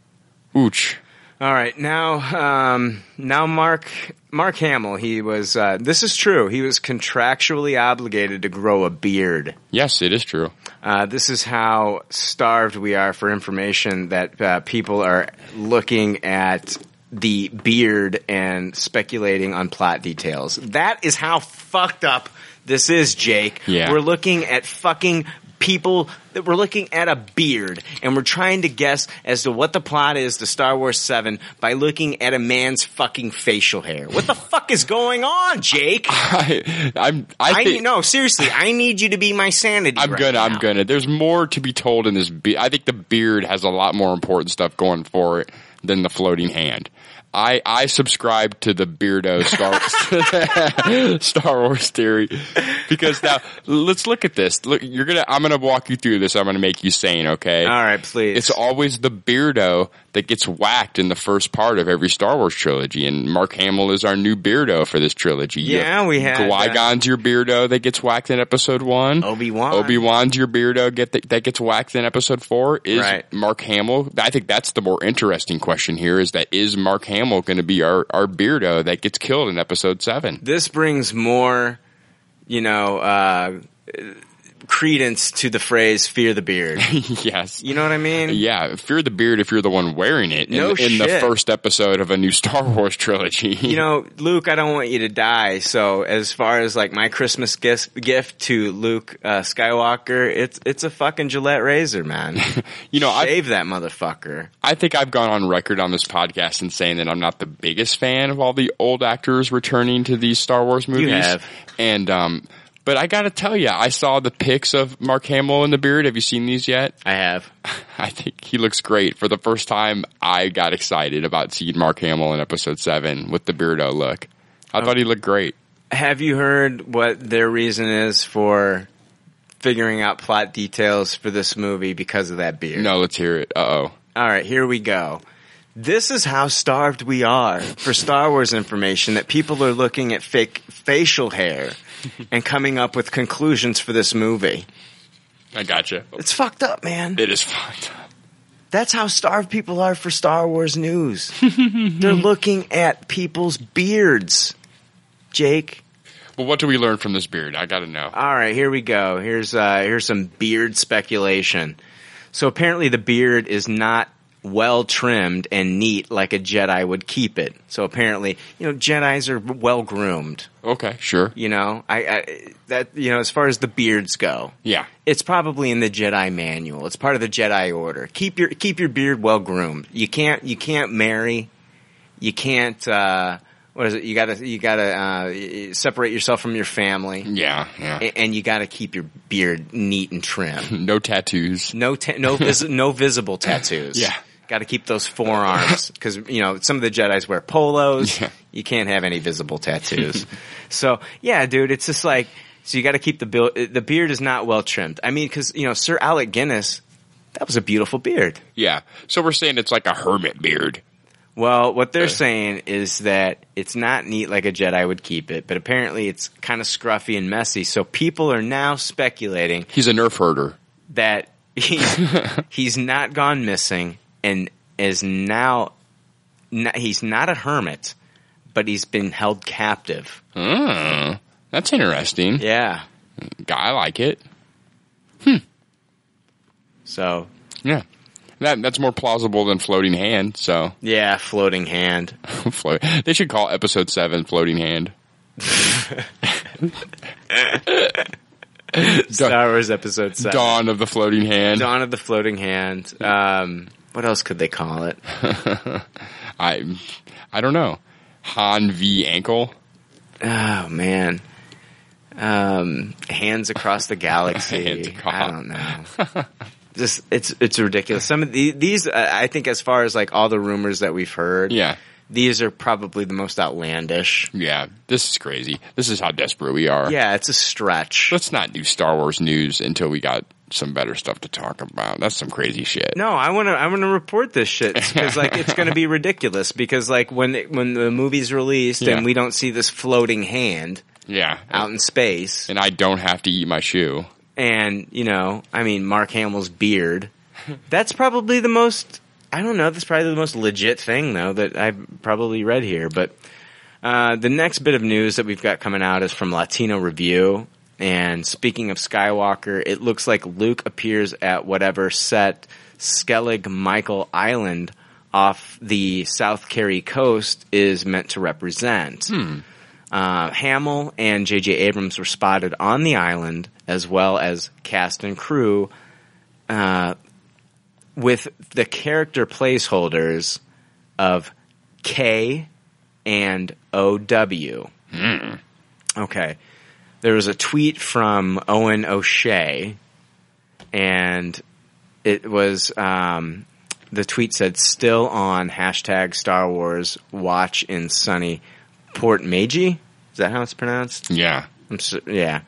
S8: ouch.
S7: All right, now um, now Mark Mark Hamill. He was uh, this is true. He was contractually obligated to grow a beard.
S8: Yes, it is true.
S7: Uh, this is how starved we are for information that uh, people are looking at the beard and speculating on plot details. That is how fucked up this is, Jake.
S8: Yeah.
S7: We're looking at fucking people that we're looking at a beard and we're trying to guess as to what the plot is to Star Wars 7 by looking at a man's fucking facial hair. What the fuck is going on, Jake?
S8: I, I'm, I,
S7: I
S8: think,
S7: need, no, seriously, I need you to be my sanity.
S8: I'm
S7: right
S8: gonna,
S7: now.
S8: I'm gonna. There's more to be told in this. Be- I think the beard has a lot more important stuff going for it than the floating hand. I, I subscribe to the beardo Star Star Wars theory because now let's look at this. Look, you're gonna. I'm gonna walk you through this. I'm gonna make you sane. Okay. All
S7: right, please.
S8: It's always the beardo that gets whacked in the first part of every Star Wars trilogy, and Mark Hamill is our new beardo for this trilogy. You-
S7: Yeah, we had
S8: Qui
S7: that.
S8: Gon's your beardo that gets whacked in episode one. Obi
S7: Wan.
S8: Obi Wan's your beardo get that, that gets whacked in episode four. Is
S7: Right.
S8: Mark Hamill? I think that's the more interesting question here. Is that is Mark Hamill going to be our our beardo that gets killed in episode seven?
S7: This brings more, you know, uh, credence to the phrase "fear the beard."
S8: yes,
S7: you know what I mean.
S8: Yeah, fear the beard if you're the one wearing it.
S7: No
S8: in, in the
S7: shit.
S8: first episode of a new Star Wars trilogy.
S7: you know, Luke, I don't want you to die. So as far as like my Christmas gift, gift to Luke uh, Skywalker, it's it's a fucking Gillette razor, man.
S8: you know,
S7: save that motherfucker.
S8: I think I've gone on record on this podcast and saying that I'm not the biggest fan of all the old actors returning to these Star Wars movies.
S7: have.
S8: And um but I got to tell you, I saw the pics of Mark Hamill in the beard. Have you seen these yet?
S7: I have.
S8: I think he looks great. For the first time, I got excited about seeing Mark Hamill in episode 7 with the beardo look.
S7: Oh.
S8: I thought he looked great.
S7: Have you heard what their reason is for figuring out plot details for this movie because of that beard?
S8: No, let's hear it. Uh oh.
S7: All right, here we go. This is how starved we are for Star Wars information that people are looking at fake facial hair and coming up with conclusions for this movie.
S8: I gotcha.
S7: It's fucked up, man.
S8: It is fucked up.
S7: That's how starved people are for Star Wars news. They're looking at people's beards. Jake.
S8: Well, what do we learn from this beard? I got to know.
S7: All right, here we go. Here's uh, here's some beard speculation. So apparently, the beard is not well trimmed and neat like a Jedi would keep it. So apparently, you know, Jedi's are well groomed.
S8: Okay, sure.
S7: You know, I, I that you know as far as the beards go.
S8: Yeah.
S7: It's probably in the Jedi manual. It's part of the Jedi order. Keep your keep your beard well groomed. You can't you can't marry. You can't uh what is it? You gotta you gotta uh, y- y- separate yourself from your family.
S8: Yeah, yeah.
S7: A- And you gotta keep your beard neat and trim.
S8: no tattoos.
S7: No ta- no vis- no visible tattoos.
S8: Yeah.
S7: Got to keep those forearms because you know some of the Jedi's wear polos. You can't have any visible tattoos. so yeah, dude, it's just like so you got to keep the bill. The beard is not well trimmed. I mean, because you know Sir Alec Guinness, that was a beautiful beard.
S8: Yeah. So we're saying it's like a hermit beard.
S7: Well, what they're saying is that it's not neat like a Jedi would keep it, but apparently it's kind of scruffy and messy. So people are now speculating
S8: He's a nerf herder.
S7: that he's, he's not gone missing and is now n he's not a hermit, but he's been held captive.
S8: Mm, that's interesting.
S7: Yeah.
S8: I like it.
S7: So
S8: Yeah. That, that's more plausible than floating hand. So
S7: yeah, floating hand.
S8: Float. They should call episode seven floating hand.
S7: Star Wars episode seven.
S8: Dawn of the floating hand.
S7: Dawn of the floating hand. Um, what else could they call it?
S8: I I don't know. Han v ankle.
S7: Oh man. Um, hands across the galaxy. I don't know. Just it's it's ridiculous. Some of the, these, uh, I think, as far as like all the rumors that we've heard,
S8: Yeah.
S7: these are probably the most outlandish.
S8: Yeah, this is crazy. This is how desperate we are.
S7: Yeah, it's a stretch.
S8: Let's not do Star Wars news until we got some better stuff to talk about. That's some crazy shit.
S7: No, I want to. I want to report this shit because like it's going to be ridiculous. Because like when it, when the movie's released
S8: Yeah.
S7: and we don't see this floating hand
S8: Yeah.
S7: out in space,
S8: And I don't have to eat my shoe.
S7: and you know, I mean, Mark Hamill's beard. That's probably the most. I don't know. That's probably the most legit thing though that I've probably read here. But uh, the next bit of news that we've got coming out is from Latino Review. And speaking of Skywalker, it looks like Luke appears at whatever set Skellig Michael Island
S9: Hmm.
S7: off the South Kerry coast is meant to represent. Uh, Hamill and J.J. Abrams were spotted on the island, as well as cast and crew, uh, with the character placeholders of K and OW. Okay. There was a tweet from Owen O'Shea, and it was um, the tweet said, "Still on hashtag Star Wars watch in sunny Port Meiji." Is that how it's pronounced?
S8: Yeah,
S7: I'm so, yeah.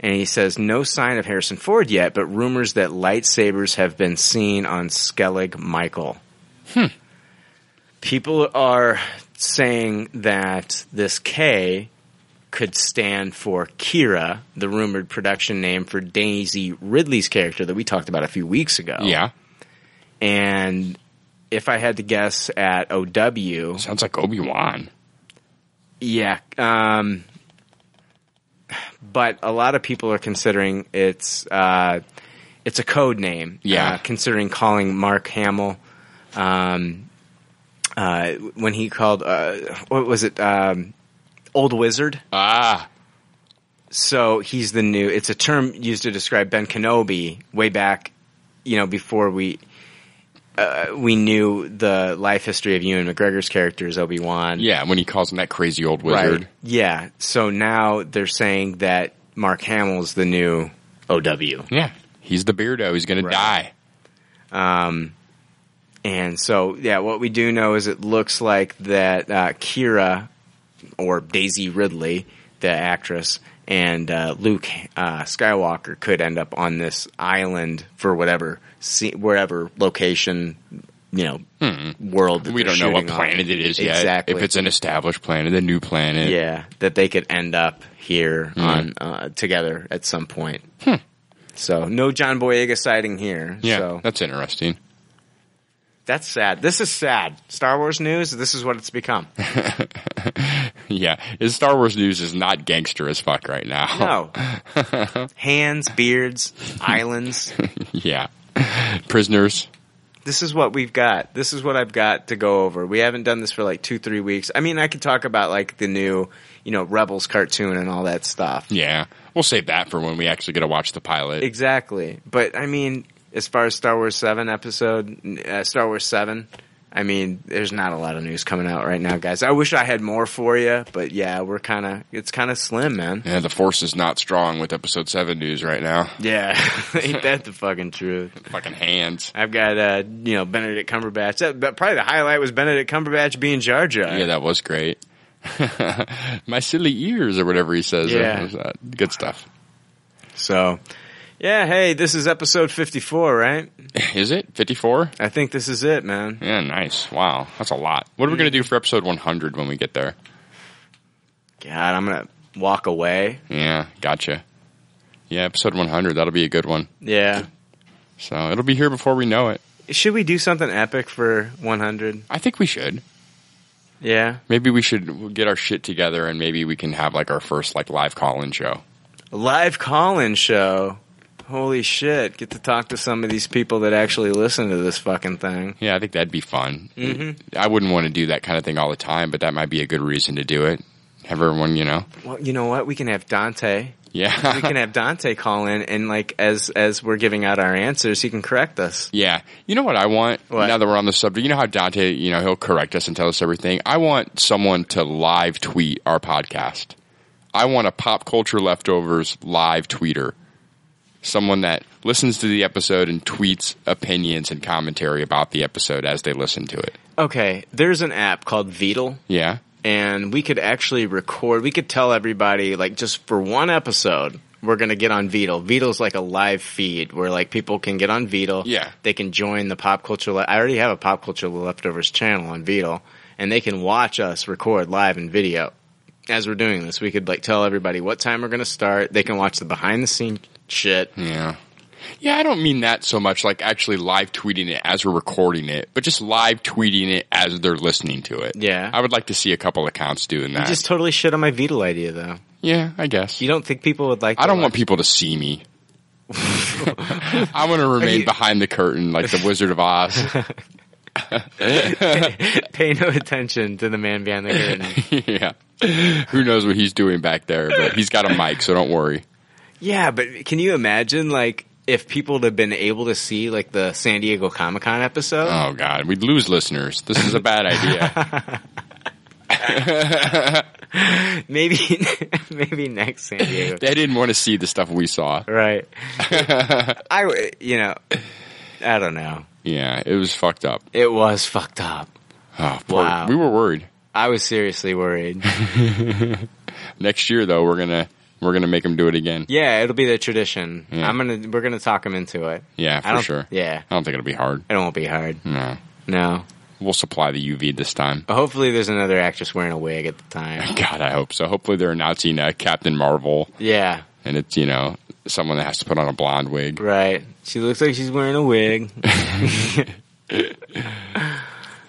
S7: And he says, "No sign of Harrison Ford yet, but rumors that lightsabers have been seen on Skellig Michael."
S8: Hmm.
S7: People are saying that this K could stand for Kira, the rumored production name for Daisy Ridley's character that we talked about a few weeks ago.
S8: Yeah.
S7: And if I had to guess at OW.
S8: Sounds like Obi Wan.
S7: Yeah. Um, but a lot of people are considering it's uh, it's a code name.
S8: Yeah.
S7: uh, considering calling Mark Hamill um, uh, when he called uh, what was it um, Old Wizard?
S8: Ah.
S7: So he's the new. It's a term used to describe Ben Kenobi way back, you know, before we uh, we knew the life history of Ewan McGregor's character as Obi Wan.
S8: Yeah, when he calls him that crazy old wizard.
S7: Right. Yeah. So now they're saying that Mark Hamill's the new OW.
S8: Yeah. He's the beardo. He's going to
S7: die. Um, and so, yeah, what we do know is it looks like that uh, Kira or Daisy Ridley, the actress, and uh, Luke uh, Skywalker could end up on this island for whatever, se- wherever location, you know, world. that
S8: Hmm. We
S7: they're
S8: don't know what
S7: shooting on.
S8: planet it is yet.
S7: Exactly.
S8: If it's an established planet, a new planet.
S7: Yeah, that they could end up here
S8: Hmm.
S7: on uh, together at some point. So no John Boyega sighting here.
S8: Yeah,
S7: so.
S8: that's interesting.
S7: That's sad. This is sad. Star Wars news. This is what it's become.
S8: Yeah. His Star Wars news is not gangster as fuck right now.
S7: No hands, beards, islands.
S8: yeah. Prisoners.
S7: This is what we've got. This is what I've got to go over. We haven't done this for like two, three weeks. I mean, I could talk about like the new, you know, Rebels cartoon and all that stuff.
S8: Yeah. We'll save that for when we actually get to watch the pilot.
S7: Exactly. But I mean, as far as Star Wars 7 episode, uh, Star Wars 7, I mean, there's not a lot of news coming out right now, guys. I wish I had more for you, but yeah, we're kind of, it's kind of slim, man.
S8: Yeah, the force is not strong with episode seven news right now.
S7: Yeah, ain't that the fucking truth?
S8: fucking hands.
S7: I've got uh, you know Benedict Cumberbatch. That, but probably the highlight was Benedict Cumberbatch being Jar Jar.
S8: Yeah, that was great. My silly ears, or whatever he says.
S7: Yeah.
S8: It was, uh, good stuff.
S7: So, yeah. Hey, this is episode fifty-four, right?
S8: Is it fifty-four?
S7: I think this is it, man.
S8: Yeah, nice. Wow, that's a lot. What are we gonna do for episode one hundred when we get there?
S7: God, I'm gonna walk away.
S8: Yeah, gotcha. Yeah, episode one hundred. That'll be a good one.
S7: Yeah.
S8: So it'll be here before we know it.
S7: Should we do something epic for one hundred?
S8: I think we should.
S7: Yeah,
S8: Maybe we should get our shit together and maybe we can have like our first like live call-in show.
S7: a live call-in show. Holy shit! Get to talk to some of these people that actually listen to this fucking thing.
S8: Yeah, I think that'd be fun.
S7: hmm
S8: I wouldn't want to do that kind of thing all the time, but that might be a good reason to do it. Have everyone, you know.
S7: Well, you know what? We can have Dante.
S8: Yeah.
S7: we can have Dante call in and like as as we're giving out our answers, he can correct us.
S8: Yeah. You know what I want? Now that we're on the subject, you know how Dante, you know, he'll correct us and tell us everything. I want someone to live tweet our podcast. I want a pop culture leftovers live tweeter. Someone that listens to the episode and tweets opinions and commentary about the episode as they listen to it.
S7: Okay, there's an app called Vetal,
S8: Yeah.
S7: and we could actually record. We could tell everybody like just for one episode. We're gonna get on Vetal. Vetal's like a live feed where like people can get on Vetal.
S8: Yeah.
S7: they can join the pop culture. Le- I already have a pop culture leftovers channel on Vetal, and they can watch us record live in video as we're doing this. We could like tell everybody what time we're gonna start. They can watch the behind the scene shit.
S8: Yeah. Yeah, I don't mean that so much like actually live tweeting it as we're recording it, but just live tweeting it as they're listening to it.
S7: Yeah.
S8: I would like to see a couple accounts doing
S7: You
S8: that.
S7: just totally shit on my Beatle idea, though.
S8: Yeah, I guess.
S7: You don't think people would like?
S8: I don't want people to see me. I want to remain behind the curtain like the Wizard of Oz.
S7: Pay no attention to the man behind the curtain.
S8: yeah. Who knows what he's doing back there, but he's got a mic, so don't worry.
S7: Yeah, but can you imagine like if people had been able to see like the San Diego Comic Con episode?
S8: Oh God, we'd lose listeners. This is a bad idea.
S7: maybe maybe next San Diego.
S8: they didn't want to see the stuff we saw.
S7: Right. I w- you know I don't know.
S8: Yeah, it was fucked up.
S7: It was fucked up.
S8: Oh, poor- We were worried.
S7: I was seriously worried.
S8: Next year though, we're gonna we're gonna make him do it again.
S7: yeah, it'll be the tradition.
S8: Yeah.
S7: I'm gonna we're gonna talk him into it.
S8: Yeah,
S7: I
S8: for
S7: don't-
S8: sure.
S7: Yeah.
S8: I don't think it'll be hard.
S7: It won't be hard.
S8: No.
S7: No.
S8: We'll supply the UV this time.
S7: Hopefully, there's another actress wearing a wig at the time.
S8: God, I hope so. Hopefully, they're announcing uh, Captain Marvel,
S7: Yeah,
S8: and it's you know someone that has to put on a blonde wig.
S7: right. She looks like she's wearing a wig.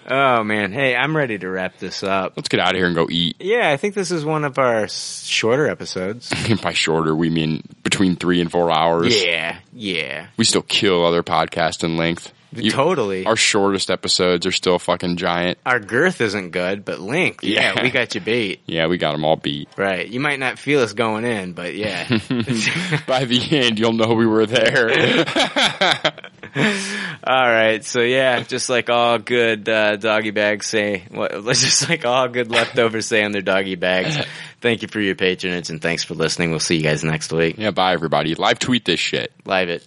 S7: oh man, hey, I'm ready to wrap this up.
S8: Let's get out of here and go eat.
S7: Yeah, I think this is one of our s- shorter episodes.
S8: By shorter, we mean between three and four hours.
S7: Yeah, yeah.
S8: we still kill other podcasts in length. You-
S7: Totally.
S8: our shortest episodes are still fucking giant.
S7: Our girth isn't good, but length. Yeah,
S8: Yeah.
S7: we got you beat.
S8: Yeah, we got them all beat.
S7: Right. You might not feel us going in, but yeah.
S8: By the end, you'll know we were there.
S7: all right. So yeah, just like all good uh, doggy bags say, what, just like all good leftovers say on their doggy bags. Thank you for your patronage and thanks for listening. We'll see you guys next week.
S8: Yeah. Bye, everybody. Live tweet this shit.
S7: Live it.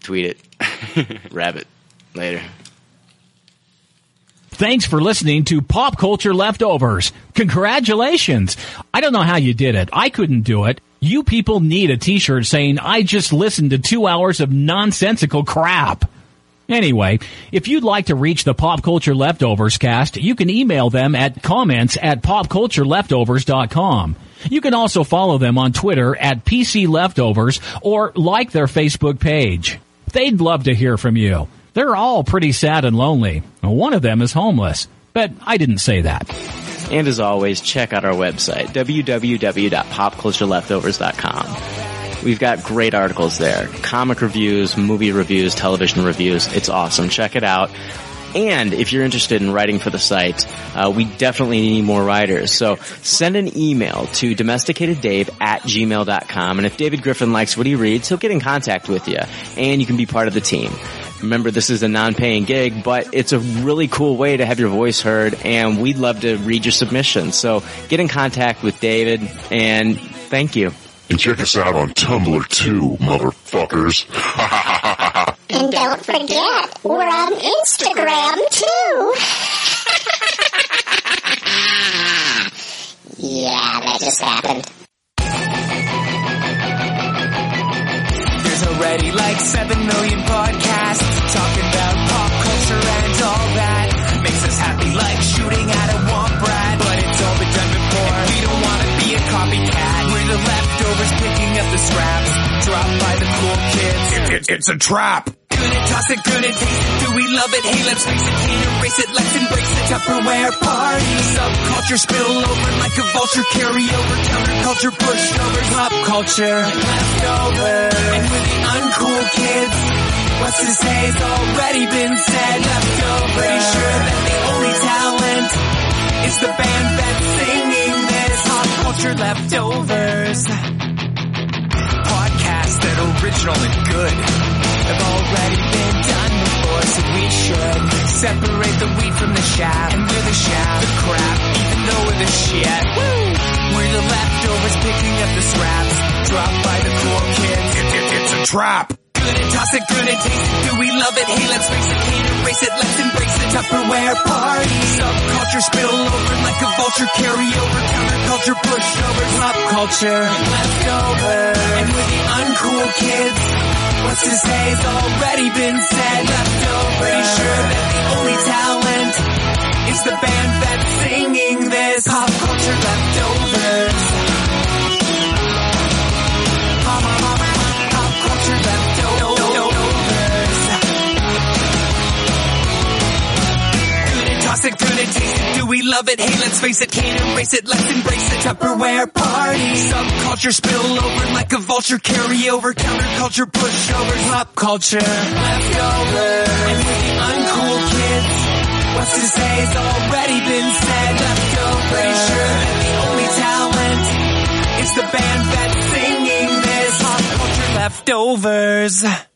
S7: Tweet it. Rabbit. Later.
S23: Thanks for listening to Pop Culture Leftovers. Congratulations. I don't know how you did it. I couldn't do it. You people need a t-shirt saying, I just listened to two hours of nonsensical crap. Anyway, if you'd like to reach the Pop Culture Leftovers cast, you can email them at comments at popcultureleftovers.com. You can also follow them on Twitter at PC Leftovers or like their Facebook page. They'd love to hear from you. They're all pretty sad and lonely. One of them is homeless, but I didn't say that.
S7: And as always, check out our website, www.popcultureleftovers.com. We've got great articles there. Comic reviews, movie reviews, television reviews. It's awesome. Check it out. And if you're interested in writing for the site, uh, we definitely need more writers. So send an email to domesticatedDave at gmail.com. And if David Griffin likes what he reads, he'll get in contact with you and you can be part of the team. Remember, this is a non-paying gig, but it's a really cool way to have your voice heard, and we'd love to read your submissions. So get in contact with David, and thank you.
S3: And check us out on Tumblr too, motherfuckers.
S11: And don't forget, we're on Instagram too. yeah, that just happened.
S4: There's already like 7 million podcasts talking about pop culture and all that. Makes us happy like shooting at a womp rat. But it's all been done before. And we don't want to be a copycat. We're the leftovers picking up the scraps dropped by the cool kids.
S22: it's a trap.
S4: Gonna toss it, gonna taste it. Do we love it? Hey, let's face it, can't erase it. Let's embrace the Tupperware party. Subculture spill over like a vulture. Carry over counterculture, pushovers, pop culture leftover. And we're the uncool kids. What's to say has already been said. Leftover. Pretty sure that the only talent is the band that's singing this. Pop culture leftovers podcasts that are original and good have already been done before, so we should separate the wheat from the chaff. And we're the chaff, the crap, even though we're the shit. Woo! We're the leftovers picking up the scraps dropped by the cool kids. it's a trap. Gonna toss it, gonna taste it. Do we love it? Hey, let's face it, can't erase it. Let's embrace the Tupperware party. Subculture spill over like a vulture. Carry over counterculture, pushover, pop culture leftover. And we're the uncool kids. What's to say has already been said. Leftover. Pretty sure that the only talent is the band that's singing this. Pop culture leftovers. Pop, pop, pop culture leftovers. Gonna toss it, gonna taste it. Do we love it? Hey, let's face it, can't erase it. Let's embrace the Tupperware party. Subculture spill over like a vulture. Carry over counterculture, pushovers, pop culture leftovers. And we're the uncool kids. to say has already been said. Let's go. Pretty sure that the only talent is the band that's singing this. Pop culture leftovers.